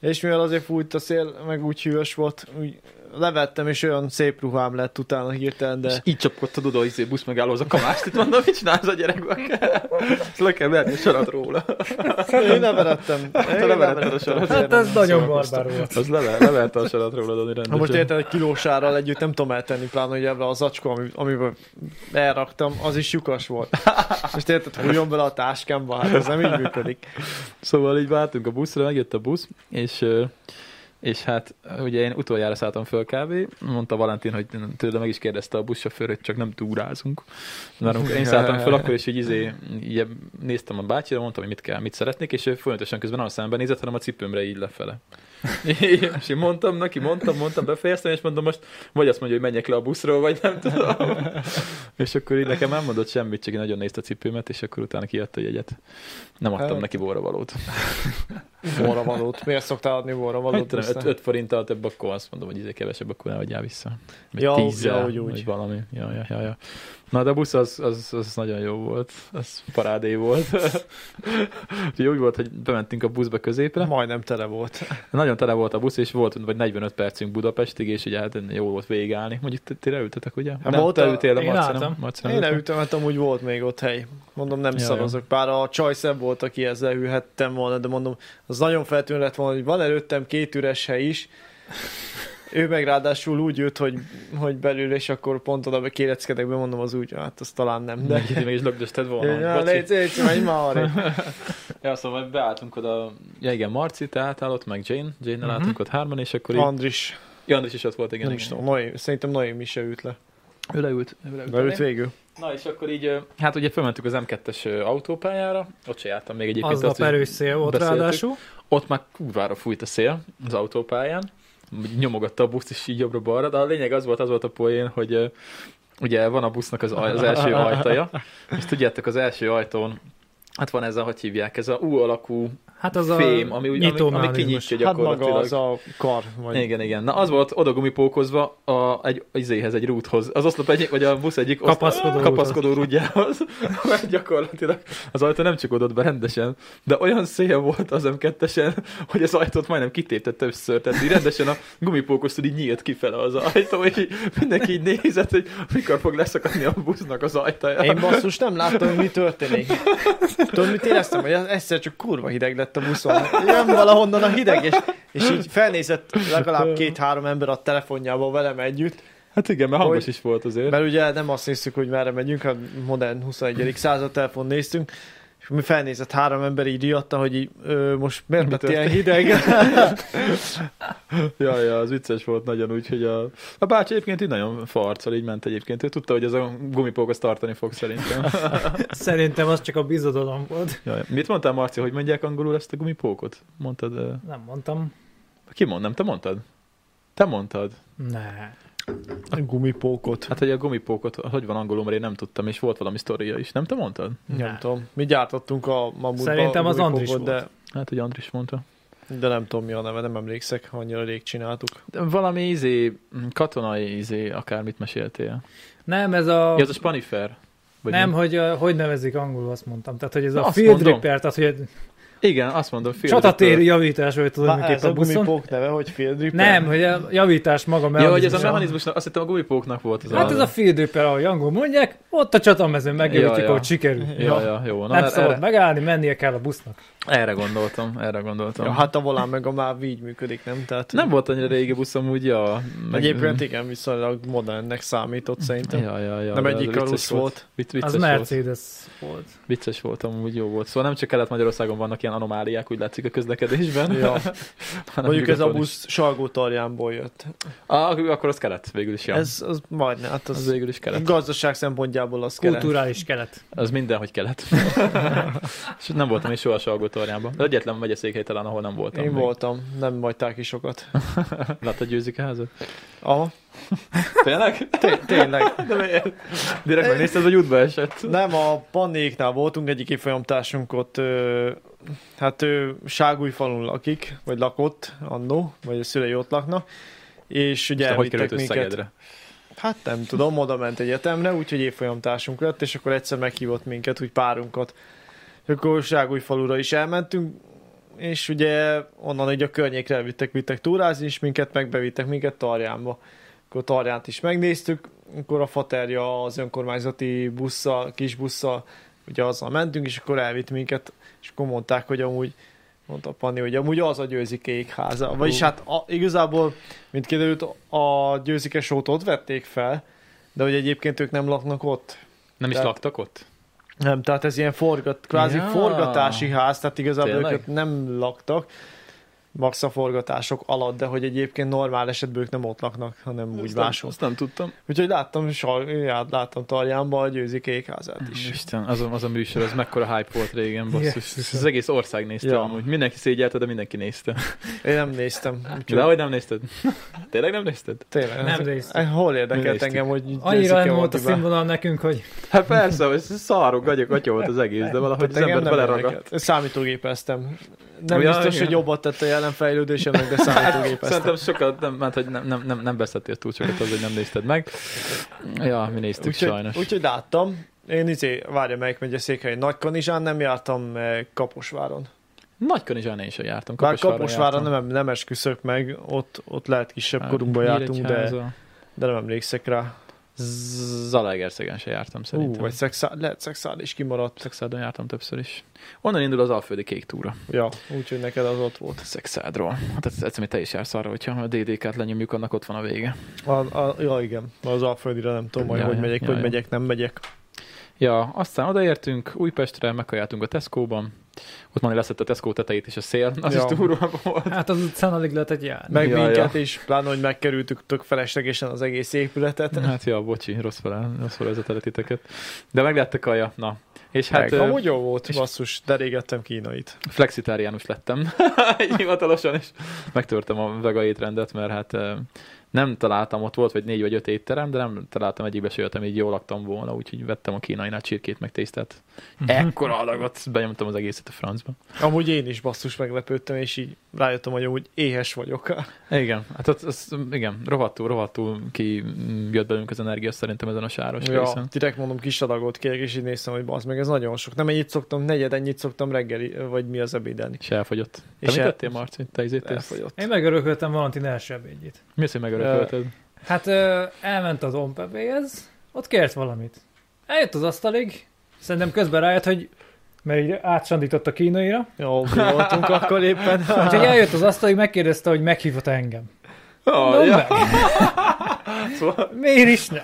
Speaker 3: És mivel azért fújt a szél, meg úgy hűvös volt, úgy levettem, és olyan szép ruhám lett utána hirtelen,
Speaker 1: De... És
Speaker 3: de
Speaker 1: így csapkodtad oda, izé, busz megállóhoz a kamást, itt mondom, mit csinálsz a gyerekben? Ezt le kell verni a sarat róla.
Speaker 3: én leverettem. Én
Speaker 1: Hát leveretted a sarat.
Speaker 2: Hát ez nagyon barbár volt.
Speaker 1: Az leve, leverte a sarat róla, Dani rendesen.
Speaker 3: Na most érted, egy kilósárral együtt nem tudom eltenni, pláne, hogy ebben az acskó, ami, amiben elraktam, az is lyukas volt. Most érted, hújon bele a táskámba, hát ez nem így működik.
Speaker 1: Szóval így váltunk a buszra, megjött a busz, és, ö, és hát ugye én utoljára szálltam föl kávé, mondta Valentin, hogy tőle meg is kérdezte a buszsofőr, hogy csak nem túrázunk. Mert amikor én szálltam föl, akkor is így izé, így néztem a bácsira, mondtam, hogy mit kell, mit szeretnék, és ő folyamatosan közben nem a szemben nézett, hanem a cipőmre így lefele. és én mondtam neki, mondtam, mondtam, befejeztem, és mondom most, vagy azt mondja, hogy menjek le a buszról, vagy nem tudom. és akkor így nekem nem mondott semmit, csak én nagyon nézte a cipőmet, és akkor utána kiadta a jegyet. Nem adtam
Speaker 3: Hát.
Speaker 1: neki borravalót.
Speaker 3: Borra valót. Miért szoktál adni borra
Speaker 1: Hogy
Speaker 3: valót?
Speaker 1: tudom, 5, 5 forinttal több, akkor azt mondom, hogy izé kevesebb, akkor ne adjál vissza. Vagy
Speaker 3: Ja,
Speaker 1: ja,
Speaker 3: úgy,
Speaker 1: tízzel,
Speaker 3: ja, úgy, úgy.
Speaker 1: vagy valami. Ja, ja, ja, ja. Na, de a busz az, az, az nagyon jó volt. Az parádé volt. Úgyhogy úgy volt, hogy bementünk a buszba középre.
Speaker 3: Majdnem tele volt.
Speaker 1: Nagyon tele volt a busz, és volt vagy 45 percünk Budapestig, és ugye hát jó volt végigállni. Mondjuk ti- ti leültetek, ugye?
Speaker 3: Hát volt
Speaker 1: te
Speaker 3: a-
Speaker 1: ültél, de
Speaker 2: én
Speaker 1: Marci nem.
Speaker 2: álltam.
Speaker 1: Marci nem
Speaker 3: Én
Speaker 1: ült.
Speaker 3: leütömetem, úgy volt még ott hely. Mondom, nem
Speaker 1: Ja,
Speaker 3: ja,
Speaker 1: ja.
Speaker 3: szavazok. Bár a csajszebb volt, aki ezzel hűhettem volna, de mondom, az nagyon feltűnő lett volna, hogy van előttem két üres hely is. Ő meg ráadásul úgy jött, hogy, hogy belül, és akkor pont oda kéreckedek be, mondom, az úgy, hát az talán nem, de...
Speaker 1: Mindenkit meg is lögdösted volna. hogy
Speaker 3: Ja,
Speaker 1: bocsi.
Speaker 3: légy, légy, menj már arra.
Speaker 1: Ja, szóval beálltunk oda, ja igen, Marci, te álltál ott, meg Jane, Jane-nel
Speaker 2: Mhm.
Speaker 1: álltunk ott hárman, és akkor így,
Speaker 3: Andris,
Speaker 1: ja, Andris is ott volt, igen.
Speaker 3: nem is
Speaker 1: igen.
Speaker 3: tudom, Noé, szerintem Noémi se üt le.
Speaker 1: Ő leült. Ő leült,
Speaker 3: Beült
Speaker 1: elé.
Speaker 3: végül.
Speaker 1: Na és akkor így, ö, hát ugye fölmentünk az M2-es ö, autópályára, ott se jártam még egyébként.
Speaker 2: Aznap
Speaker 1: hogy
Speaker 2: erős szél volt
Speaker 1: beszéltük.
Speaker 2: ráadásul.
Speaker 1: Ott már kurvára fújt a szél az autópályán, Úgy nyomogatta a buszt is így jobbra-balra, de a lényeg az volt, az volt a poén, hogy ö, ugye van a busznak az, aj- az első ajtaja, és tudjátok, az első ajtón Hát van ez a, hogy hívják, ez a U alakú
Speaker 2: Hát az a
Speaker 1: fém, ami, úgy, ami, ami
Speaker 2: nyitómechanizmus.
Speaker 1: kinyitja
Speaker 3: Hát
Speaker 1: gyakorlatilag.
Speaker 3: maga az a kar, vagy
Speaker 1: Igen, igen. Na az volt oda gumipókozva a, egy izéhez, egy rúthoz. Az oszlop egyik, vagy a busz egyik oszlop-
Speaker 2: Kapaszkodó
Speaker 1: kapaszkodó rúdjához. Mert gyakorlatilag az ajtó nem csukódott be rendesen, de olyan szél volt az M2-esen, hogy az ajtót majdnem kitépte többször. Tehát így rendesen a gumipókoztól így nyílt kifele az ajtó, és így mindenki így nézett, hogy mikor fog leszakadni a busznak az ajtaja.
Speaker 3: Én basszus nem láttam, hogy mi történik. Tudod, mit éreztem? Hogy egyszer csak kurva hideg lett a buszon. Jön valahonnan a hideg, és, és így felnézett legalább két-három ember a telefonjába velem együtt,
Speaker 1: Hát igen, mert hangos
Speaker 3: Hogy-
Speaker 1: is volt azért.
Speaker 3: mert ugye nem azt néztük, hogy merre megyünk, a modern 21. század telefon néztünk, és mi felnézett három ember így riadta, hogy így, ö, most miért
Speaker 1: Mi
Speaker 3: lett ilyen hideg?
Speaker 1: Ja, ja, az vicces volt nagyon úgy, hogy a, a bácsi egyébként így nagyon farccal így ment egyébként. Ő tudta, hogy ez a gumipókoz tartani fog szerintem.
Speaker 2: Szerintem az csak a bizodalom volt.
Speaker 1: Jaj, mit mondtál, Marci, hogy mondják angolul ezt a gumipókot? Mondtad, ö,
Speaker 2: Nem mondtam.
Speaker 1: ki mond, nem? Te mondtad? Te mondtad.
Speaker 2: Ne.
Speaker 3: Gumipókot.
Speaker 1: Hát, hogy a gumipókot, hogy van angolul, mert én nem tudtam, és volt valami sztoria is, nem te mondtad?
Speaker 3: Nem
Speaker 2: Ne.
Speaker 3: tudom. Mi gyártottunk a mamutba
Speaker 2: Szerintem az
Speaker 3: gumipókot,
Speaker 2: Andris
Speaker 3: de,
Speaker 1: Hát, hogy Andris mondta.
Speaker 3: de nem tudom mi a neve, nem emlékszek, annyira rég csináltuk.
Speaker 1: De valami izé, mm, katonai izé, akármit meséltél.
Speaker 2: Nem, ez a...
Speaker 1: Ja, ez a spanifer. Vagy
Speaker 2: nem,
Speaker 1: mi?
Speaker 2: hogy a, hogy nevezik angolul, azt mondtam. Tehát, hogy ez
Speaker 1: Na,
Speaker 2: a
Speaker 1: azt
Speaker 2: field
Speaker 1: mondom.
Speaker 2: repair, tehát, hogy egy
Speaker 1: Igen, azt mondom. field
Speaker 2: csatatéri
Speaker 1: repair.
Speaker 2: javítás volt
Speaker 3: Bá, ez
Speaker 2: tulajdonképpen
Speaker 3: a
Speaker 2: a buszon.
Speaker 3: gumipók neve, hogy field repair?
Speaker 2: Nem, hogy a javítás
Speaker 1: Ja,
Speaker 2: maga
Speaker 1: hogy ez a
Speaker 2: mechanizmus.
Speaker 1: mechanizmusnak, azt hittem a gumipóknak volt az
Speaker 2: Hát ez a field repair, ahogy angol mondják, ott a csatamezőn megjavítik,
Speaker 1: Ja,
Speaker 2: ja,
Speaker 1: ja.
Speaker 2: ja. ahogy sikerül.
Speaker 1: Ja, ja, jó. Na, hát
Speaker 2: nem
Speaker 1: erre,
Speaker 2: szabad
Speaker 1: erre,
Speaker 2: megállni, mennie kell a busznak.
Speaker 1: erre gondoltam, erre gondoltam.
Speaker 3: Ja, hát a volán meg a máv így működik, nem? Tehát
Speaker 1: Nem volt annyira régi buszom, úgy, ja.
Speaker 3: meg... Egyébként igen, viszonylag modernnek számított szerintem.
Speaker 1: Ja, ja, ja,
Speaker 3: nem
Speaker 1: de
Speaker 3: egyik a
Speaker 1: vicces
Speaker 3: rusz volt.
Speaker 1: Vic-
Speaker 2: Az
Speaker 1: Vicces volt.
Speaker 2: Mercedes volt.
Speaker 1: Vicces volt, amúgy jó volt. Szóval nem csak Kelet-Magyarországon vannak ilyen anomáliák, úgy látszik a közlekedésben.
Speaker 3: Ja.
Speaker 1: hanem
Speaker 3: Mondjuk ez a
Speaker 1: nyugaton
Speaker 3: busz Salgó tarjánból jött.
Speaker 1: is. Ah, akkor az kelet végül is. Ja. Ez
Speaker 3: Ez az majdnem, hát az,
Speaker 1: az végül is kelet.
Speaker 3: gazdaság szempontjából az kelet.
Speaker 2: Kulturális kelet.
Speaker 1: Az mindenhogy kelet. És nem voltam én soha Salgótorjánban. Az egyetlen megyeszékhely talán, ahol nem voltam.
Speaker 3: Én
Speaker 1: még.
Speaker 3: voltam, nem hagyták ki sokat.
Speaker 1: Láttad győzik a házat?
Speaker 3: Aha,
Speaker 1: Tényleg?
Speaker 3: té- tényleg.
Speaker 1: De miért? Direkt megnézted, hogy útba esett.
Speaker 3: Nem, a Pannéknál voltunk, egyik évfolyamtársunk ott, ö, hát ő Ságújfalun lakik, vagy lakott annó, vagy a szülei ott laknak, és ugye
Speaker 1: Te hogy
Speaker 3: elvittek
Speaker 1: került ő
Speaker 3: minket.
Speaker 1: Szegedre?
Speaker 3: Hát nem tudom, oda ment egyetemre, úgyhogy évfolyamtársunk lett, és akkor egyszer meghívott minket, úgy párunkat. És Akkor Ságújfalura is elmentünk, és ugye onnan egy a környékre elvittek, vittek túrázni, és minket megbevittek minket Tarjánba. Akkor Tarjánt is megnéztük, akkor a faterja az önkormányzati busszal, kis busszal, ugye azzal mentünk, és akkor elvitt minket, és akkor mondták, hogy amúgy mondta Panni, hogy amúgy az a győzikék háza. Vagyis
Speaker 1: Hú.
Speaker 3: hát a, igazából, mint kiderült, a győzikes sót ott vették fel, de hogy egyébként ők nem laknak ott.
Speaker 1: Nem is
Speaker 3: Tehát-
Speaker 1: laktak ott?
Speaker 3: Nem, tehát ez ilyen forgat, kvázi
Speaker 1: Ja.
Speaker 3: ja. forgatási ház, tehát igazából
Speaker 1: Tényleg?
Speaker 3: Tényleg? ők ott nem laktak, max a forgatások alatt, de hogy egyébként normál esetben ők nem ott laknak, hanem úgy
Speaker 1: Azt nem-
Speaker 3: máshol.
Speaker 1: Azt nem tudtam.
Speaker 3: Úgyhogy láttam, saj, ját- láttam Tarjánban a Győzi kékházát is.
Speaker 1: Isten, az a, az a műsor, az mekkora hype volt régen, basszus.
Speaker 2: Jézusom.
Speaker 1: Yes, az egész ország nézte ja.
Speaker 3: Ja.
Speaker 1: amúgy. Mindenki szégyelte, de mindenki nézte.
Speaker 3: Én nem néztem. Úgyhogy,
Speaker 1: De hogy nem nézted? Tényleg nem nézted?
Speaker 3: tényleg.
Speaker 2: Nem néztem.
Speaker 3: Eh, Hol
Speaker 1: Nem
Speaker 3: érdekelt
Speaker 1: néztük.
Speaker 3: engem, hogy
Speaker 2: Annyira nem
Speaker 3: Győzike
Speaker 2: volt a
Speaker 3: Antibá-
Speaker 2: színvonal nekünk, hogy
Speaker 1: Hát persze, hogy szarok, gagyok, atya volt az egész, de valahogy
Speaker 3: Tehát
Speaker 1: az
Speaker 3: engem
Speaker 1: ember
Speaker 3: nem
Speaker 1: beleragadt.
Speaker 3: érdekelt. Számítógépeztem. Nem
Speaker 1: Ja,
Speaker 3: biztos,
Speaker 1: igen. Hát,
Speaker 3: hogy jobbat tett a jelen fejlődésemnek, de
Speaker 1: Szerintem
Speaker 3: számítógépeztem.
Speaker 1: sokat, nem, mert hogy nem, nem, nem, nem beszéltél túl sokat az, hogy nem nézted meg. Ja, mi néztük Úgy, sajnos.
Speaker 3: Úgyhogy, úgyhogy láttam. Én izé, várja, melyik megy a székhely. Nagykanizsán nem jártam eh, Kaposváron.
Speaker 1: Nagykanizsán én is jártam.
Speaker 3: Bár
Speaker 1: Kaposváron,
Speaker 3: Kaposváron
Speaker 1: jártam.
Speaker 3: nem, nem esküszök meg, ott, ott lehet kisebb korunkban jártunk, de,
Speaker 1: Nyíregyháza.
Speaker 3: de nem emlékszek rá.
Speaker 1: Zalaegerszegen se jártam
Speaker 3: Ú,
Speaker 1: szerintem.
Speaker 3: vagy szexá, lehet szexál is kimaradt.
Speaker 1: Szexádon jártam többször is. Onnan indul az Alföldi Kék Túra.
Speaker 3: Ja, úgyhogy neked az ott volt.
Speaker 1: Szexádról. Hát ez egyszerűen te is jársz arra, hogyha a DDK-t lenyomjuk, annak ott van a vége.
Speaker 3: A, a, ja, igen, az Alföldire nem tudom, hogy
Speaker 1: Ja,
Speaker 3: hogy
Speaker 1: ja,
Speaker 3: megyek,
Speaker 1: ja,
Speaker 3: hogy
Speaker 1: ja.
Speaker 3: megyek, nem megyek.
Speaker 1: Ja, aztán odaértünk Újpestre, megkajáltunk a Tesco-ban. Ott már leszett a Tesco tetejét és a szél, az
Speaker 3: Ja.
Speaker 1: is durva volt.
Speaker 2: hát az utcán alig lehetett járni.
Speaker 3: Meg
Speaker 1: Ja,
Speaker 3: ja,
Speaker 1: ja.
Speaker 3: minket ja. is, pláne, hogy megkerültük tök feleslegesen az egész épületet.
Speaker 1: Hát ja, bocsi, rossz fel, rossz fel ez a titeket. De meg lett a kaja, na. És hát
Speaker 3: Hát,
Speaker 1: ö,
Speaker 3: amúgy jó volt,
Speaker 1: és-
Speaker 3: basszus, de régettem kínait.
Speaker 1: flexitáriánus lettem hivatalosan, és megtörtem a vega étrendet, mert hát ö, nem találtam, ott volt vagy négy vagy öt étterem, de nem találtam egyikbe se jöttem, így jól laktam volna, úgyhogy vettem a kínainál csirkét meg tésztát.
Speaker 3: Mhm.
Speaker 1: Ekkora adagot, benyomtam az egészet a francba.
Speaker 3: Amúgy én is basszus meglepődtem, és így rájöttem, hogy amúgy éhes vagyok.
Speaker 1: Igen, hát az, az igen, rohadtul, rohadtul ki jött belünk az energia szerintem ezen a sáros ja.
Speaker 3: Ja,
Speaker 1: részen.
Speaker 3: direkt mondom, kis adagot kérek, és így néztem, hogy bazd meg, ez nagyon sok. Nem ennyit szoktam, negyed ennyit szoktam reggeli, vagy mi az ebédelni.
Speaker 1: És elfogyott. Te
Speaker 3: És
Speaker 1: mit
Speaker 3: el-
Speaker 1: tettél, Marci? Te izét
Speaker 3: Elfogyott.
Speaker 2: Én megörököltem Valentin első ebédjét.
Speaker 1: Mi az, hogy megörökölted?
Speaker 2: Hát ö, elment az ompebéhez, ott kért valamit. Eljött az asztalig, szerintem közben rájött, hogy mert így átsandított a kínaira.
Speaker 3: Jó, mi voltunk akkor éppen.
Speaker 2: Úgyhogy eljött az asztalig, megkérdezte, hogy meghívott -e engem.
Speaker 1: Oh,
Speaker 2: Mondom,
Speaker 1: ja.
Speaker 2: meg. Miért is ne?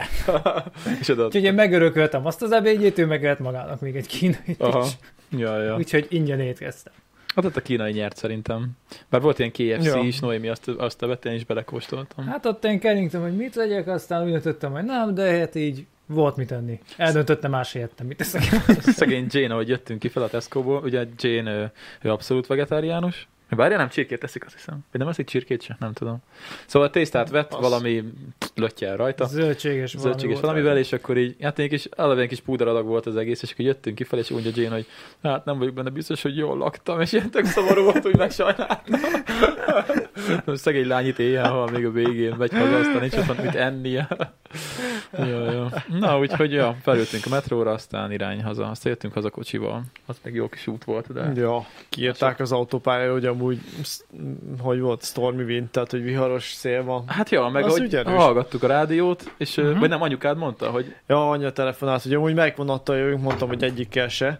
Speaker 1: És oda.
Speaker 2: Úgyhogy én megörököltem azt az ebédjét, ő megölt magának még egy kínait
Speaker 1: Aha.
Speaker 2: is.
Speaker 1: Ah, Ja, ja.
Speaker 2: Úgyhogy ingyen étkeztem.
Speaker 1: Hát ott a kínai nyert szerintem. Bár volt ilyen KFC
Speaker 3: Ja.
Speaker 1: ja. is, Noémi azt, azt a én is belekóstoltam.
Speaker 2: Hát ott én keringtem, hogy mit legyek, aztán úgy döntöttem, hogy nem, de hát így volt mit enni. Eldöntöttem más helyettem, mit teszek.
Speaker 1: Hát Szegény Jane, ahogy jöttünk ki fel a Tesco-ból, ugye Jane ő, ő abszolút vegetáriánus. Bár nem csirkét teszik, azt hiszem. Vagy nem eszik csirkét se, nem tudom. Szóval tésztát vett,
Speaker 3: Az.
Speaker 1: az... valami löttyel rajta.
Speaker 2: Zöldséges valami
Speaker 1: Zöldséges
Speaker 2: volt
Speaker 1: valamivel,
Speaker 2: rajta.
Speaker 1: és akkor így, hát egy kis, eleve egy kis púderadag volt az egész, és akkor jöttünk kifelé, és mondja Jane, hogy hát nem vagyok benne biztos, hogy jól laktam, és ilyen tök szomorú volt, hogy megsajnáltam. Szegény lány itt éjjel, ha még a végén megy haza, aztán nincs ott mit ennie. jó, jó. Na, úgyhogy ja, felültünk a metróra, aztán irány haza, aztán jöttünk haza kocsival. Az meg jó kis út volt, de...
Speaker 3: Ja, kiírták az autópályára, hogy amúgy, sz- m- hogy volt, stormy wind, tehát hogy viharos szél van.
Speaker 1: Hát ja, meg
Speaker 3: Az
Speaker 1: hogy
Speaker 3: ügyerős.
Speaker 1: hallgattuk a rádiót, és
Speaker 2: Mhm.
Speaker 1: uh-huh. vagy nem anyukád mondta, hogy
Speaker 3: Ja, anya telefonált, hogy amúgy melyik vonattal jövünk, mondtam, hogy egyikkel se.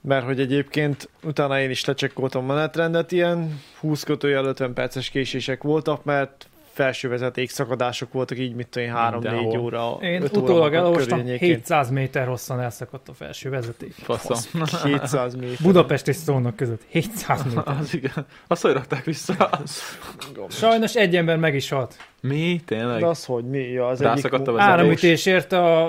Speaker 3: Mert hogy egyébként utána én is lecsekkoltam a menetrendet, ilyen 20 kötőjel 50 perces késések voltak, mert felső vezeték szakadások voltak, így mit tudom én, 3-4
Speaker 1: Mindenhol.
Speaker 3: óra,
Speaker 2: Én
Speaker 3: 5
Speaker 2: utólag
Speaker 3: óra
Speaker 2: elolvastam,
Speaker 3: környékén.
Speaker 2: 700 méter hosszan elszakadt a felső vezeték.
Speaker 1: faszom.
Speaker 3: 700 méter.
Speaker 2: Budapest és Szolnok között 700 méter.
Speaker 1: Az igen. Azt, hogy rakták vissza.
Speaker 2: Sajnos egy ember meg is halt.
Speaker 1: Mi? Tényleg?
Speaker 3: De az, hogy mi? Ja, az
Speaker 1: Rászakadt
Speaker 3: egyik...
Speaker 1: a vezetés.
Speaker 2: Áramütésért a,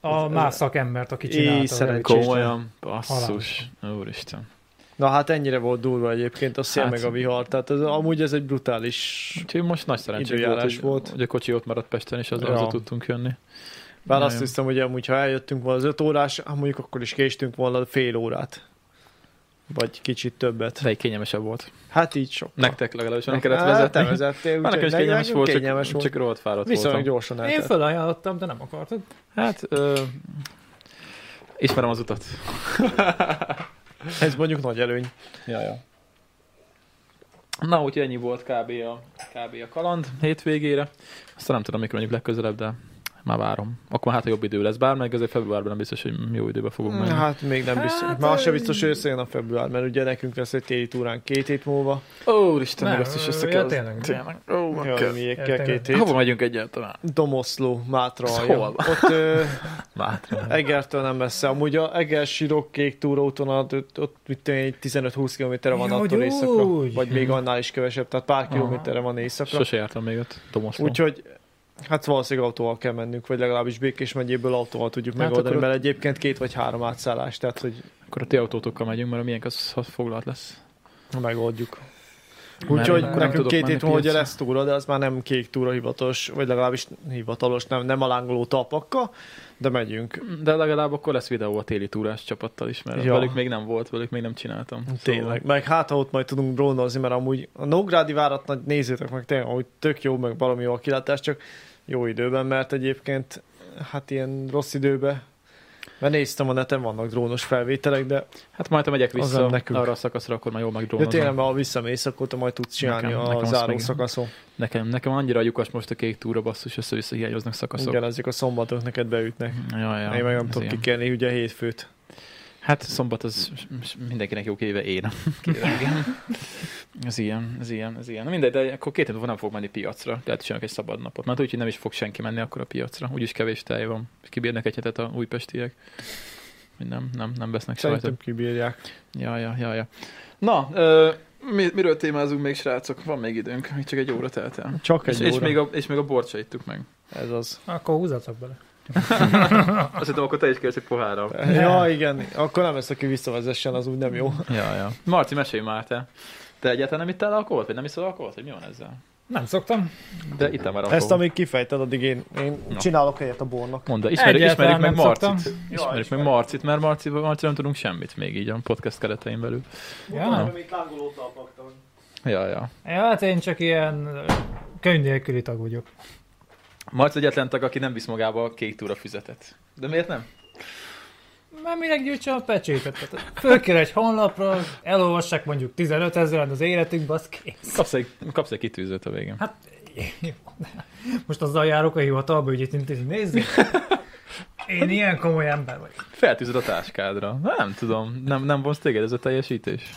Speaker 2: a
Speaker 3: Ez-
Speaker 2: más szakembert, aki csinálta.
Speaker 3: Éj,
Speaker 2: az
Speaker 3: szerencsés.
Speaker 2: elütést.
Speaker 1: Komolyan, basszus. Úristen.
Speaker 3: Na hát ennyire volt durva egyébként a szél
Speaker 1: Hát-
Speaker 3: meg a vihar, tehát ez, amúgy ez egy brutális
Speaker 1: Úgyhogy most nagy szerencsé volt,
Speaker 3: Időjárás
Speaker 1: hogy,
Speaker 3: volt.
Speaker 1: volt, hogy a kocsi ott maradt Pesten, és azzal
Speaker 3: Ja.
Speaker 1: ja. tudtunk jönni.
Speaker 3: Bár
Speaker 1: Na
Speaker 3: azt
Speaker 1: jó.
Speaker 3: hiszem, hogy amúgy, ha eljöttünk volna az 5 órás, hát mondjuk akkor is késtünk volna fél órát. Vagy kicsit többet.
Speaker 1: De egy kényelmesebb volt.
Speaker 3: Hát így sok.
Speaker 1: Nektek legalábbis hát nem kellett vezetni.
Speaker 3: Te vezettél,
Speaker 1: Már nekem
Speaker 3: úgyhogy
Speaker 1: is
Speaker 3: nekem
Speaker 1: kényelmes volt,
Speaker 3: kényelmes
Speaker 1: csak,
Speaker 3: volt.
Speaker 1: csak rohadt fáradt
Speaker 3: Viszonylag
Speaker 1: voltam.
Speaker 3: gyorsan
Speaker 2: Én
Speaker 3: eltelt.
Speaker 2: felajánlottam, de nem akartad.
Speaker 1: Hát, ö, ismerem az utat.
Speaker 3: Ez mondjuk nagy előny.
Speaker 1: Ja, ja. Na, úgyhogy ennyi volt kb. a, kb. a kaland hétvégére. Aztán nem tudom, mikor mondjuk legközelebb, de már várom. Akkor hát, ha jobb idő lesz, bár meg azért februárban nem biztos, hogy jó időben fogunk menni.
Speaker 3: Hát még nem biztos.
Speaker 2: Hát,
Speaker 3: Már az se
Speaker 2: ö-
Speaker 3: biztos, hogy összejön a február, mert ugye nekünk lesz egy téli túrán két hét múlva.
Speaker 1: Ó, Isten,
Speaker 2: Nem,
Speaker 1: meg azt is össze
Speaker 2: ja,
Speaker 1: kell.
Speaker 2: tényleg.
Speaker 1: tényleg. Ó, meg
Speaker 3: Jaj,
Speaker 1: kell.
Speaker 3: miékkel
Speaker 2: Értem.
Speaker 3: két hét.
Speaker 1: Hova megyünk egyáltalán?
Speaker 3: Domoszló, Mátra.
Speaker 1: Ez
Speaker 3: alja.
Speaker 1: hol van?
Speaker 3: Ott ö,
Speaker 1: Mátra.
Speaker 3: Egertől nem messze. Amúgy a Eger sirok kék túróúton ott, ott mit tudom én, 15-20 km van
Speaker 2: Ja, hogy
Speaker 3: attól északra.
Speaker 2: úgy.
Speaker 3: Vagy még annál is kevesebb, tehát pár
Speaker 1: Aha.
Speaker 3: kilométerre van éjszakra.
Speaker 1: Sose jártam még ott, Domoszló.
Speaker 3: Úgyhogy hát valószínűleg autóval kell mennünk, vagy legalábbis Békés megyéből autóval tudjuk
Speaker 1: Hát
Speaker 3: megoldani,
Speaker 1: akkor ott-
Speaker 3: mert egyébként két vagy három átszállás, tehát hogy
Speaker 1: Akkor a ti autótokkal megyünk, mert a miénk az az foglalt lesz.
Speaker 3: megoldjuk.
Speaker 1: Mert
Speaker 3: Úgyhogy
Speaker 1: én nem
Speaker 3: nekünk
Speaker 1: tudok
Speaker 3: két
Speaker 1: menni
Speaker 3: hét múlva ugye
Speaker 1: piacra.
Speaker 3: lesz túra, de az már nem kék túra hivatalos, vagy legalábbis hivatalos, nem, nem a lángoló talpakkal, de megyünk.
Speaker 1: De legalább akkor lesz videó a téli túrás csapattal is, mert
Speaker 3: Ja.
Speaker 1: ja. velük még nem volt, velük még nem csináltam.
Speaker 3: Tényleg. Meg hát, ha ott majd tudunk drónozni, mert amúgy a Nógrádi várat nagy nézzétek meg, tényleg, amúgy tök jó, meg valami jó a kilátás, csak jó időben, mert egyébként hát ilyen rossz időben, mert néztem a neten, vannak drónos felvételek, de
Speaker 1: Hát majd, ha megyek
Speaker 3: Az
Speaker 1: vissza
Speaker 3: nem nekünk.
Speaker 1: arra a szakaszra, akkor már jól
Speaker 3: De
Speaker 1: megdrónozom.
Speaker 3: tényleg, ha visszamész, akkor te majd tudsz csinálni
Speaker 1: Nekem-
Speaker 3: nekem, a
Speaker 1: nekem
Speaker 3: nekem
Speaker 1: azt
Speaker 3: záró
Speaker 1: még-
Speaker 3: szakaszon.
Speaker 1: Nekem, nekem annyira lyukas most a kék túra basszus, össze-vissza hiányoznak szakaszok.
Speaker 3: Igen, ezek a szombatok neked beütnek.
Speaker 1: Ja, ja,
Speaker 3: Én meg nem
Speaker 1: ez
Speaker 3: tudok
Speaker 1: ilyen.
Speaker 3: kikelni ugye hétfőt.
Speaker 1: Hát szombat az mindenkinek jó kéve én. ez ilyen, ez ilyen, ez ilyen. Na mindegy, de akkor két hét múlva nem fog menni piacra. Lehet, csinálok egy szabad napot. Mert úgyhogy nem is fog senki menni akkor a piacra. Úgyis kevés tej van. És kibírnak egy hetet a újpestiek. Hogy Nem, nem, nem vesznek sajtot.
Speaker 3: Szerintem kibírják.
Speaker 1: Ja, ja, ja, ja. Na, ö, mi, miről témázunk még, srácok? Van még időnk, még csak egy óra telt el.
Speaker 3: Csak
Speaker 1: És,
Speaker 3: egy
Speaker 1: és,
Speaker 3: óra.
Speaker 1: még a, és még a bort se ittuk meg.
Speaker 3: Ez az.
Speaker 2: Akkor húzatok bele.
Speaker 1: Azt hittem, akkor te is kérsz egy pohárra.
Speaker 3: Ja, igen. Akkor nem lesz, aki visszavezessen, az úgy nem jó.
Speaker 1: Ja, ja. Marci, mesélj már te. Te egyáltalán nem ittál alkoholt, vagy nem iszol alkoholt, hogy mi van ezzel?
Speaker 2: Nem szoktam.
Speaker 1: De itt már
Speaker 3: Ezt amíg kifejted, addig én, én
Speaker 1: Na.
Speaker 3: csinálok helyet a bornak.
Speaker 1: Mondd, el, ismerjük,
Speaker 2: Egyáltalán
Speaker 1: ismerjük meg
Speaker 2: nem szoktam.
Speaker 1: Marcit. Ismerjük meg
Speaker 3: ismerjük.
Speaker 1: Marcit, mert Marcival Marci nem tudunk semmit még így a podcast keretein belül.
Speaker 2: Ja.
Speaker 3: még lángolót alpaktam.
Speaker 1: Ja, ja.
Speaker 2: ja, hát én csak ilyen ö, könyv nélküli tag vagyok.
Speaker 1: Marci egyetlen tag, aki nem visz magába a kék túra füzetet. De miért nem?
Speaker 2: Már mire gyűjtsem a pecsétet? Tehát Fölkér egy honlapra, elolvassák mondjuk 15 ezeren az életükbe, az kész.
Speaker 1: Kapsz egy, kapsz egy kitűzőt a
Speaker 2: Hát-
Speaker 1: végén.
Speaker 2: Most azzal járok a hivatalba ügyét intézni. Nézzük! Én ilyen komoly ember vagyok.
Speaker 1: Feltűzöd a táskádra. Na, nem tudom, nem, nem vonz téged ez a teljesítés.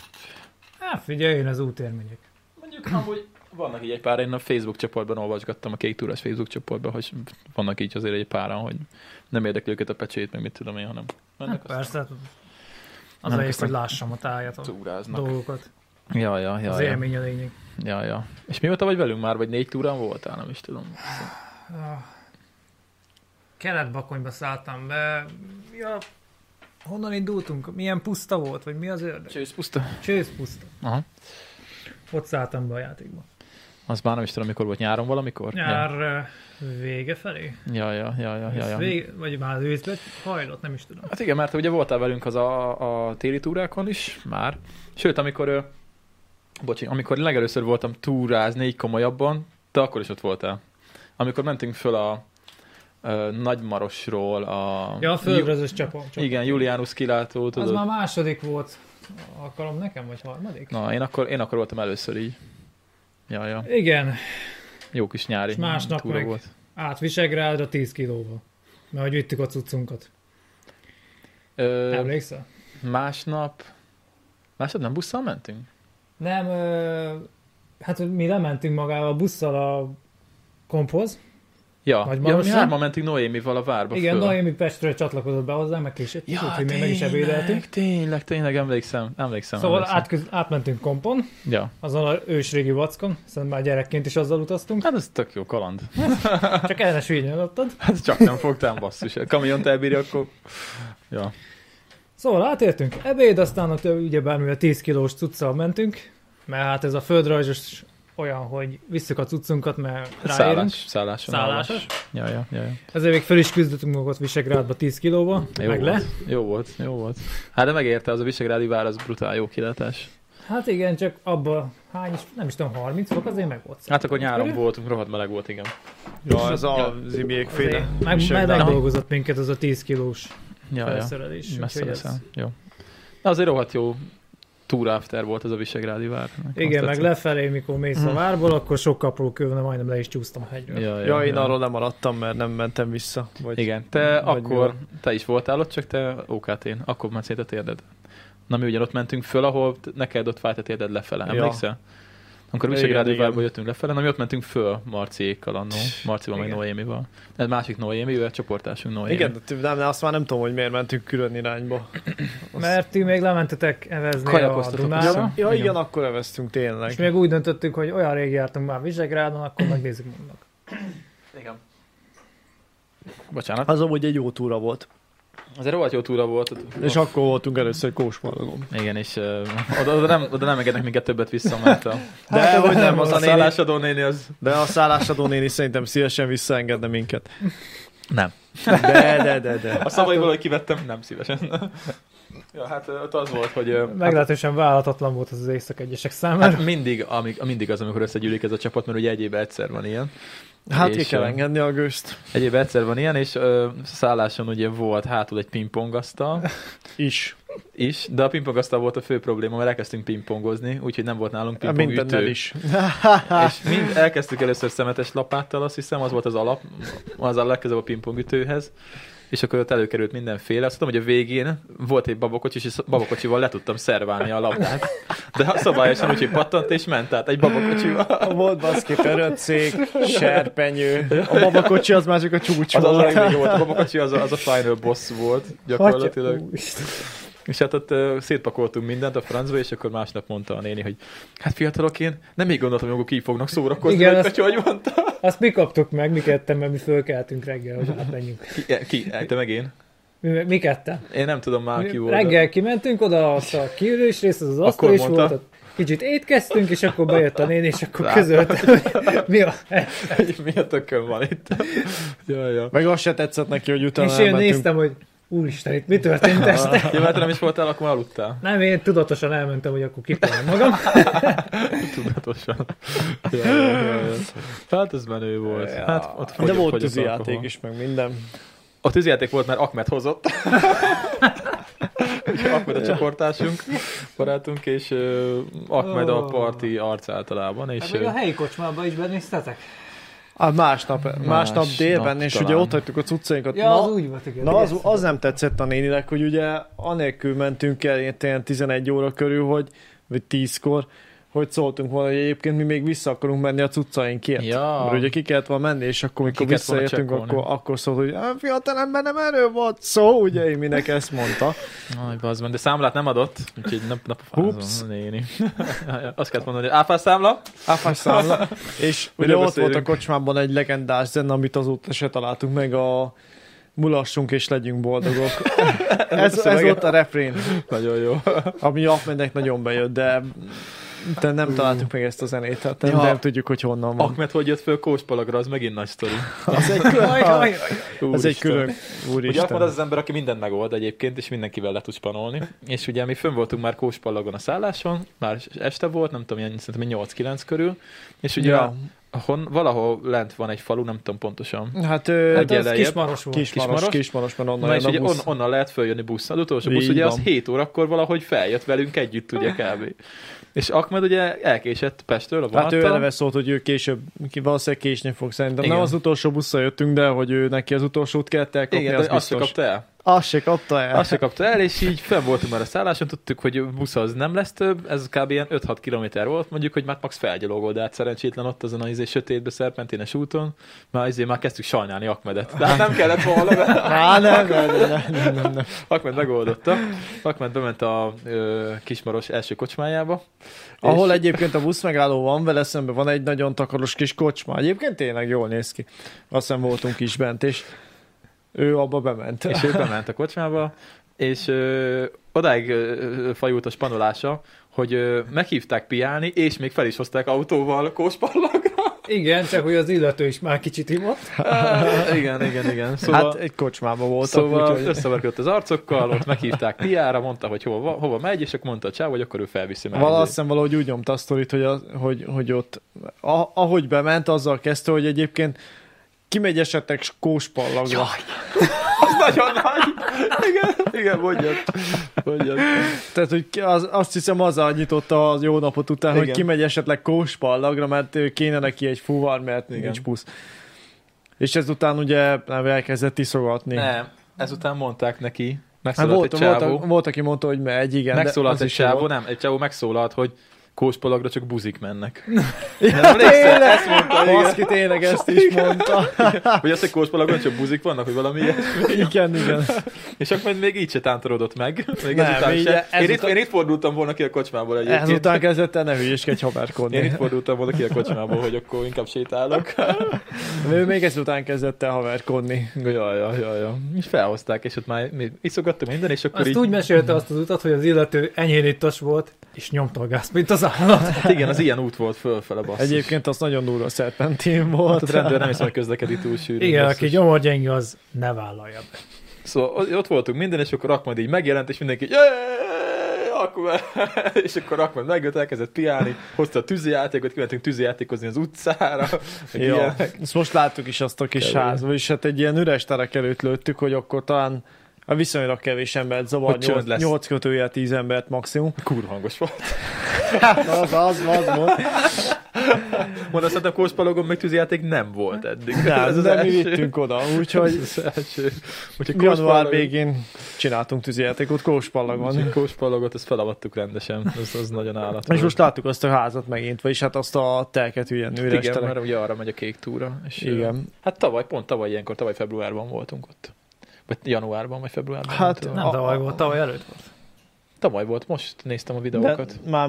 Speaker 2: Hát figyelj, én az útérmények.
Speaker 1: Mondjuk amúgy vannak így egy pár, én a Facebook csoportban olvasgattam, a kék túrás Facebook csoportban, hogy vannak így azért egy páran, hogy nem érdekli őket a pecsét, meg mit tudom én, hanem
Speaker 2: Hát
Speaker 1: mennek azt
Speaker 2: persze, hát az
Speaker 1: Nem,
Speaker 2: elég,
Speaker 1: köszönöm.
Speaker 2: hogy lássam a táját, a
Speaker 1: túráznak.
Speaker 2: dolgokat.
Speaker 1: Ja, ja, ja,
Speaker 2: Az
Speaker 1: ja,
Speaker 2: élmény a lényeg.
Speaker 1: ja, ja. És mióta vagy velünk már, vagy négy túrán voltál, nem is tudom.
Speaker 2: Kelet-Bakonyba szálltam be. Ja, honnan indultunk? Milyen puszta volt, vagy mi az ördög?
Speaker 1: Csősz puszta.
Speaker 2: Csősz puszta.
Speaker 1: Aha.
Speaker 2: Ott szálltam be a játékba.
Speaker 1: Az már nem is tudom, mikor volt nyáron valamikor.
Speaker 2: Nyár ö, vége felé?
Speaker 1: Ja, ja, ja, ja, ja,
Speaker 2: Ja,
Speaker 1: ja. ja.
Speaker 2: Vége, vagy már őszbe hajlott, nem is tudom.
Speaker 1: Hát igen, mert ugye voltál velünk az a, a téli túrákon is már. Sőt, amikor, ö, bocsi, amikor legelőször voltam túrázni így komolyabban, te akkor is ott voltál. Amikor mentünk föl a ö, Nagymarosról a...
Speaker 2: Ja, a földrözös csapon.
Speaker 1: Ju- igen, Julianus kilátó,
Speaker 2: Az
Speaker 1: tudod.
Speaker 2: már második volt alkalom nekem, vagy harmadik?
Speaker 1: Na, én akkor, én akkor voltam először így. Ja, ja.
Speaker 2: Igen,
Speaker 1: Jó kis nyári
Speaker 2: És másnap
Speaker 1: túra
Speaker 2: meg.
Speaker 1: volt.
Speaker 2: át Visegrádra 10 kilóval. Mert hogy vittük a cuccunkat.
Speaker 1: Ö,
Speaker 2: Emlékszel?
Speaker 1: másnap... Másnap nem busszal mentünk?
Speaker 2: Nem, ö, hát mi lementünk magával a busszal a komphoz.
Speaker 1: Ja, ja mi
Speaker 2: Nagymarosra?
Speaker 1: hárman mentünk Noémival a várba
Speaker 2: Igen,
Speaker 1: föl.
Speaker 2: Noémi Pestről csatlakozott be hozzá, meg késett, ja, úgyhogy még meg is ebédeltünk.
Speaker 1: tényleg, tényleg emlékszem, emlékszem.
Speaker 2: Szóval
Speaker 1: emlékszem.
Speaker 2: átköz, átmentünk kompon,
Speaker 1: Ja.
Speaker 2: azon a ősrégi vackon, hiszen már gyerekként is azzal utaztunk,
Speaker 1: Hát ez tök jó kaland.
Speaker 2: csak ellenes ügyen adtad.
Speaker 1: Hát csak nem fogtam basszus. Hát A kamiont elbírja, akkor... Ja.
Speaker 2: Szóval átértünk ebéd, aztán ott ugye bármivel 10 kilós cuccal mentünk, mert hát ez a földrajzos olyan, hogy visszük a cuccunkat, mert ráérünk.
Speaker 1: Szállás, szálláson.
Speaker 2: Szállásos.
Speaker 1: Ja, ja, ja, ja.
Speaker 2: Ezért még föl is küzdöttünk magunkat Visegrádba 10 kilóba,
Speaker 1: Jó
Speaker 2: meg le.
Speaker 1: volt. Jó volt, jó volt. Hát de megérte az a visegrádi vár, az brutál jó kilátás.
Speaker 2: Hát igen, csak abba hány is, nem is tudom, 30 fok, azért meg volt.
Speaker 1: Hát akkor nyáron
Speaker 2: Körül?
Speaker 1: voltunk, rohadt meleg volt, igen.
Speaker 3: Ja, ez a zimiék féle.
Speaker 2: Azért Meg, meg
Speaker 3: Visegrádon.
Speaker 2: megdolgozott minket az a 10 kilós
Speaker 1: Ja, ja.
Speaker 2: felszerelés.
Speaker 1: Messze
Speaker 2: úgyhogy ez-
Speaker 1: leszel. Jó. De azért rohadt jó tour after volt ez a visegrádi vár. Nekem
Speaker 2: Igen,
Speaker 1: azt
Speaker 2: meg
Speaker 1: tetszett.
Speaker 2: lefelé, mikor mész a
Speaker 1: Mm.
Speaker 2: várból, akkor sok apró kövön, majdnem le is csúsztam a hegyről.
Speaker 1: Ja, ja,
Speaker 3: Ja, én
Speaker 1: ja.
Speaker 3: arról lemaradtam, mert nem mentem vissza. Vagy
Speaker 1: Igen, te
Speaker 3: Vagy
Speaker 1: akkor, te is voltál ott, csak te OKT-n, akkor ment szét a térded. Na mi ugyanott mentünk föl, ahol t- neked ott fájt a térded lefele,
Speaker 3: Ja.
Speaker 1: emlékszel? Amikor
Speaker 3: Igen,
Speaker 1: Visegrádi
Speaker 3: igen.
Speaker 1: várba jöttünk lefele, na mi ott mentünk föl Marciékkal annó, Marcival meg
Speaker 2: Igen.
Speaker 1: Noémival. Ez másik Noémi, ő a csoportásunk Noémi.
Speaker 3: Igen, de t- nem, azt már nem tudom, hogy miért mentünk külön irányba. Azt-
Speaker 2: Mert ti még lementetek evezni a
Speaker 1: Kajakoztatok
Speaker 2: Dunára,
Speaker 1: vissza.
Speaker 3: Ja, ja,
Speaker 1: Igen.
Speaker 3: igen, akkor eveztünk
Speaker 2: és
Speaker 3: tényleg.
Speaker 2: még úgy döntöttük, hogy olyan rég jártunk már Visegrádon, akkor megnézzük magunknak.
Speaker 1: igen. Bocsánat.
Speaker 3: Az amúgy egy jó túra volt.
Speaker 1: Azért rohadt jó túra volt.
Speaker 3: És akkor voltunk először Kósmaragon.
Speaker 1: Igen, és ö, oda, oda, nem, oda nem engednek minket többet vissza, mert a,
Speaker 3: De
Speaker 2: Hát,
Speaker 3: hogy nem,
Speaker 1: az
Speaker 3: az a
Speaker 1: a
Speaker 3: néni,
Speaker 1: szállásadó néni az...
Speaker 3: de a szállásadó néni szerintem szívesen visszaengedne minket.
Speaker 1: Nem.
Speaker 3: De, de, de, de.
Speaker 1: A szavaiból, hogy kivettem, nem szívesen. ja, hát ö, ott az volt, hogy... ö,
Speaker 2: Meglehetősen vállalatlan volt az az éjszak egyesek számára.
Speaker 1: Hát mindig, amíg, mindig az, amikor összegyűlik ez a csapat, mert ugye egy évben egyszer van ilyen.
Speaker 3: Hát ki
Speaker 1: És,
Speaker 3: kell
Speaker 1: ö,
Speaker 3: engedni a gőzt.
Speaker 1: Egy évben egyszer van ilyen, és ö, szálláson ugye volt hátul egy pingpongasztal
Speaker 3: Is.
Speaker 1: is, de a pingpongasztal volt a fő probléma, mert elkezdtünk pingpongozni, úgyhogy nem volt nálunk
Speaker 3: Hát, Mindennel
Speaker 1: pingpongütő.
Speaker 3: is. Ah.
Speaker 1: És mind elkezdtük először szemetes lapáttal, azt hiszem, az volt az alap, az a legközelebb a pingpongütőhez és akkor ott előkerült mindenféle. Azt tudom, hogy a végén volt egy babakocsi, és a babakocsival le tudtam szerválni a labdát. De szabályosan úgy, hogy pattant és ment, tehát egy babakocsival.
Speaker 3: Volt baszki töröncék, serpenyő. A babakocsi az már csak a csúcs
Speaker 1: Az az a
Speaker 3: volt.
Speaker 1: legvége volt, a babakocsi az a, az a final boss volt gyakorlatilag.
Speaker 2: Atya, úristen.
Speaker 1: És hát ott uh, szétpakoltunk mindent a francba, és akkor másnap mondta a néni, hogy hát fiatalok én nem így gondoltam, hogy maguk így fognak szórakozni,
Speaker 2: Igen,
Speaker 1: Igen, hogy
Speaker 2: azt-
Speaker 1: azt... hogy mondta.
Speaker 2: Azt mi kaptuk meg, mi ketten, mert mi fölkeltünk reggel, hogy átmenjünk.
Speaker 1: Ki, ki, te meg én?
Speaker 2: Mi, mi ketten?
Speaker 1: Én nem tudom már ki volt. de-
Speaker 2: Reggel kimentünk oda, azt a kiülős rész, az az
Speaker 1: Akkor
Speaker 2: asztal is
Speaker 1: mondta.
Speaker 2: volt, ott kicsit étkeztünk, és akkor bejött a néni, és akkor közöltem, hogy mi a...
Speaker 1: Hogy mi a tökön van itt. ja, ja.
Speaker 3: Meg azt se tetszett neki, hogy utána
Speaker 2: és én
Speaker 3: elmentünk.
Speaker 2: néztem, hogy úristen, itt mi történt este?
Speaker 1: Ja, mert Ah. te nem is voltál, akkor aludtál.
Speaker 2: Nem, én tudatosan elmentem, hogy akkor kipolom magam.
Speaker 1: Tudatosan. Ja, ja, ja, ja. Hát ez menő volt.
Speaker 3: Ja.
Speaker 1: Hát ott
Speaker 3: De
Speaker 1: fogyott-
Speaker 3: volt
Speaker 1: fogyott
Speaker 3: tűzijáték
Speaker 1: alkohol.
Speaker 3: is, meg minden.
Speaker 1: A tűzjáték volt, mert Akmet hozott. Ugye Akmed a csoportásunk, barátunk, és uh, Akmed a parti arc általában, és
Speaker 2: Hát, Meg
Speaker 1: ö,
Speaker 2: a helyi kocsmába is benéztetek?
Speaker 1: Hát
Speaker 3: Á, másnap, másnap, másnap
Speaker 1: Másnap
Speaker 3: délben, és
Speaker 1: talán.
Speaker 3: ugye ott hagytuk a cuccainkat.
Speaker 2: Ja, az úgy volt, igen.
Speaker 3: Na, az, az nem tetszett a néninek, hogy ugye anélkül mentünk el, ilyen tényleg 11 óra körül, hogy, vagy 10-kor, hogy szóltunk volna, hogy egyébként mi még vissza akarunk menni a cuccainkért.
Speaker 1: Ja.
Speaker 3: Mert ugye ki kellett volna menni, és akkor mikor
Speaker 1: Ki kellett volna
Speaker 3: visszaértünk,
Speaker 1: csekkolni.
Speaker 3: akkor, akkor szólt, hogy "Á, fiatalember nem erről volt szó, ugye én minek ezt mondta.
Speaker 1: Aj, bazd meg, de számlát nem adott, úgyhogy nap, nap
Speaker 3: Ups.
Speaker 1: fázom, néni. Azt kellett mondani, hogy áfás számla?
Speaker 3: Áfás számla. És ugye
Speaker 1: Miről
Speaker 3: ott
Speaker 1: beszélünk?
Speaker 3: volt a kocsmában egy legendás zene, amit azóta se találtunk meg a mulassunk és legyünk boldogok. ez, ez
Speaker 1: szövege.
Speaker 3: volt a refrén.
Speaker 1: Nagyon jó.
Speaker 3: Ami Ahmednek nagyon bejött, de, de nem találtuk meg ezt a zenét, tehát nem,
Speaker 1: Ja.
Speaker 3: nem tudjuk, hogy honnan van.
Speaker 1: Akmet hogy jött föl Kóspalagra, az megint nagy sztori.
Speaker 3: Ez egy külön, ez egy
Speaker 1: Úristen.
Speaker 3: külön
Speaker 1: Ugye Akmed az
Speaker 3: úristen.
Speaker 1: az ember, aki mindent megold egyébként, és mindenkivel le tud spanolni. És ugye mi fönn voltunk már Kóspallagon a szálláson, már este volt, nem tudom, ilyen, szerintem 8-9 körül, és ugye
Speaker 3: Ja.
Speaker 1: ja. hon, valahol lent van egy falu, nem tudom pontosan.
Speaker 3: Hát ö,
Speaker 1: Egy-
Speaker 3: hát
Speaker 2: az
Speaker 1: lejjebb.
Speaker 2: kismaros volt.
Speaker 3: kismaros,
Speaker 1: Kismaros.
Speaker 3: kismaros, mert onnan
Speaker 1: Na, Na és
Speaker 3: jön a
Speaker 1: ugye on,
Speaker 3: busz.
Speaker 1: onnan lehet följönni busszal, az utolsó busz
Speaker 3: Így
Speaker 1: ugye az
Speaker 3: van.
Speaker 1: 7 órakor valahogy feljött velünk együtt ugye kb. És Akmed ugye elkésett Pestről a
Speaker 3: Hát
Speaker 1: vonattal.
Speaker 3: ő eleve szólt, hogy ő később, ki valószínűleg késni fog szerintem. Nem
Speaker 1: Igen.
Speaker 3: az utolsó busszal jöttünk, de hogy ő neki az utolsót kellett elkapni,
Speaker 1: igen,
Speaker 3: az
Speaker 1: de azt se
Speaker 3: biztos.
Speaker 1: kapta el.
Speaker 3: Azt se kapta el.
Speaker 1: Azt se kapta el, és így fenn voltunk már a szálláson, tudtuk, hogy busz az nem lesz több, ez kb. ilyen 5-6 km volt, mondjuk, hogy már max felgyalogol, de hát szerencsétlen ott azon a izé, sötétbe szerpentines úton, már izé már kezdtük sajnálni Akmedet. De hát nem kellett volna, mert
Speaker 3: Á, nem, nem, nem, nem, nem, nem, nem.
Speaker 1: Akmed megoldotta. Akmed bement a ö, kismaros első kocsmájába.
Speaker 3: Ahol
Speaker 1: és-
Speaker 3: egyébként a buszmegálló van, vele szemben van egy nagyon takaros kis kocsma. Egyébként tényleg jól néz ki. Azt hiszem voltunk is bent, és ő abba bement.
Speaker 1: És ő bement a kocsmába, és ö, odáig ö, ö, fajult a spanolása, hogy ö, meghívták piálni, és még fel is hozták autóval kóspallagra.
Speaker 2: Igen, csak hogy az illető is már kicsit ivott.
Speaker 1: Ö, igen, igen, igen. Szóval,
Speaker 3: Hát egy kocsmába voltak,
Speaker 1: szóval
Speaker 3: úgyhogy-
Speaker 1: összeverkedett az arcokkal, ott meghívták piára, mondta, hogy hova, hova megy, és akkor mondta a csáv, hogy akkor ő felviszi már.
Speaker 3: Valahogy azt hiszem valahogy úgy nyomta a sztorit, hogy, a, hogy, hogy ott, a, ahogy bement, azzal kezdte, hogy egyébként kimegy esetleg kóspallagra.
Speaker 1: az nagyon nagy. Igen, igen, mondjad. mondjad.
Speaker 3: Tehát, hogy ki- az, azt hiszem azzal nyitotta a jó napot után, Igen. hogy
Speaker 1: Igen.
Speaker 3: kimegy esetleg kóspallagra, mert ő kéne neki egy fuvar, mert Igen.
Speaker 1: Igen.
Speaker 3: nincs busz. És ezután ugye nem elkezdett iszogatni.
Speaker 1: Nem, ezután mondták neki,
Speaker 3: Hát
Speaker 1: megszólalt
Speaker 3: volt,
Speaker 1: egy
Speaker 3: volt,
Speaker 1: csávó.
Speaker 3: volt, volt, aki mondta, hogy megy, igen. de
Speaker 1: megszólalt
Speaker 3: az
Speaker 1: egy
Speaker 3: is
Speaker 1: csávó,
Speaker 3: volt.
Speaker 1: nem, egy csávó megszólalt, hogy kóspalagra csak buzik mennek.
Speaker 3: Ja,
Speaker 1: emlékszel?
Speaker 3: tényleg,
Speaker 1: Ezt mondta, igen.
Speaker 3: Baszki, tényleg ezt is mondta.
Speaker 1: Vagy azt, hogy kóspalagon csak buzik vannak, hogy valami ilyen.
Speaker 3: Igen, igen.
Speaker 1: És akkor még így se tántorodott meg. Még
Speaker 3: Nem,
Speaker 1: nem, ezután
Speaker 3: így
Speaker 1: sem.
Speaker 3: ezután-
Speaker 1: Én, itt, én itt fordultam volna ki a kocsmából egyébként.
Speaker 3: Ezután kezdett el ne hülyeskedj
Speaker 1: Én itt
Speaker 3: haverkodni.
Speaker 1: fordultam volna ki a kocsmából, hogy akkor inkább sétálok.
Speaker 3: Ő még ezután kezdett el haverkodni.
Speaker 1: Jaj, jaj, jaj, jaj. És felhozták, és ott már mi iszogattunk minden, és akkor
Speaker 2: Azt
Speaker 1: így...
Speaker 2: úgy mesélte azt az utat, hogy az illető enyénítos volt, és nyomta a gázt, mint az állat.
Speaker 1: Hát igen, az ilyen út volt fölfele, basszus.
Speaker 3: Egyébként az nagyon durva szerpentin volt.
Speaker 1: Hát a rendőr nem hiszem, hogy közlekedik túl sűrűn.
Speaker 2: Igen,
Speaker 1: basszus.
Speaker 2: aki gyomorgyengű, az ne vállalja be.
Speaker 1: Szóval ott voltunk minden, és akkor Akmad így megjelent, és mindenki "Jéééé, Akmad! és akkor Akmad megjött, elkezdett piálni, hozta a tűzijátékot, kimentünk tűzijátékozni az utcára. meg
Speaker 3: Ja,
Speaker 1: ilyenek.
Speaker 3: ezt most láttuk is azt a kis
Speaker 1: Kevés.
Speaker 3: házba, és hát egy ilyen üres terek előtt lőttük, hogy akkor talán a viszonylag kevés embert zavar,
Speaker 1: Hogy csönd
Speaker 3: 8,
Speaker 1: lesz.
Speaker 3: 8 kötője 10 embert maximum.
Speaker 1: Kurva hangos volt.
Speaker 3: Az, az, az volt.
Speaker 1: Mondom, szerintem Kóspalogon még tűzijáték nem volt eddig.
Speaker 3: Nem,
Speaker 1: Ez az
Speaker 3: de mi
Speaker 1: első.
Speaker 3: vittünk oda,
Speaker 1: Ez
Speaker 3: úgyhogy
Speaker 1: az első. Úgyhogy
Speaker 3: január
Speaker 1: Kóspalagon-
Speaker 3: végén csináltunk tűzijátékot Kóspallagon.
Speaker 1: úgyhogy Kóspalogot, ezt felavattuk rendesen. Ez, az nagyon állat.
Speaker 3: És most láttuk azt a házat megint, vagyis hát azt a telket ilyen üres
Speaker 1: igen,
Speaker 3: terek.
Speaker 1: mert ugye arra megy a kék túra. És
Speaker 3: Igen.
Speaker 1: Hát tavaly, pont tavaly ilyenkor, tavaly februárban voltunk ott. Vagy januárban, vagy februárban.
Speaker 3: Hát,
Speaker 1: tudom.
Speaker 2: Nem
Speaker 3: A-
Speaker 2: tavaly volt, tavaly előtt volt.
Speaker 1: tavaly volt, most néztem a
Speaker 3: De
Speaker 1: videókat. De,
Speaker 3: már,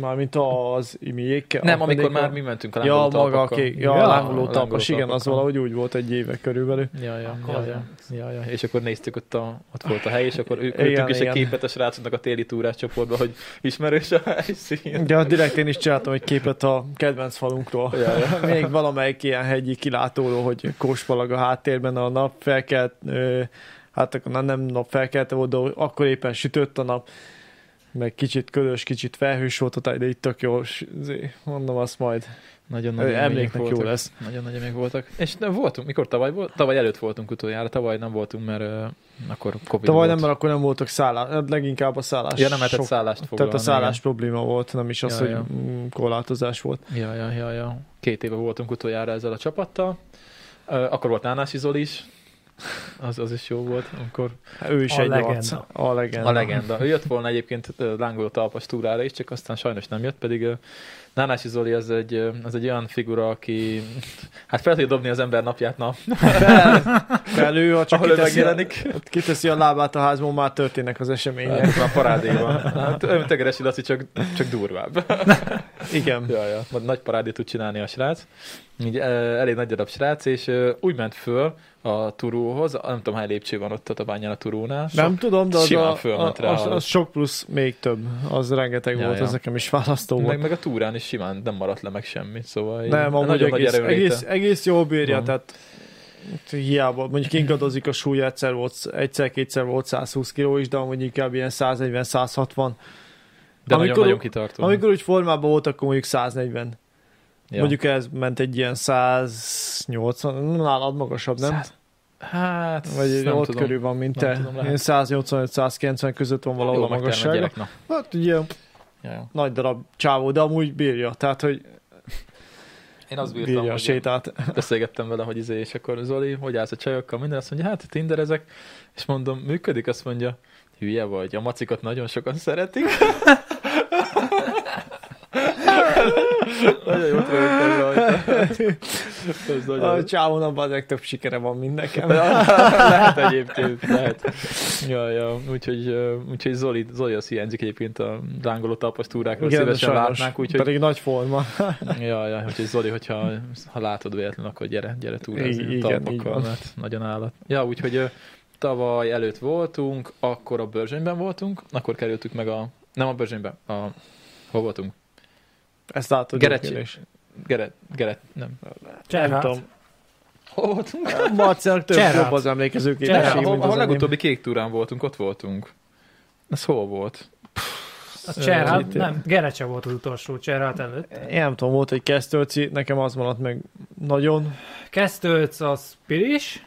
Speaker 3: már mint az imiékkel.
Speaker 1: nem,
Speaker 3: pedig
Speaker 1: amikor már
Speaker 3: a-
Speaker 1: mi mentünk a
Speaker 3: Ja,
Speaker 1: lángoló
Speaker 3: maga a
Speaker 1: talpakkal.
Speaker 3: kék, ja,
Speaker 2: Ja,
Speaker 3: a
Speaker 2: lángoló
Speaker 3: lángoló talpas, igen, az
Speaker 1: talpakkal.
Speaker 3: valahogy úgy volt egy éve körülbelül.
Speaker 1: Ja, ja,
Speaker 2: Akkor
Speaker 1: ja,
Speaker 2: az
Speaker 1: ja,
Speaker 2: emlékszem.
Speaker 1: ja, ja, és akkor néztük ott, a, ott volt a hely, és akkor ők
Speaker 3: Igen,
Speaker 1: küldtünk is egy
Speaker 3: igen.
Speaker 1: képet a srácoknak a téli túrás csoportba, hogy ismerős a helyszín.
Speaker 3: De direkt én is csináltam egy képet a kedvenc falunkról.
Speaker 1: Ja, ja.
Speaker 3: Még valamelyik ilyen hegyi kilátóról, hogy kóspalag a háttérben a nap felkelt, ö, hát akkor na- nem nap felkelte volt, de akkor éppen sütött a nap, meg kicsit ködös, kicsit felhős volt a táj, de itt tök jó, s- zé, mondom azt majd,
Speaker 1: Nagyon
Speaker 3: Ö,
Speaker 1: nagy emlékek
Speaker 3: emléknek jó
Speaker 1: voltak.
Speaker 3: lesz.
Speaker 1: Nagyon nagy emlékek voltak. És nem voltunk, mikor tavaly volt? Tavaly előtt voltunk utoljára, tavaly nem voltunk, mert ö, akkor Covid
Speaker 3: Tavaly nem,
Speaker 1: volt.
Speaker 3: mert akkor nem voltak szállás, leginkább a szállás.
Speaker 1: Ja, nem lehetett
Speaker 3: sok-
Speaker 1: szállást
Speaker 3: Tehát
Speaker 1: foglalni.
Speaker 3: a szállás probléma volt, nem is az,
Speaker 1: Ja,
Speaker 3: hogy
Speaker 1: ja.
Speaker 3: mm, korlátozás volt.
Speaker 1: igen. Ja, ja, ja, ja. Két éve voltunk utoljára ezzel a csapattal. Ö, Akkor volt Nánási Zoli is. Az, az is jó volt, amikor
Speaker 3: Ő is
Speaker 2: A
Speaker 3: egy
Speaker 2: legenda.
Speaker 3: arc. A legenda.
Speaker 1: A legenda. Ő jött volna egyébként ö, lángoló talpas túrára is, csak aztán sajnos nem jött, pedig ö, Nánási Zoli az egy, ö, az egy olyan figura, aki hát fel tudja dobni az ember napját nap,
Speaker 3: Fel, felül, ha csak
Speaker 1: ahol ő
Speaker 3: kiteszi, a, hát
Speaker 1: megjelenik.
Speaker 3: kiteszi a lábát a házból, már történnek az események.
Speaker 1: Hát, már parádéban. Hát, ön tegeresi Laci csak, csak durvább. Hát.
Speaker 3: Igen.
Speaker 1: Ja, ja. Majd Nagy parádét tud csinálni a srác. Így, eh, elég nagy darab srác, és eh, úgy ment föl a turóhoz, nem tudom hány lépcső van ott a bányán a turónál.
Speaker 3: Nem tudom, de az,
Speaker 1: simán
Speaker 3: a,
Speaker 1: fölment
Speaker 3: a,
Speaker 1: rá
Speaker 3: az,
Speaker 1: az.
Speaker 3: az sok plusz még több. Az rengeteg
Speaker 1: Ja,
Speaker 3: volt,
Speaker 1: ja.
Speaker 3: az nekem is választó
Speaker 1: Meg,
Speaker 3: volt.
Speaker 1: meg a túrán is simán nem maradt le meg semmi, szóval így
Speaker 3: Nem, amúgy
Speaker 1: nagyon
Speaker 3: egész,
Speaker 1: nagy erőnléte.
Speaker 3: egész, egész jól bírja,
Speaker 1: Van.
Speaker 3: tehát hiába, mondjuk ingadozik a súly, egyszer volt, egyszer-kétszer volt 120 kg is, de amúgy inkább ilyen 140-160.
Speaker 1: De
Speaker 3: amikor-
Speaker 1: nagyon-nagyon kitartó.
Speaker 3: Amikor úgy formában volt, akkor mondjuk 140. Ja. Mondjuk ez ment egy ilyen 180, nálad magasabb, nem? 100,
Speaker 1: Hát,
Speaker 3: Vagy
Speaker 1: nem
Speaker 3: ott
Speaker 1: tudom.
Speaker 3: körül van, mint
Speaker 1: Nem
Speaker 3: te.
Speaker 1: tudom, lehet.
Speaker 3: Én 185-190 között van valahol
Speaker 1: Jó,
Speaker 3: a
Speaker 1: megtermett
Speaker 3: magasság.
Speaker 1: gyerek, na.
Speaker 3: Hát ugye
Speaker 1: Ja, ja.
Speaker 3: nagy darab csávó, de amúgy bírja, tehát hogy
Speaker 1: Én azt bírtam,
Speaker 3: bírja a
Speaker 1: hogy
Speaker 3: sétát.
Speaker 1: beszélgettem vele, hogy izé, és akkor Zoli, hogy állsz a csajokkal, minden, azt mondja, hát tinderezek, és mondom, működik, azt mondja, hülye vagy, a macikat nagyon sokan szeretik. nagyon jót rögtem rajta. Ez
Speaker 3: A
Speaker 1: nagyon...
Speaker 3: csávón abban a legtöbb sikere van, mint nekem.
Speaker 1: lehet egyébként, lehet. Ja, ja. Úgyhogy, ö, úgyhogy Zoli, Zoli az hiányzik egyébként a lángoló talpas túrákról,
Speaker 3: Igen,
Speaker 1: szívesen
Speaker 3: sajnos.
Speaker 1: látnánk, úgyhogy
Speaker 3: Pedig nagy forma.
Speaker 1: Ja, ja, úgyhogy Zoli, hogyha ha látod véletlenül, akkor gyere, gyere
Speaker 3: I-
Speaker 1: túrázni
Speaker 3: igen,
Speaker 1: a
Speaker 3: így
Speaker 1: talpakkal,
Speaker 3: van.
Speaker 1: mert nagyon állat. Ja, úgyhogy ö, tavaly előtt voltunk, akkor a Börzsönyben voltunk, akkor kerültük meg a... Nem a Börzsönyben, a... Hol voltunk?
Speaker 3: Ezt látod.
Speaker 1: Gerecsi.
Speaker 3: Gyuri is.
Speaker 1: Geret, Geret, nem.
Speaker 3: Nem
Speaker 2: Cserhát.
Speaker 3: tudom.
Speaker 1: Hol voltunk?
Speaker 3: Marcinak több
Speaker 2: Cserhát.
Speaker 3: jobb az emlékezőképesség,
Speaker 1: Nem,
Speaker 2: Cserhát,
Speaker 3: mint
Speaker 1: ahol,
Speaker 3: az
Speaker 1: ahol
Speaker 3: enyém.
Speaker 1: legutóbbi kék túrán voltunk, ott voltunk. Ez hol volt?
Speaker 2: A Cserhát,
Speaker 3: Itt-
Speaker 2: nem, Gerecse volt az utolsó Cserhát előtt.
Speaker 3: Én nem tudom, volt egy kesztölci, nekem az maradt meg nagyon.
Speaker 2: Kesztölc a Spiris,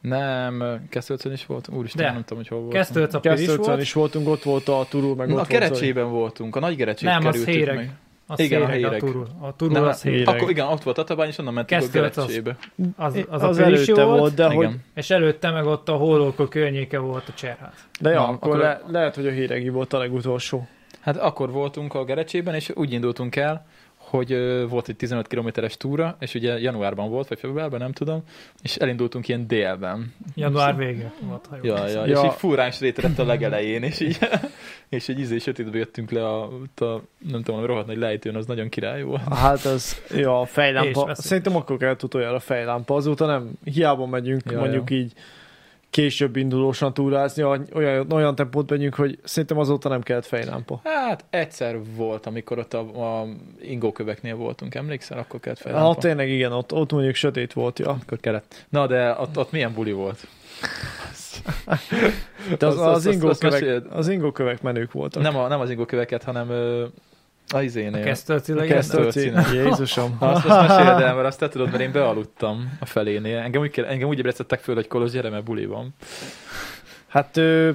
Speaker 1: Nem, Keszölcön is volt? Úristen,
Speaker 2: De.
Speaker 1: nem tudom, hogy hol volt.
Speaker 2: Kesztölc a Piris
Speaker 3: Kesztölcön
Speaker 2: volt,
Speaker 3: is voltunk, ott volt a Turul, meg
Speaker 1: Na,
Speaker 3: ott
Speaker 1: a
Speaker 3: volt Zoli.
Speaker 1: Gerecsében voltunk, a nagy Gerecsét
Speaker 2: Nem, az
Speaker 1: kerültük
Speaker 2: Héreg.
Speaker 1: meg.
Speaker 2: a
Speaker 1: Igen, a
Speaker 2: Széreg, a
Speaker 1: Héreg.
Speaker 2: Turul. A Turul
Speaker 1: Nem,
Speaker 2: az Héreg.
Speaker 3: Héreg.
Speaker 1: Akkor igen, ott volt Tatabány, és onnan mentünk
Speaker 2: Kesztyölc
Speaker 1: a
Speaker 2: az-
Speaker 1: Gerecsébe.
Speaker 2: Az, az,
Speaker 3: az,
Speaker 2: a Pirisi
Speaker 3: előtte
Speaker 2: volt,
Speaker 3: volt, de
Speaker 1: Igen.
Speaker 3: hogy
Speaker 2: és előtte meg ott a Hollókó környéke volt a Cserhát.
Speaker 3: De ja,
Speaker 1: Na,
Speaker 3: akkor,
Speaker 1: akkor-
Speaker 3: le, lehet, hogy a híregi volt a legutolsó.
Speaker 1: Hát akkor voltunk a Gerecsében, és úgy indultunk el, hogy ö, volt egy 15 kilométeres túra, és ugye januárban volt, vagy februárban, nem tudom, és elindultunk ilyen délben.
Speaker 2: Január vége volt, ha jól
Speaker 1: Ja, ja, ja.
Speaker 3: Ja.
Speaker 1: És így furán lett a legelején, és így, és egy izé sötétbe jöttünk le a, ott a nem tudom, a rohadt nagy lejtőn, az nagyon király volt.
Speaker 3: Hát az, ja, a
Speaker 2: És
Speaker 3: fejlámpa.
Speaker 2: veszett.
Speaker 3: Szerintem akkor kellett utoljára a fejlámpa. Azóta nem, hiába megyünk,
Speaker 1: Ja,
Speaker 3: ja, mondjuk így később indulósan túrázni, olyan, olyan tempót megyünk, hogy szerintem azóta nem kellett fejlámpa.
Speaker 1: Hát egyszer volt, amikor ott a, a ingóköveknél voltunk, emlékszel? Akkor kellett fel.
Speaker 3: Hát tényleg igen, ott, ott mondjuk sötét volt, ja.
Speaker 1: Akkor kellett. Na, de ott, ott milyen buli volt?
Speaker 3: De az,
Speaker 1: Azt- azt- azt- azt
Speaker 3: az, az, ingókövek,
Speaker 1: meséld.
Speaker 3: az ingókövek menők voltak.
Speaker 1: Nem, a, nem az ingóköveket, hanem ö, a izénél.
Speaker 2: Kesztölci
Speaker 3: A
Speaker 2: legenda.
Speaker 3: Kesztölci.
Speaker 1: Kesztölci.
Speaker 3: Jézusom.
Speaker 1: Na, Azt most meséled el, mert azt te tudod, mert én bealudtam a felénél. Engem úgy, kell- engem úgy ébresztettek föl, hogy Kolos, gyere, mert buli van.
Speaker 3: Hát ö,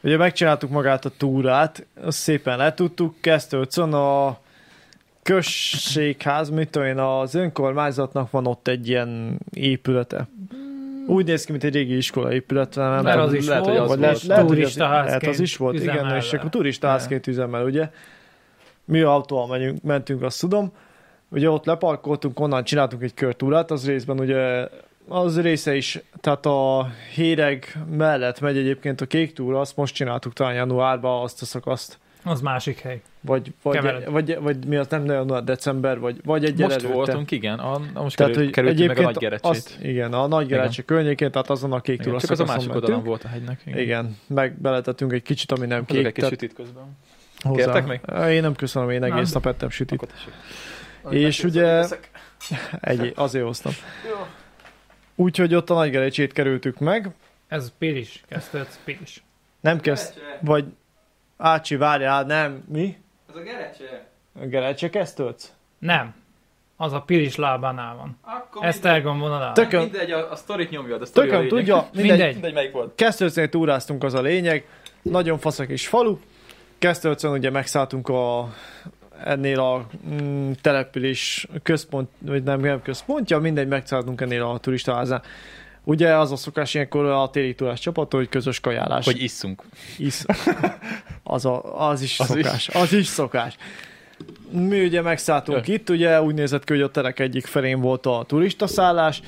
Speaker 3: ugye megcsináltuk magát a túrát, azt szépen letudtuk, Kesztőcön a községház, mit tudom én, az önkormányzatnak van ott egy ilyen épülete. Úgy néz ki, mint egy régi iskola épület, nem,
Speaker 2: Mert
Speaker 3: tudom,
Speaker 2: az is
Speaker 1: lehet,
Speaker 2: volt.
Speaker 1: hogy az
Speaker 3: vagy
Speaker 1: volt.
Speaker 3: lehet, lehet, hogy az,
Speaker 2: Turistaházként
Speaker 3: lehet, az is volt, igen,
Speaker 2: üzemel.
Speaker 3: és akkor turistaházként üzemel, ugye? Mi autóval menjünk, mentünk, azt tudom. Ugye ott leparkoltunk, onnan csináltunk egy körtúrát, az részben ugye az része is, tehát a héreg mellett megy egyébként a kék túra, azt most csináltuk talán januárban azt a szakaszt.
Speaker 2: Az másik hely.
Speaker 3: Vagy, vagy,
Speaker 2: Kevered.
Speaker 3: vagy, vagy mi az nem nagyon december, vagy, vagy egy
Speaker 1: Most
Speaker 3: előtte.
Speaker 1: voltunk, igen, a, a most
Speaker 3: Tehát,
Speaker 1: Tehát,
Speaker 3: hogy
Speaker 1: került, kerültünk meg a
Speaker 3: egyébként
Speaker 1: nagy gerecsét.
Speaker 3: azt, igen, a nagy gerecse környékén, tehát azon a kék túra
Speaker 1: Csak az a másik oldalon volt a hegynek.
Speaker 3: Igen, meg beletettünk egy kicsit, ami nem
Speaker 1: Azok
Speaker 3: kék.
Speaker 1: egy kis
Speaker 3: tehát
Speaker 1: sütit közben.
Speaker 3: hozzá-
Speaker 1: Kértek még?
Speaker 3: Én nem köszönöm, én egész
Speaker 2: Nem.
Speaker 3: nap ettem sütit.
Speaker 1: Akkor tessék.
Speaker 3: És ugye egy, azért hoztam. Úgyhogy ott a nagygerecsét kerültük meg,
Speaker 2: Ez Pilis, kezdett Pilis.
Speaker 3: nem kezd, vagy Ácsi, várjál, nem, mi?
Speaker 1: Ez a gerecse.
Speaker 3: A gerecse kezdődsz?
Speaker 2: Nem. Az a Pilis lábánál van.
Speaker 1: Akkor
Speaker 2: Esztergom vonalán.
Speaker 3: Tök- Tököm-
Speaker 1: mindegy, a, a sztorit nyomjad, a sztori
Speaker 3: Tököm
Speaker 1: a lényeg.
Speaker 3: tudja, mindegy,
Speaker 2: Mindegy.
Speaker 3: mindegy.
Speaker 1: Mindegy, melyik volt.
Speaker 3: Kesztölcnél túráztunk, az a lényeg. Nagyon faszak is falu. Kesztölcön ugye megszálltunk a, ennél a mm, település központ, vagy nem, nem központja, mindegy, megszálltunk ennél a turistaházán. Ugye az a szokás ilyenkor a téli túrás csapat, hogy közös kajálás.
Speaker 1: Hogy isszunk.
Speaker 3: Isz... Az, a, az is az
Speaker 1: Az is.
Speaker 3: szokás. Is. Az is szokás. Mi ugye megszálltunk itt, ugye úgy nézett ki, hogy a terek egyik felén volt a turistaszállás,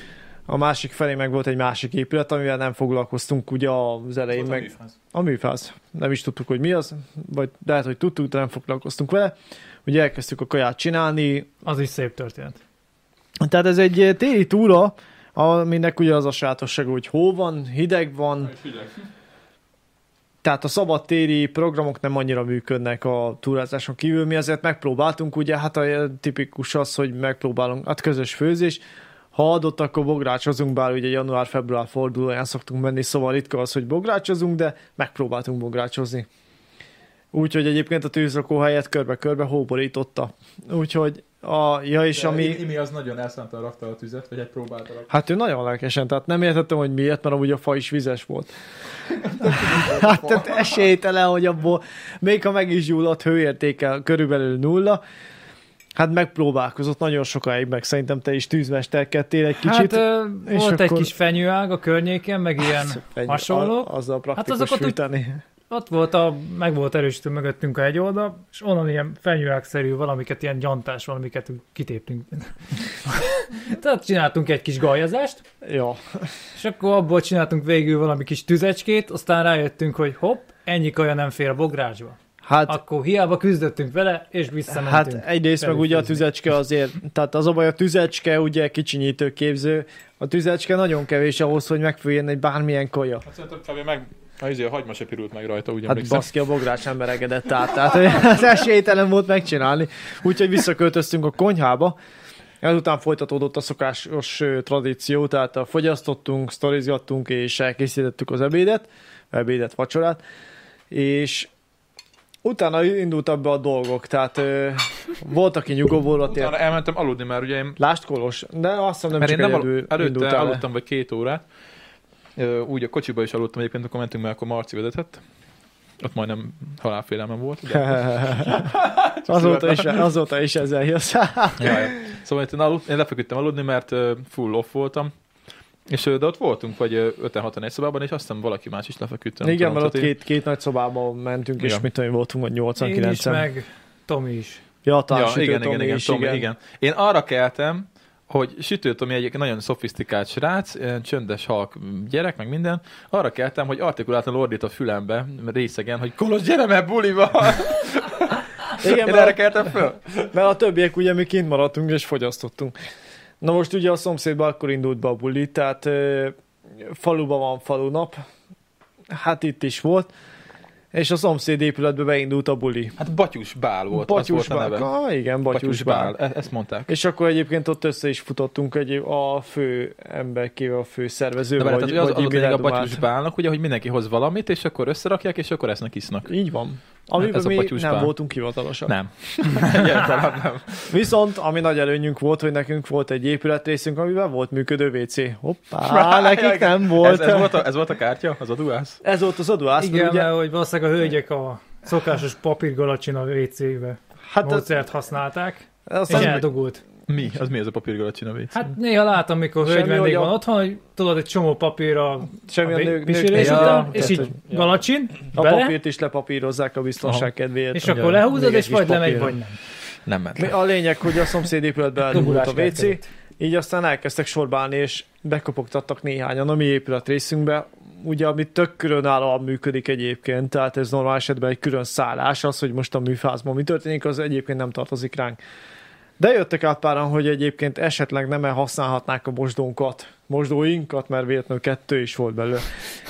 Speaker 3: a másik felén meg volt egy másik épület, amivel nem foglalkoztunk ugye az elején,
Speaker 1: Volt a
Speaker 3: meg
Speaker 1: műfáz.
Speaker 3: a műfáz. Nem is tudtuk, hogy mi az, vagy lehet, hogy tudtuk, de nem foglalkoztunk vele. Ugye elkezdtük a kaját csinálni.
Speaker 2: Az is szép történet.
Speaker 3: Tehát ez egy téli túra, aminek ugye az a sajátossága, hogy hó van, hideg van, tehát a szabadtéri programok nem annyira működnek a túrázáson kívül, mi azért megpróbáltunk, ugye hát a tipikus az, hogy megpróbálunk, hát közös főzés, ha adott, akkor bográcsozunk, bár ugye január-február fordulóján szoktunk menni, szóval ritka az, hogy bográcsozunk, de megpróbáltunk bográcsozni. Úgyhogy egyébként a tűzrakó helyet körbe-körbe hóborította. Úgyhogy a, ja és
Speaker 1: De
Speaker 3: ami...
Speaker 1: Imi az nagyon elszántan rakta a tüzet, vagy egy próbálta rakni.
Speaker 3: Hát ő nagyon lelkesen, tehát nem értettem, hogy miért, mert amúgy a fa is vizes volt. hát tehát esélytelen, hogy abból, még ha meg is gyulladt hőértéke körülbelül nulla, hát megpróbálkozott nagyon sokáig, meg szerintem te is tűzmesterkedtél egy kicsit.
Speaker 2: hát ö,
Speaker 3: és
Speaker 2: volt egy
Speaker 3: akkor-
Speaker 2: kis fenyőág a környéken, meg ilyen
Speaker 3: Egy-
Speaker 2: hasonló.
Speaker 3: A, azzal praktikus hát
Speaker 2: azokat úgy-
Speaker 3: fűteni.
Speaker 2: Ott volt a, meg volt erősítő mögöttünk a egy oldal, és onnan ilyen fenyőágszerű valamiket, ilyen gyantás valamiket kitéptünk. Tehát csináltunk egy kis gajazást,
Speaker 3: Ja,
Speaker 2: és akkor abból csináltunk végül valami kis tüzecskét, aztán rájöttünk, hogy hopp, ennyi kaja nem fér a bográsba.
Speaker 3: hát
Speaker 2: Akkor hiába küzdöttünk vele, és visszamentünk.
Speaker 3: Hát egyrészt meg ugye a
Speaker 2: Előfőzni.
Speaker 3: tüzecske azért, tehát az a baj, a tüzecske ugye kicsinyítő képző, a tüzecske nagyon kevés ahhoz, hogy megfőjön egy bármilyen kaja.
Speaker 1: Hát szerintem kb. meg a, izé, a hagyma se pirult meg rajta, úgy
Speaker 3: Hát baszki, a bográs nem meregedett át, tehát hogy Hát, az esélytelen volt megcsinálni. Úgyhogy visszaköltöztünk a konyhába, Ezután folytatódott a szokásos ö, tradíció, tehát a fogyasztottunk, sztorizgattunk és elkészítettük az ebédet, ebédet, vacsorát, és utána indultak be a dolgok, tehát ö, volt, aki nyugó volt,
Speaker 1: Utána elmentem aludni, mert ugye én,
Speaker 3: Lásd Kolos, de azt hiszem nem
Speaker 1: mert én
Speaker 3: csak
Speaker 1: nem
Speaker 3: egyedül
Speaker 1: alu- előtte
Speaker 3: indultál el.
Speaker 1: aludtam, vagy két órát. Ö, Úgy a kocsiba is aludtam egyébként, akkor mentünk, mert akkor Marci vezetett. Ott majdnem halálfélelmem volt. De...
Speaker 3: azóta, is, azóta is ezzel jössz.
Speaker 1: Jaj. Szóval itt én, alud, én lefeküdtem aludni, mert ö, full off voltam. És ö, de ott voltunk, vagy 5-6-an egy szobában, és azt hiszem valaki más is lefeküdt. nem
Speaker 3: Igen,
Speaker 1: tudom,
Speaker 3: mert ott
Speaker 1: tehát én-
Speaker 3: két, két nagy szobában mentünk, és
Speaker 1: Ja.
Speaker 3: mit tudom, én, voltunk, vagy
Speaker 2: Én is,
Speaker 3: 89-en.
Speaker 2: meg Tomi is.
Speaker 3: Ja, talán
Speaker 1: Ja,
Speaker 3: sütő
Speaker 1: igen,
Speaker 3: Tomi
Speaker 1: igen, igen,
Speaker 3: is,
Speaker 1: Tomi, igen. igen. Én arra keltem, hogy Sütő Tomi egy nagyon szofisztikált srác, ilyen csöndes halk gyerek, meg minden. Arra keltem, hogy artikulátan ordít a fülembe részegen, hogy Kolos, gyere már buliba!
Speaker 3: Igen,
Speaker 1: Én
Speaker 3: mert-
Speaker 1: erre keltem föl.
Speaker 3: Mert a többiek ugye mi kint maradtunk és fogyasztottunk. Na most ugye a szomszédban akkor indult be a buli, tehát ö, faluban van falunap, hát itt is volt, és a szomszéd épületbe beindult a buli.
Speaker 1: Hát Batyus Bál volt, az
Speaker 3: Batyus
Speaker 1: volt a neve.
Speaker 3: Bál, ah, igen, Batyus
Speaker 1: Batyus
Speaker 3: Bál.
Speaker 1: Bál, e- ezt mondták.
Speaker 3: És akkor egyébként ott össze is futottunk egy, a fő emberkével, a fő
Speaker 1: De
Speaker 3: szervezővel,
Speaker 1: várjál, tehát, ugye
Speaker 3: vagy,
Speaker 1: az, az
Speaker 3: vagy
Speaker 1: a lényeg a
Speaker 3: Imre
Speaker 1: Batyus Bálnak, ugye, hogy mindenki hoz valamit, és akkor összerakják, és akkor esznek, isznak.
Speaker 3: Dumát. Így van. Amiben
Speaker 1: ez a
Speaker 3: mi
Speaker 1: Batyus
Speaker 3: nem
Speaker 1: Bál.
Speaker 3: voltunk hivatalosak.
Speaker 1: Nem. Egyáltalán nem.
Speaker 3: Viszont, ami nagy előnyünk volt, hogy nekünk volt egy épületrészünk, amiben volt működő WC. Hoppá, nekik nem volt.
Speaker 1: Ez, ez, volt a, ez volt a kártya, az a duász?
Speaker 3: Ez volt az aduász,
Speaker 2: Igen,
Speaker 3: igen, ugye,
Speaker 2: mert hogy valószínűleg a hölgyek a szokásos papírgalacsin a WC-be
Speaker 3: hát az,
Speaker 2: módszert használták, és
Speaker 3: aztán,
Speaker 2: eldugult.
Speaker 1: Mi? Az mi ez a papírgalacsin a vécé?
Speaker 2: Hát néha látom, mikor hölgy
Speaker 3: Semmi,
Speaker 2: vendég
Speaker 3: hogy a-
Speaker 2: van otthon, hogy tudod, egy csomó papír a,
Speaker 3: semmi
Speaker 2: a
Speaker 3: a nők, nők
Speaker 2: pisilés
Speaker 1: Ja,
Speaker 2: után, és
Speaker 3: tehát,
Speaker 2: így
Speaker 3: hogy
Speaker 2: galacsin,
Speaker 3: a
Speaker 2: bele,
Speaker 3: papírt is lepapírozzák a biztonság
Speaker 1: Aha.
Speaker 3: kedvéért.
Speaker 2: és
Speaker 1: ugye,
Speaker 2: akkor lehúzod,
Speaker 3: még egy
Speaker 2: és
Speaker 3: kis
Speaker 2: vagy lemegy,
Speaker 3: papír.
Speaker 2: vagy nem.
Speaker 1: Nem ment.
Speaker 3: Mi- A lényeg, hogy a szomszéd épületben elindult a
Speaker 2: Dugulás
Speaker 3: WC,
Speaker 2: történt.
Speaker 3: így aztán elkezdtek sorbálni, és bekopogtattak néhányan a mi épületrészünkbe, ugye ami tök különállóan működik egyébként, tehát ez normál esetben egy külön szállás, az, hogy most a műfázban mi történik, az egyébként nem tartozik ránk. De jöttek át páran, hogy egyébként esetleg nem használhatnák a mosdónkat, mosdóinkat, mert véletlenül kettő is volt belőle.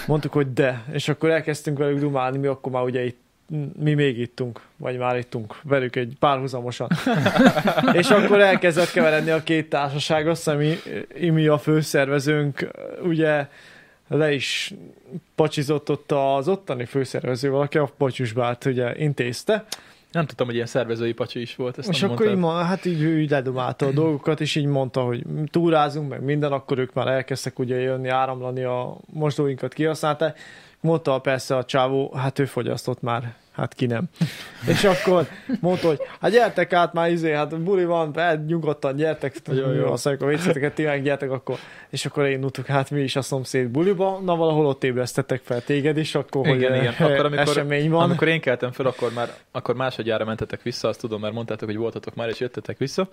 Speaker 3: Mondtuk, hogy de, és akkor elkezdtünk velük dumálni, mi akkor már ugye itt mi még ittunk, vagy már ittunk velük egy párhuzamosan. és akkor elkezdett keveredni a két társaság, azt hiszem, I- Imi a főszervezőnk, ugye le is pacsizott ott az ottani főszervezővel, aki a pacsusbát ugye intézte,
Speaker 1: Nem tudtam, hogy ilyen szervezői pacsi is volt, ezt
Speaker 3: és
Speaker 1: nem
Speaker 3: akkor így,
Speaker 1: mondtad.
Speaker 3: ma- hát így ő így ledumálta a dolgokat, és így mondta, hogy túrázunk, meg minden, akkor ők már elkezdtek ugye jönni, áramlani, a mosdóinkat kihasználták. Mondta persze a csávó, hát ő fogyasztott már, hát ki nem. És akkor mondta, hogy hát gyertek át már izé, hát buli van, hát nyugodtan gyertek,
Speaker 1: Jó, jó.
Speaker 3: használjuk a véceteket, ti meg gyertek akkor. És akkor indultuk, hát mi is a szomszéd buliba, na valahol ott ébresztettek fel téged, és akkor,
Speaker 1: Igen,
Speaker 3: hogy eh,
Speaker 1: igen. Akkor, amikor-
Speaker 3: esemény van.
Speaker 1: Amikor én keltem fel, akkor már akkor másodjára mentetek vissza, azt tudom, mert mondtátok, hogy voltatok már, és jöttetek vissza.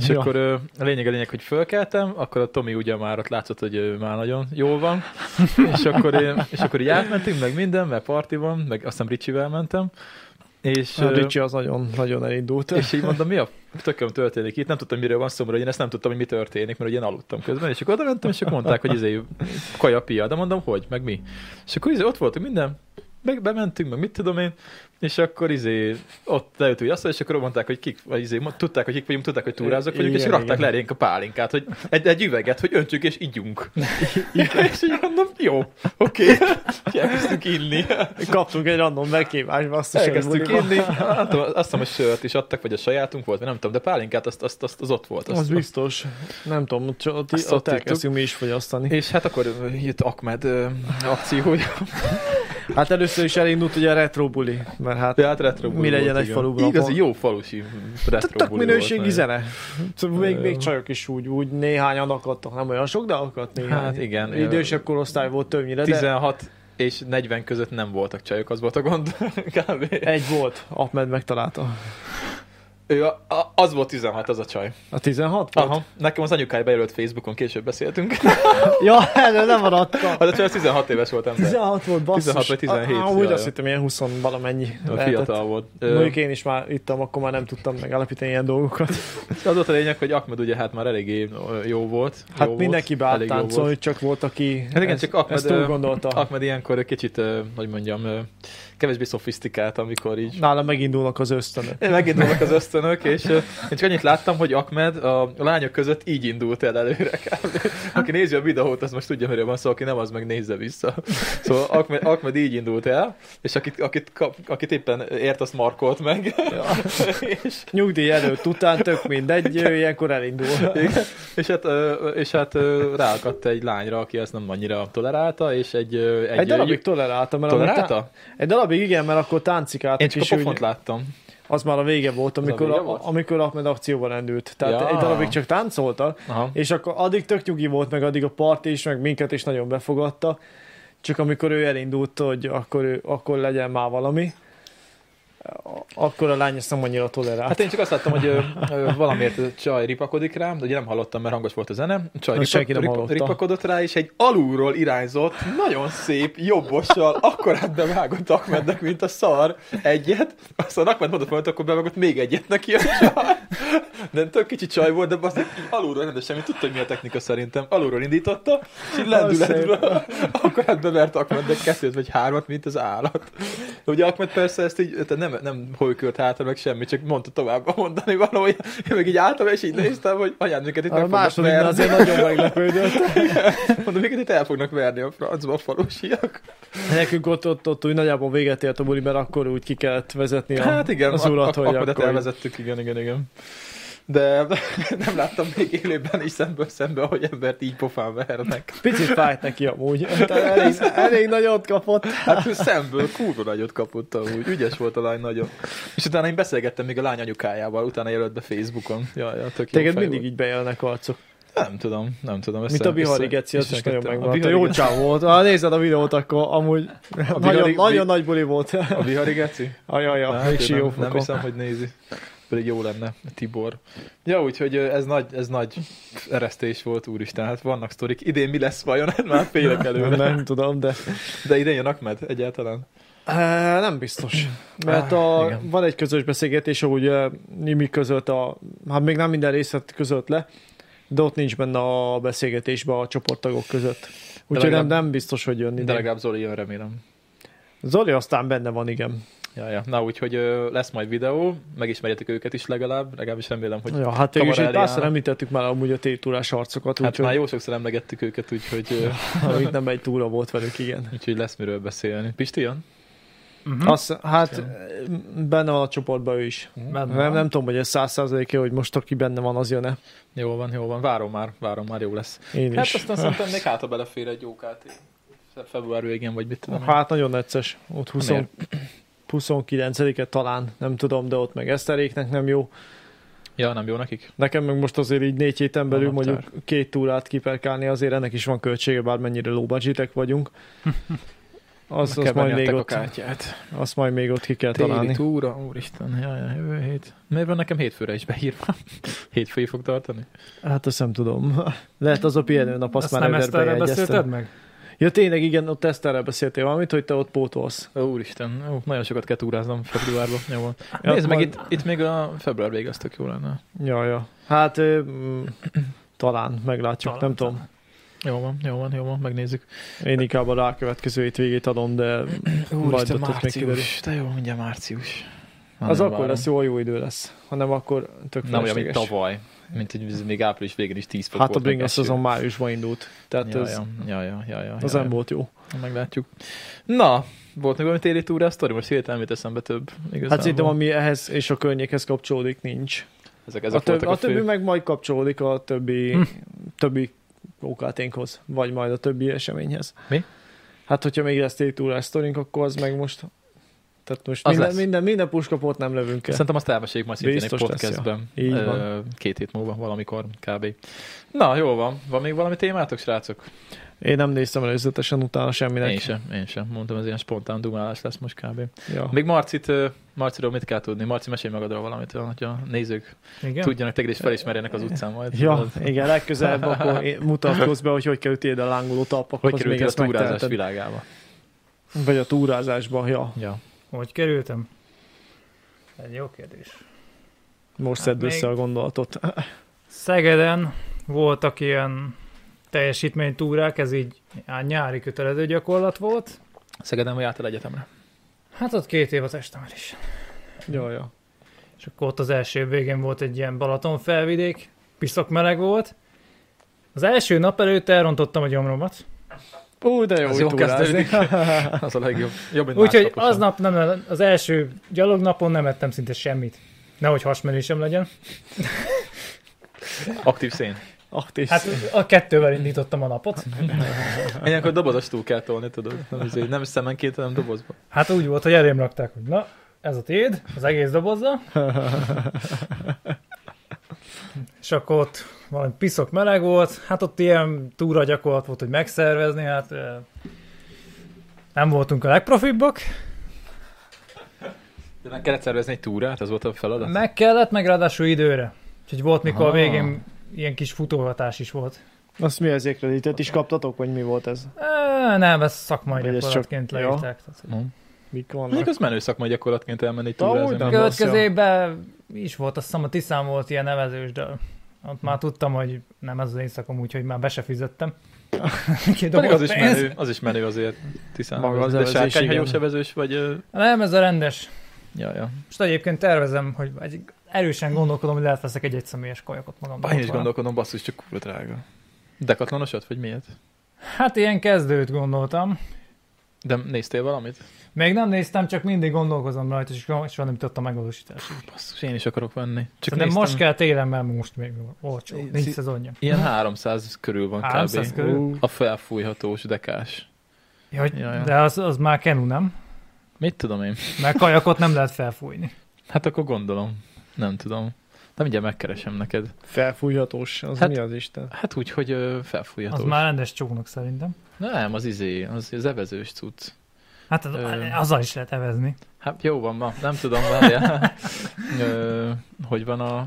Speaker 1: És
Speaker 3: Ja.
Speaker 1: ja. akkor ö, a lényeg a lényeg, hogy fölkeltem, akkor a Tomi ugye már ott látszott, hogy ő már nagyon jól van, és akkor, én, és akkor így átmentünk, meg minden, mert parti van, meg azt hiszem Ricsivel mentem, és,
Speaker 3: A
Speaker 1: ö,
Speaker 3: Hát Ricsi az nagyon, nagyon elindult.
Speaker 1: és így mondom, mi a tököm történik itt, nem tudtam, miről van szó, mert én ezt nem tudtam, hogy mi történik, mert ugye én aludtam közben, és akkor oda mentem, és akkor mondták, hogy izé, kaja pia, de mondom, hogy, meg mi. És akkor izé, ott voltunk minden, meg bementünk, meg mit tudom én, és akkor izé, ott leültünk azt, és akkor mondták, hogy kik, vagy izé, mo- tudták, hogy kik vagyunk, tudták, hogy túrázók vagyunk, és
Speaker 3: Igen,
Speaker 1: rakták
Speaker 3: igen.
Speaker 1: le elénk a pálinkát, hogy egy, egy üveget, hogy öntjük és igyunk. és így mondom, jó, oké, okay. elkezdtünk inni.
Speaker 3: Kaptunk egy random meghívást, basszus, hogy
Speaker 1: Elkezdtük
Speaker 3: buliba.
Speaker 1: inni, hát, azt hiszem, hogy sört is adtak, vagy a sajátunk volt, vagy nem tudom, de pálinkát azt, azt, azt az ott volt.
Speaker 3: Az,
Speaker 1: Azt,
Speaker 3: az biztos. Nem tudom, ott, ott,
Speaker 1: Azt
Speaker 3: ott
Speaker 1: ott
Speaker 3: elkezdtünk mi is fogyasztani.
Speaker 1: És hát akkor ö, jött Akmed ö, akció, hogy
Speaker 3: Hát először is elindult ugye a retro buli, mert hát
Speaker 1: hát retro buli
Speaker 3: mi legyen
Speaker 1: volt,
Speaker 3: egy
Speaker 1: igen.
Speaker 3: faluban.
Speaker 1: Igazi jó falusi retro
Speaker 3: Hát Tök
Speaker 1: buli
Speaker 3: minőségi
Speaker 1: volt,
Speaker 3: zene. Szóval Még,
Speaker 1: Ö.
Speaker 3: még csajok is úgy, úgy néhányan akadtak, nem olyan sok, de akadt
Speaker 1: nagyon.
Speaker 3: néhány.
Speaker 1: Hát igen. ö,
Speaker 3: Idősebb korosztály volt többnyire, de
Speaker 1: 16 és 40 között nem voltak csajok, az volt a gond. Kb.
Speaker 3: egy volt, Ahmed megtalálta.
Speaker 1: Ő a, a, az volt 16, az a csaj.
Speaker 3: A 16 volt?
Speaker 1: Aha. Nekem az anyukája bejelölt Facebookon, később beszéltünk.
Speaker 3: Ja, erről nem maradtam.
Speaker 1: Az a csaj az 16 éves volt ember.
Speaker 3: 16 volt, basszus.
Speaker 1: 16 vagy 17,
Speaker 3: Ah, úgy
Speaker 1: jaj,
Speaker 3: azt
Speaker 1: jaj.
Speaker 3: hittem, ilyen 20 valamennyi.
Speaker 1: A
Speaker 3: lehetett.
Speaker 1: fiatal volt. Ö,
Speaker 3: Mondjuk én is már ittam, akkor már nem tudtam megállapítani ilyen dolgokat.
Speaker 1: Az volt a lényeg, hogy Ahmed ugye hát már eléggé ö, jó volt.
Speaker 3: Hát
Speaker 1: jó
Speaker 3: mindenki
Speaker 1: volt,
Speaker 3: beállt
Speaker 1: elég jó volt.
Speaker 3: táncolni, csak volt, aki
Speaker 1: Hát igen,
Speaker 3: ezt,
Speaker 1: csak Ahmed,
Speaker 3: ezt túl
Speaker 1: ö,
Speaker 3: gondolta.
Speaker 1: Ahmed ilyenkor kicsit, ö, hogy mondjam, ö, kevésbé szofisztikált, amikor így
Speaker 3: Nálam megindulnak az ösztönök.
Speaker 1: megindulnak az ösztönök, és ö, én csak annyit láttam, hogy Ahmed a lányok között így indult el előre. kb. Aki nézi a videót, az most tudja, miről van szó, aki nem, az meg nézze vissza. Szóval Ahmed, Ahmed így indult el, és akit, akit, kap, akit éppen ért, azt markolt meg. és,
Speaker 3: Nyugdíj előtt, után, tök mindegy, ő ilyenkor elindul.
Speaker 1: Igen. És hát, ö, és hát ö, ráakadt egy lányra, aki ezt nem annyira tolerálta, és egy... ö,
Speaker 3: Egy, egy darabig tolerálta, Hát mert amúgy tá-
Speaker 1: Tolerálta?
Speaker 3: egy darabig igen, mert akkor táncikáltak
Speaker 1: Én csak
Speaker 3: is,
Speaker 1: a
Speaker 3: úgy-
Speaker 1: pofont láttam.
Speaker 3: az már a vége volt,
Speaker 1: a
Speaker 3: amikor, a
Speaker 1: vége volt?
Speaker 3: amikor Ahmed akcióban rendült. Tehát
Speaker 1: Ja.
Speaker 3: egy darabig csak táncoltak,
Speaker 1: Aha.
Speaker 3: és akkor addig tök nyugi volt, meg addig a parti is, meg minket is nagyon befogadta. Csak amikor ő elindult, hogy akkor, ő, akkor legyen már valami, a- akkor a lány ezt nem annyira tolerált.
Speaker 1: Hát én csak azt láttam, hogy ö, ö, valamiért a csaj ripakodik rám, de ugye nem hallottam, mert hangos volt a zene. A Csaj
Speaker 3: Na, senki nem
Speaker 1: rip-
Speaker 3: hallotta.
Speaker 1: ripakodott rá, és egy alulról irányzott, nagyon szép, jobbossal, akkorát bevágott Akmednek, mint a szar egyet. Aztán Akmed mondott valamit, akkor bevágott még egyet neki a csaj. De tök kicsi csaj volt, de az alulról nem, de semmit tudta, hogy mi a technika szerintem. Alulról indította, és így lendületből akkorát bevert Akmednek kettőt vagy hármat, mint az állat. De ugye Akmed persze ezt így tehát nem, nem holykört hátra, meg semmi, csak mondta tovább a mondani valója. Én meg így álltam, és így néztem, hogy anyád, minket itt
Speaker 3: A
Speaker 1: meg fognak
Speaker 3: második
Speaker 1: verni.
Speaker 3: azért nagyon meglepődött.
Speaker 1: Mondom, minket itt el fognak verni a francba a falusiak.
Speaker 3: Nekünk ott, ott, ott úgy nagyjából véget ért a buli, mert akkor úgy ki kellett vezetni a,
Speaker 1: Hát igen,
Speaker 3: az urat, hogy
Speaker 1: akkor,
Speaker 3: akkor...
Speaker 1: elvezettük, igen, igen, igen. De nem láttam még élőben is szemből szembe, hogy embert így pofán vernek.
Speaker 3: Picit fájt neki amúgy. Tehát elég, elég nagyot kapott.
Speaker 1: Hát ő szemből kurva nagyot kapott amúgy. Ügyes volt a lány nagyon. És utána én beszélgettem még a lány anyukájával, utána jelölt be Facebookon. Ja, ja, tök jó
Speaker 3: Téged
Speaker 1: fej
Speaker 3: mindig
Speaker 1: volt.
Speaker 3: így bejönnek arcok.
Speaker 1: Nem tudom, nem tudom.
Speaker 3: Mint
Speaker 1: össze-
Speaker 3: a Bihari
Speaker 1: össze-
Speaker 3: Geci, az is nagyon
Speaker 1: ismerkedtem. A
Speaker 3: megmaradt.
Speaker 1: Bihari
Speaker 3: Jó
Speaker 1: Geci-
Speaker 3: csáv volt. Ha nézed a videót, akkor amúgy nagyon,
Speaker 1: Bihari-
Speaker 3: nagyon
Speaker 1: Bi-
Speaker 3: nagy buli volt.
Speaker 1: A Bihari Geci?
Speaker 3: Ajaja,
Speaker 1: Hát,
Speaker 3: még
Speaker 1: én
Speaker 3: si jó
Speaker 1: nem, nem
Speaker 3: fokon.
Speaker 1: hiszem, hogy nézi. pedig jó lenne, Tibor. Ja, úgyhogy ö, ez nagy, ez nagy eresztés volt, úristen, hát vannak sztorik. Idén mi lesz vajon? Hát már félek előre.
Speaker 3: Nem tudom, de...
Speaker 1: De idén jön Ahmed egyáltalán.
Speaker 3: Eh, Nem biztos. Mert
Speaker 1: Ah,
Speaker 3: a,
Speaker 1: igen.
Speaker 3: van egy közös beszélgetés, ahogy eh, Nimi közölt a... Hát még nem minden részlet közölt le, de ott nincs benne a beszélgetésben a csoporttagok között. Úgyhogy nem,
Speaker 1: legalább-
Speaker 3: nem biztos, hogy jön
Speaker 1: De
Speaker 3: ide.
Speaker 1: legalább Zoli jön, remélem.
Speaker 3: Zoli aztán benne van, igen.
Speaker 1: Ja, ja. Na, úgyhogy ö, lesz majd videó, megismerjetek őket is legalább, legalábbis remélem, hogy...
Speaker 3: Ja, hát végül is egy
Speaker 1: Kamarelli
Speaker 3: párszor
Speaker 1: Áron.
Speaker 3: említettük már amúgy a tétúrás arcokat,
Speaker 1: Hát már
Speaker 3: úgyhogy
Speaker 1: jó sokszor emlegettük őket, úgyhogy, ö,
Speaker 3: hát itt nem egy túra volt velük, igen.
Speaker 1: úgyhogy lesz miről beszélni. Pisti jön? Hm?
Speaker 2: Uh-huh.
Speaker 3: Azt, hát benne a csoportban ő is.
Speaker 2: Benne
Speaker 3: Nem,
Speaker 2: van.
Speaker 3: nem tudom, hogy ez száz százaléké, hogy most aki benne van, az jön-e.
Speaker 1: Jó van, jó van, várom már, várom már, jó lesz.
Speaker 3: Én
Speaker 1: Hát
Speaker 3: is.
Speaker 1: aztán szerintem még hátra belefér egy jó KT. Február végén, vagy mit tudom. én.
Speaker 3: Hát nagyon necces. Ott 20,
Speaker 1: Miért?
Speaker 3: 29-e talán, nem tudom, de ott meg Eszteréknek nem jó.
Speaker 1: Ja, nem jó nekik?
Speaker 3: Nekem meg most azért így négy héten belül
Speaker 1: A naptár.
Speaker 3: mondjuk két túrát kiperkálni, azért ennek is van költsége, bármennyire low budgetek vagyunk. Azt, azt, majd még
Speaker 1: a
Speaker 3: ott,
Speaker 1: kártyát.
Speaker 3: azt majd még ott ki kell
Speaker 1: Téli
Speaker 3: találni.
Speaker 1: túra, úristen, jaj, jaj, jövő hét. Miért van nekem hétfőre is beírva? Hétfői fog tartani?
Speaker 3: Hát azt nem tudom. Lehet az a pihenő nap, azt,
Speaker 2: Azt
Speaker 3: azt már
Speaker 2: nem ezt erre
Speaker 3: Eszterrel
Speaker 2: beszélted meg?
Speaker 3: Ja tényleg, igen, ott Eszterrel beszéltél valamit, hogy te ott pótolsz.
Speaker 1: Ó, úristen, ó, nagyon sokat kell túráznom februárban. Jó van.
Speaker 3: Ja,
Speaker 1: Nézd meg,
Speaker 3: majd-
Speaker 1: itt, itt még a február vége, az tök jó lenne.
Speaker 3: Ja, ja. Hát ö, mm, talán, meglátjuk,
Speaker 2: Talán,
Speaker 3: nem tudom.
Speaker 1: Jó van, jó van, jó van, megnézzük.
Speaker 3: Én inkább a rákövetkező hétvégét adom, de Majd ott még kiderül.
Speaker 1: te jó, mindjárt március. Na,
Speaker 3: az
Speaker 1: nem
Speaker 3: akkor
Speaker 1: várom.
Speaker 3: lesz jó, ha jó idő lesz. Ha nem, akkor tök
Speaker 1: Nem olyan, mint
Speaker 3: felesleges.
Speaker 1: tavaly, mint hogy ez még április végén is 10 fok
Speaker 3: Hát a
Speaker 1: volt, meg
Speaker 3: bringos
Speaker 1: eső.
Speaker 3: azon májusban indult. Tehát
Speaker 1: ja,
Speaker 3: ez,
Speaker 1: ja, ja, ja, ja, ja,
Speaker 3: az
Speaker 1: ja,
Speaker 3: nem volt jó.
Speaker 1: ja. Meglátjuk. Na, volt még valami téli túra, a sztori most hirtelen mit eszembe több. Igazából.
Speaker 3: Hát szerintem, ami ehhez és a környékhez kapcsolódik, nincs.
Speaker 1: ezek,
Speaker 3: Ez a,
Speaker 1: ezek
Speaker 3: töb-
Speaker 1: voltak
Speaker 3: a,
Speaker 1: a,
Speaker 3: többi
Speaker 1: fő.
Speaker 3: meg majd kapcsolódik a többi,
Speaker 2: Hm.
Speaker 3: többi okáténkhoz, vagy majd a többi eseményhez.
Speaker 1: Mi?
Speaker 3: Hát, hogyha még lesz egy túrás sztorink, akkor az meg most... Tehát most
Speaker 1: Az
Speaker 3: minden,
Speaker 1: lesz.
Speaker 3: minden, minden puskaport nem lövünk el.
Speaker 1: Szerintem azt elmeséljük majd szintén egy
Speaker 3: Biztos lesz, ja.
Speaker 1: podcastben.
Speaker 3: Így
Speaker 1: Ö,
Speaker 3: van.
Speaker 1: Két hét múlva, valamikor kb. Na, jó van. Van még valami témátok, srácok?
Speaker 3: Én nem néztem előzetesen utána semminek.
Speaker 1: Én sem, én sem. Mondtam, ez ilyen spontán dumálás lesz most kb.
Speaker 3: Ja.
Speaker 1: Még Marcit, ö, Marciról mit kell tudni? Marci, mesélj magadról valamit, olyan, hogy a nézők
Speaker 2: Igen?
Speaker 1: Igen? tudjanak téged és felismerjenek az utcán majd.
Speaker 3: Ja,
Speaker 1: Az-
Speaker 3: igen, legközelebb akkor én- mutatkozz be, hogy hogy kell ütéd a lángoló
Speaker 1: Hogy
Speaker 3: talpakhoz, még
Speaker 1: kerültél a
Speaker 3: ezt
Speaker 1: túrázás
Speaker 3: megteheted.
Speaker 1: világába?
Speaker 3: Vagy a túrázásba, ja.
Speaker 1: Ja.
Speaker 2: Hogy kerültem? Egy jó kérdés.
Speaker 3: Most
Speaker 2: Hát
Speaker 3: szedd
Speaker 2: még-
Speaker 3: össze a gondolatot.
Speaker 2: Szegeden voltak ilyen teljesítménytúrák, ez így á, nyári kötelező gyakorlat volt.
Speaker 1: Szegeden vagy által egyetemre?
Speaker 2: Hát ott két év az estem is.
Speaker 3: Ja, ja.
Speaker 2: És akkor ott az első év végén volt egy ilyen Balaton felvidék, piszok meleg volt. Az első nap előtt elrontottam a gyomromat,
Speaker 3: Ú, de jó,
Speaker 1: Az
Speaker 3: hogy
Speaker 1: jó
Speaker 3: túrázni.
Speaker 1: Az a legjobb. Jobb, mint
Speaker 2: úgyhogy
Speaker 1: másnaposan.
Speaker 2: aznap nem, az első gyalognapon nem ettem szinte semmit. Nehogy hasmenésem legyen.
Speaker 1: Aktív szén.
Speaker 3: Aktív.
Speaker 2: Hát a kettővel indítottam a napot.
Speaker 1: Ilyenkor dobozos túl kell tolni, tudod? Nem, izé, nem szemenként, hanem dobozba.
Speaker 2: Hát úgy volt, hogy elém rakták, hogy na, ez a tiéd, az egész dobozza. És akkor ott valami piszok meleg volt, hát ott ilyen túra gyakorlat volt, hogy megszervezni, hát eh, nem voltunk a legprofibbak.
Speaker 1: De meg kellett szervezni egy túrát, az volt a feladat?
Speaker 2: Meg kellett, meg ráadásul időre. Úgyhogy volt, mikor a
Speaker 1: Aha.
Speaker 2: végén ilyen kis futógatás is volt.
Speaker 3: Azt mi ezért kreditet is kaptatok, vagy mi volt ez?
Speaker 2: E, nem, ez szakmai
Speaker 3: Vagy ez
Speaker 2: gyakorlatként
Speaker 3: csak-
Speaker 2: leírták. Tehát,
Speaker 1: Hm.
Speaker 3: Mik
Speaker 1: Mondjuk
Speaker 3: vannak?
Speaker 1: az menő szakmai gyakorlatként elmenni egy
Speaker 3: Na, úgy
Speaker 1: túrázni.
Speaker 3: nem.
Speaker 1: nem?
Speaker 2: Következő
Speaker 3: rossz, jó.
Speaker 2: évben is volt, azt hiszem a Tiszán volt ilyen nevezős, de ott már tudtam, hogy nem ez az éjszakom, úgyhogy már be se fizettem.
Speaker 1: Pedig
Speaker 2: Kidobott
Speaker 1: az is
Speaker 2: pénz.
Speaker 1: menő, az is menő azért. Tisztán.
Speaker 3: Maga az
Speaker 1: de
Speaker 3: evezés,
Speaker 1: sárkányhajós
Speaker 3: igen.
Speaker 1: sebezős vagy... ö,
Speaker 2: Nem, ez a rendes.
Speaker 1: Ja, ja.
Speaker 2: Most egyébként tervezem, hogy egy, erősen gondolkodom, hogy lehet veszek egy egyszemélyes kajakot magamban.
Speaker 1: Bár én is gondolkodom, basszus, csak kurva drága. Dekatlanosat, vagy miért?
Speaker 2: Hát ilyen kezdőt gondoltam.
Speaker 1: De néztél valamit?
Speaker 2: Még nem néztem, csak mindig gondolkozom rajta, és soha nem tudtam megvalósításig.
Speaker 1: Basszus, én is akarok venni. Csak
Speaker 2: Csak nem most kell télen, mert most még olcsó,
Speaker 1: Szí-
Speaker 2: nincs
Speaker 1: szí-
Speaker 2: szezonja.
Speaker 1: Ilyen 300 körül van
Speaker 2: 300
Speaker 1: kb.
Speaker 2: körül?
Speaker 1: A felfújhatós dekás.
Speaker 2: Ja, hogy,
Speaker 1: Ja, ja.
Speaker 2: De az, az már kenu, nem?
Speaker 1: Mit tudom én?
Speaker 2: Mert kajakot nem lehet felfújni.
Speaker 1: Hát akkor gondolom. Nem tudom. De mindjárt megkeresem neked.
Speaker 3: Felfújhatós, az
Speaker 1: Hát-
Speaker 3: mi az Isten?
Speaker 1: Hát úgy, hogy ö, felfújhatós.
Speaker 2: Az már rendes csónak szerintem.
Speaker 1: Nem, az izé, az, az evezős cucc.
Speaker 2: Hát az,
Speaker 1: Ö.
Speaker 2: azzal is lehet evezni.
Speaker 1: Hát jó van ma, nem tudom, várjál. Ö, hogy van a...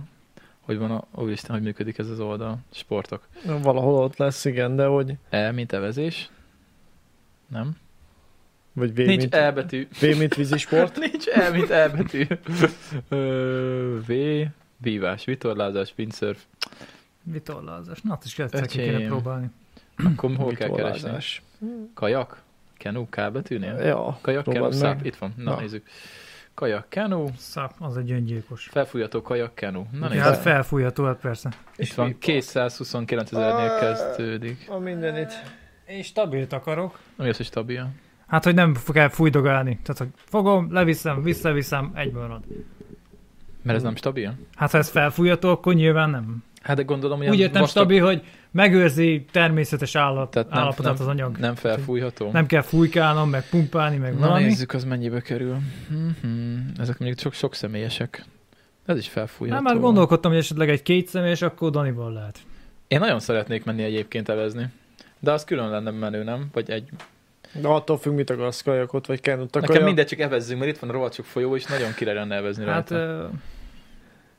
Speaker 1: Hogy van a... Úristen, hogy működik ez az oldal? Sportok.
Speaker 3: Valahol ott lesz, igen, de hogy...
Speaker 1: E, mint evezés? Nem?
Speaker 3: Vagy V,
Speaker 1: Nincs
Speaker 3: mint,
Speaker 1: E betű.
Speaker 3: v, mint vízisport.
Speaker 1: Nincs E, mint E betű. Ö, v, vívás, vitorlázás, windsurf.
Speaker 2: Vitorlázás. Na, azt is kell ki kéne
Speaker 1: Öcsém.
Speaker 2: próbálni.
Speaker 1: Akkor hol kell
Speaker 3: Vitorlázás.
Speaker 1: keresni? Kajak? Kenu K betűnél?
Speaker 3: Ja.
Speaker 1: Kajak, kenu,
Speaker 3: Próbáld
Speaker 1: száp.
Speaker 3: meg.
Speaker 1: Itt van. Na,
Speaker 3: Na.
Speaker 1: nézzük. Kajak, kenu.
Speaker 2: Szap, az egy öngyilkos.
Speaker 1: Felfújható kajak, kenu. Na,
Speaker 2: Na,
Speaker 1: nézzük.
Speaker 2: hát felfújható, hát persze.
Speaker 1: Itt van. 229 ezernél kezdődik.
Speaker 3: A mindenit.
Speaker 2: Én stabilt akarok.
Speaker 1: Ami az, hogy stabil.
Speaker 2: Hát, hogy nem f- kell fújdogálni. Tehát, hogy fogom, leviszem, visszaviszem, egyből van.
Speaker 1: Mert ez nem stabil?
Speaker 2: Hát, ha ez felfújható, akkor nyilván nem.
Speaker 1: Hát de gondolom, hogy
Speaker 2: Úgy értem stabil, hogy megőrzi természetes állat,
Speaker 1: Tehát nem-
Speaker 2: állapotát az anyag.
Speaker 1: Nem felfújható.
Speaker 2: Nem kell fújkálnom, meg pumpálni, meg
Speaker 1: Na
Speaker 2: valami.
Speaker 1: nézzük, az mennyibe kerül. Mhm. Ezek mondjuk sok, sok személyesek. Ez is felfújható.
Speaker 2: Nem, már gondolkodtam, hogy esetleg egy két személyes, akkor Danival lehet.
Speaker 1: Én nagyon szeretnék menni egyébként evezni. De az külön lenne menő, nem? Vagy egy...
Speaker 2: Hát
Speaker 3: De attól függ, mit akarsz, kajakot vagy kenut. A
Speaker 1: Nekem
Speaker 3: kajak-
Speaker 1: mindegy, csak evezzünk, mert itt van a rohadt sok folyó, és nagyon király lenne evezni
Speaker 2: Hát,
Speaker 1: rajta.
Speaker 2: ö,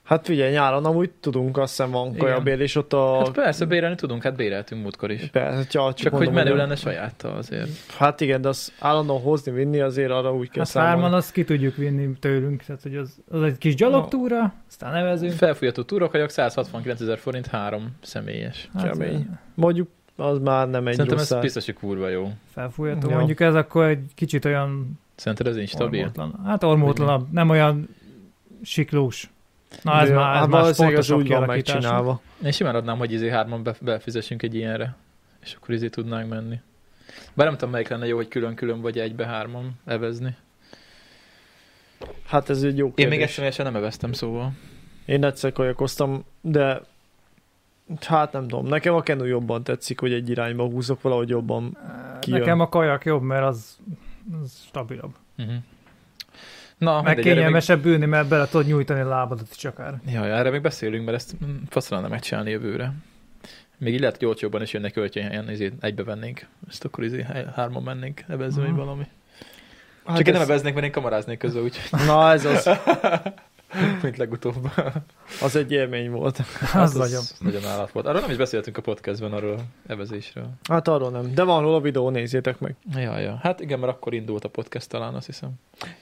Speaker 3: Hát figyelj, nyáron amúgy tudunk, azt hiszem van
Speaker 1: Igen.
Speaker 3: kajabér, és ott a...
Speaker 1: Hát persze, bérelni tudunk, hát béreltünk múltkor is.
Speaker 3: Persze, ja, csak,
Speaker 1: Csak hogy
Speaker 3: mondom,
Speaker 1: menő lenne sajáttal azért.
Speaker 3: Hát igen, de az állandóan hozni, vinni azért arra úgy kell
Speaker 2: hát
Speaker 3: hát számolni.
Speaker 2: hárman azt ki tudjuk vinni tőlünk, tehát hogy az, az egy kis gyalogtúra, aztán nevezünk.
Speaker 1: Felfújható túrokajak, 169 ezer forint, három személyes.
Speaker 2: Hát,
Speaker 3: Kemény. Mondjuk az már nem egy
Speaker 1: Szerintem
Speaker 3: rossz
Speaker 1: ez
Speaker 3: ár.
Speaker 1: biztos, hogy kurva jó.
Speaker 2: Felfújható.
Speaker 3: Ja.
Speaker 2: Mondjuk ez akkor egy kicsit olyan
Speaker 1: Szerinted ez nincs stabil?
Speaker 2: ormótlan. Hát ormótlanabb, nem olyan siklós. Na ez
Speaker 3: De
Speaker 2: már, ez
Speaker 3: hát
Speaker 2: már
Speaker 3: valószínűleg az
Speaker 2: sportosabb
Speaker 3: úgy van
Speaker 2: kialakítás.
Speaker 3: megcsinálva.
Speaker 1: Én simán adnám, hogy izé hárman be- befizessünk egy ilyenre, és akkor izé tudnánk menni. Bár nem tudom, melyik lenne jó, hogy külön-külön vagy egybe-hárman evezni.
Speaker 3: Hát ez egy jó
Speaker 1: Én
Speaker 3: kérdés.
Speaker 1: még eseményesen nem eveztem, szóval.
Speaker 3: Én egyszer kajakoztam, de hát nem tudom, nekem a kenu jobban tetszik, hogy egy irányba húzok, valahogy jobban. Kijön.
Speaker 2: Hát Nekem a kajak jobb, mert az, az stabilabb.
Speaker 1: Uh-huh. Na,
Speaker 2: Meg
Speaker 1: mindegy, erre
Speaker 2: kényelmesebb ülni, mert bele tudod nyújtani a lábadat is akár.
Speaker 1: Még... Jaj, erre még beszélünk, mert ezt mm, faszra lenne megcsinálni jövőre. Még így lehet, hogy olcsóbban is jönnek költjén, ilyen izé, egybe vennénk. Ezt akkor izé, há- hárman mennénk evezni, vagy
Speaker 2: Mhm.
Speaker 1: valami.
Speaker 3: Hát
Speaker 1: Csak én nem
Speaker 3: ez,
Speaker 1: eveznék, mert én kamaráznék közül, úgyhogy
Speaker 3: Na ez az,
Speaker 1: mint legutóbb. Hát
Speaker 3: az egy élmény volt.
Speaker 2: Az nagyon.
Speaker 1: az nagyon állat volt. Arról nem is beszéltünk a podcastben, arról a evezésről.
Speaker 3: Hát arról nem, de van róla videó, nézzétek meg.
Speaker 1: Ja, ja. Hát igen, mert akkor indult a podcast talán, azt hiszem.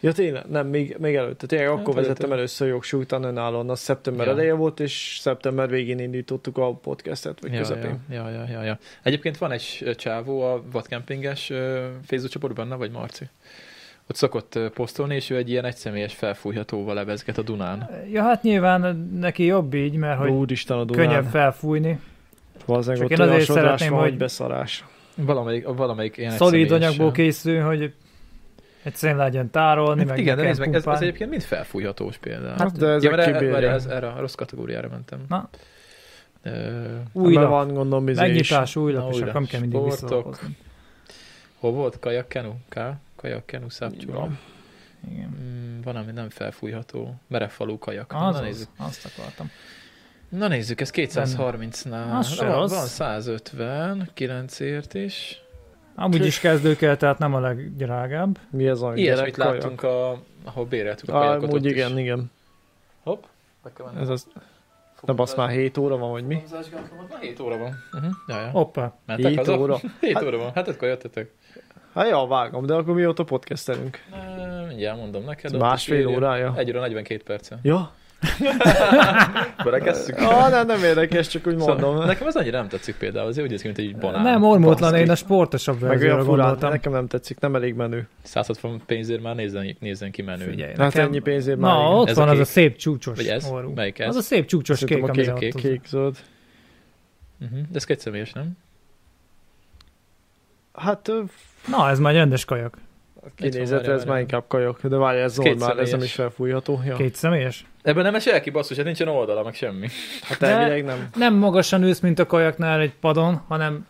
Speaker 3: Ja tényleg, nem, még, még előtte. Tényleg
Speaker 1: Hát
Speaker 3: akkor
Speaker 1: előtte.
Speaker 3: vezettem először jogsú után önállóan, az szeptember
Speaker 1: Ja.
Speaker 3: eleje volt, és szeptember végén indítottuk a podcastet, vagy
Speaker 1: ja,
Speaker 3: közepén.
Speaker 1: ja, ja, ja, ja, ja. Egyébként van egy s- csávó a vadkempinges ö, Facebook csoportban, na vagy Marci? Ott szokott ö, posztolni, és ő egy ilyen egyszemélyes felfújhatóval levezget a Dunán.
Speaker 2: Ja, hát nyilván neki jobb így, mert hogy
Speaker 3: Úristen a Dunán.
Speaker 2: könnyebb felfújni.
Speaker 3: Valószínűleg
Speaker 2: Csak én
Speaker 3: ott olyan
Speaker 2: azért
Speaker 3: sodrás
Speaker 2: szeretném,
Speaker 3: van,
Speaker 2: hogy-
Speaker 3: hogy
Speaker 1: Hát,
Speaker 3: beszarás.
Speaker 1: Valamelyik, valamelyik ilyen
Speaker 2: Szolid
Speaker 1: egyszemélyes,
Speaker 2: anyagból
Speaker 1: ö,
Speaker 2: készül, hogy egyszerűen legyen tárolni,
Speaker 1: Hát
Speaker 2: meg
Speaker 1: igen, de
Speaker 2: ne
Speaker 1: nézd meg,
Speaker 2: kell
Speaker 1: ez, ez
Speaker 2: pumpálni.
Speaker 1: egyébként mind felfújhatós például.
Speaker 3: Hát, de ezek
Speaker 1: ja, mert erre,
Speaker 3: kibírják.
Speaker 1: várjál, ez, erre a rossz kategóriára mentem.
Speaker 2: Na.
Speaker 1: Ö,
Speaker 2: új
Speaker 3: Újra.
Speaker 2: lap.
Speaker 3: van gondolom izé is.
Speaker 2: Megnyitás, új
Speaker 1: Na,
Speaker 2: lap, és
Speaker 1: újra.
Speaker 2: akkor nem kell mindig
Speaker 1: Sportok.
Speaker 2: visszalapozni.
Speaker 1: hol volt? Kajakkenu? K? Kajakkenu szápcsóra.
Speaker 2: Igen.
Speaker 1: Mm, van, ami nem felfújható. Merevfalú kajak.
Speaker 2: Az,
Speaker 1: Na, nézzük.
Speaker 2: az, azt akartam.
Speaker 1: Na nézzük, ez 230-nál.
Speaker 2: Az se
Speaker 1: van,
Speaker 2: rossz.
Speaker 1: van 150, 9 ért is.
Speaker 2: Amúgy is kezdő kell, tehát nem a legdrágább.
Speaker 3: Mi ez a
Speaker 1: Ilyesmit láttunk, a, ahol béreltük a kajakot
Speaker 3: Amúgy
Speaker 1: ott
Speaker 3: igen,
Speaker 1: is.
Speaker 3: igen.
Speaker 1: Hopp, be kell mennem.
Speaker 3: Ez az, nem azt már 7 óra van, vagy mi?
Speaker 1: Fogamzásgátló. Na, 7 óra van. Uh-huh. Jaj, jaj.
Speaker 2: Opa,
Speaker 1: Mentek
Speaker 3: 7
Speaker 1: haza?
Speaker 3: óra.
Speaker 1: 7
Speaker 3: Hát-
Speaker 1: óra van, hát akkor jöttetek.
Speaker 3: Hát ja, vágom, de akkor mióta podcastelünk?
Speaker 1: Na, Mindjárt mondom neked.
Speaker 3: Ez
Speaker 1: Hát ott is
Speaker 3: Másfél
Speaker 1: írja.
Speaker 3: órája?
Speaker 1: 1 óra 42 perccel.
Speaker 3: Ja?
Speaker 1: Berekesszük.
Speaker 3: Ah, nem, nem érdekes, csak úgy
Speaker 1: Szóval,
Speaker 3: mondom.
Speaker 1: nekem az annyira nem tetszik például, az úgy néz ki, mint egy banán.
Speaker 2: nem ormótlan,
Speaker 1: Baszki.
Speaker 2: én a sportosabb
Speaker 3: Meg olyan
Speaker 2: verzióra
Speaker 3: furán,
Speaker 2: gondoltam.
Speaker 3: nekem nem tetszik, nem elég menő.
Speaker 1: 160 pénzért már nézzen, nézzen ki menő.
Speaker 2: Figyelj,
Speaker 3: Hát
Speaker 2: nekem-
Speaker 3: ennyi pénzért már.
Speaker 2: Na,
Speaker 3: igen.
Speaker 2: ott
Speaker 1: Ez
Speaker 2: van
Speaker 1: a
Speaker 2: az a
Speaker 1: kék.
Speaker 2: szép csúcsos
Speaker 1: Vagy ez?
Speaker 2: orrú.
Speaker 1: Melyik ez?
Speaker 2: Az a szép csúcsos
Speaker 3: Szerintem
Speaker 2: kék,
Speaker 3: a
Speaker 2: amit
Speaker 3: kék,
Speaker 2: ott
Speaker 3: kék,
Speaker 2: tud-
Speaker 3: kék, zöld.
Speaker 1: Uh-huh. De ez kétszemélyes, nem?
Speaker 3: Hát ö,
Speaker 2: Na, ez már egy rendes kajak.
Speaker 3: kinézetre ez
Speaker 1: várjál,
Speaker 3: már
Speaker 1: várjál.
Speaker 3: inkább kajak, de várj, ez zord már, ez nem
Speaker 1: kétszemélyes.
Speaker 3: is felfújható. Ja.
Speaker 2: Két személyes.
Speaker 1: Ebben nem esel ki, basszus, hát nincsen oldala, meg semmi.
Speaker 3: Hát
Speaker 2: De-
Speaker 3: elvileg nem.
Speaker 2: Nem magasan ülsz, mint a kajaknál egy padon, hanem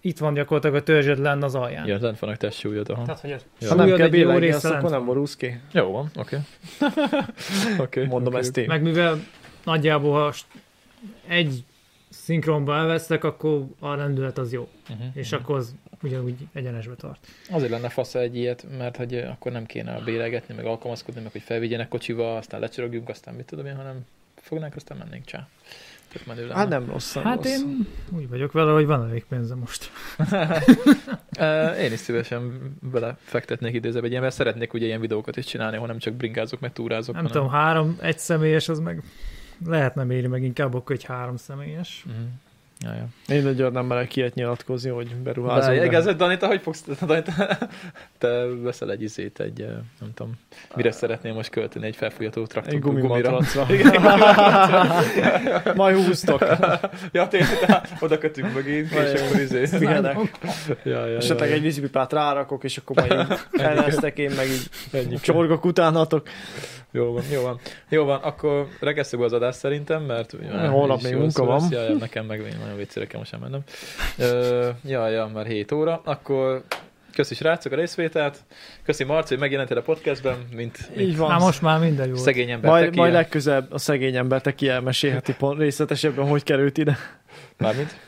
Speaker 2: itt van gyakorlatilag a törzsed lenn az alján.
Speaker 1: Igen, lent vannak testsúlyod, aha.
Speaker 2: Tehát, hogy a
Speaker 1: Ja.
Speaker 3: Ha nem
Speaker 2: súlyod
Speaker 3: kell
Speaker 2: egy jó
Speaker 3: bírni,
Speaker 2: része
Speaker 3: azt
Speaker 2: lent
Speaker 3: akkor nem
Speaker 2: van.
Speaker 3: borulsz ki.
Speaker 1: Jó van, oké. Oké.
Speaker 3: Mondom
Speaker 1: oké.
Speaker 3: ezt én.
Speaker 2: Meg mivel nagyjából ha st- egy szinkronba elvesztek, akkor a rendület az jó.
Speaker 1: Uh-huh.
Speaker 2: És akkor az ugyanúgy egyenesbe tart.
Speaker 1: Azért lenne fasz egy ilyet, mert hogy eh, akkor nem kéne bélegetni, meg alkalmazkodni, meg hogy felvigyenek kocsival, aztán lecsörögjünk, aztán mit tudom én, hanem fognánk, aztán mennénk csá. Tök menő lenne.
Speaker 3: Hát nem rossz, nem
Speaker 2: hát
Speaker 3: rossz.
Speaker 2: én úgy vagyok vele, hogy van elég pénze most.
Speaker 1: Ö, Eh, Én is szívesen vele fektetnék idézőbe egy ilyen, mert szeretnék ugye ilyen videókat is csinálni, ahol nem csak bringázok, meg túrázok.
Speaker 2: Nem tudom, három, egy személyes az meg lehet nem éri meg inkább akkor, hogy három személyes.
Speaker 1: Mm. Ja, ja.
Speaker 3: Én nagyon nem merek ilyet nyilatkozni, hogy beruházom.
Speaker 1: De,
Speaker 3: de-
Speaker 1: igaz, Dani, te hogy fogsz, Dani, te, te veszel egy izét, egy, eh, nem tudom, mire szeretném most költeni, egy felfújható traktor
Speaker 3: Egy gumimatracra.
Speaker 1: Igen, gumimatracra.
Speaker 3: Majd húztok.
Speaker 1: ja, tényleg, tehát oda kötünk meg így,
Speaker 3: Vaj,
Speaker 1: és akkor izé.
Speaker 3: Pihenek.
Speaker 1: Ja, ja,
Speaker 3: Esetleg
Speaker 1: ja,
Speaker 3: egy vízipipát rárakok, és akkor majd így elvesztek, én meg így
Speaker 1: Ennyi.
Speaker 3: csorgok utánatok.
Speaker 1: Jó van, jó van. Jó van, akkor rekesszük be az adást szerintem, mert ugye már
Speaker 3: Holnap
Speaker 1: is
Speaker 3: még
Speaker 1: jól
Speaker 3: munka
Speaker 1: szól,
Speaker 3: van.
Speaker 1: lesz. Ja, ja, nekem meg én nagyon viccére kell most elmennem. Ö, ja, ja, már 7 óra. Akkor köszi srácok a részvételt. Köszi Marci, hogy megjelentél a podcastben, mint, mint
Speaker 3: Így van.
Speaker 2: Hát most már minden jó.
Speaker 1: szegény ember.
Speaker 3: Majd,
Speaker 1: Majd,
Speaker 3: majd legközelebb a szegény ember, te ki elmesélheti pont részletesebben, hogy került ide.
Speaker 1: Mármint?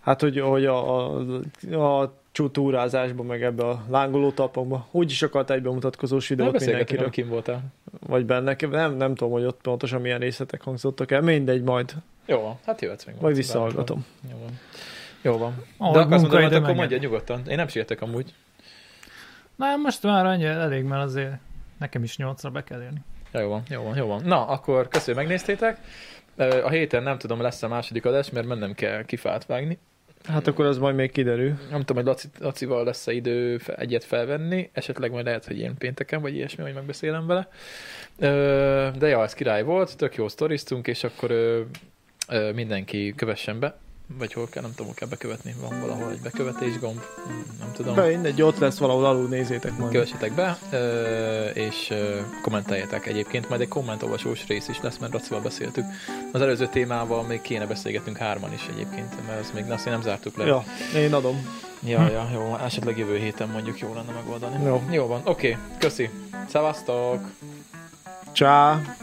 Speaker 3: Hát, hogy, hogy a, a, a csútúrázásba, meg ebbe a lángoló tapokba. Úgy is akart egy bemutatkozós
Speaker 1: De
Speaker 3: videót
Speaker 1: beszélgetünk,
Speaker 3: mindenkiről.
Speaker 1: hogy kim voltál.
Speaker 3: Vagy benne. Nem, nem tudom, hogy ott pontosan milyen részletek hangzottak el. Mindegy, majd,
Speaker 1: Jó van, hát jöhetsz még.
Speaker 3: majd
Speaker 1: Marci, bármikor.
Speaker 3: visszahallgatom.
Speaker 1: Jó van. Jó van.
Speaker 2: Ahogy
Speaker 1: De akarsz
Speaker 2: munkaidő
Speaker 1: mondani, akkor
Speaker 2: megyen.
Speaker 1: mondja nyugodtan. Én nem sietek amúgy.
Speaker 2: Na most már annyi elég, mert azért nekem is nyolcra be kell érni.
Speaker 1: Ja, jó van, jó van, jó van. Na, akkor köszönöm, hogy megnéztétek. Ö, A héten nem tudom, lesz a második adás, mert mennem kell kifát vágni.
Speaker 3: Hát akkor az majd még kiderül.
Speaker 1: Nem tudom, hogy Laci, Lacival lesz-e idő fe- egyet felvenni, esetleg majd lehet, hogy én pénteken, vagy ilyesmi, hogy megbeszélem vele. Ö, De ja, ez király volt, tök jó sztoriztunk, és akkor ö, ö, mindenki kövessen be, vagy hol kell, nem tudom, hol kell bekövetni, van valahol egy bekövetés gomb, nem tudom.
Speaker 3: De mindegy, ott lesz valahol alul, nézzétek majd.
Speaker 1: Kövessetek be, ö, és ö, kommenteljetek egyébként, majd egy kommentolvasós rész is lesz, mert Racival beszéltük. Az előző témával még kéne beszélgetnünk hárman is egyébként, mert azt még azt nem zártuk le.
Speaker 3: Ja, én adom.
Speaker 1: ja, ja jó, esetleg jövő héten mondjuk jó lenne megoldani.
Speaker 3: Jó.
Speaker 1: Jó van, oké, okay, köszi. Szevasztok!
Speaker 3: Csá!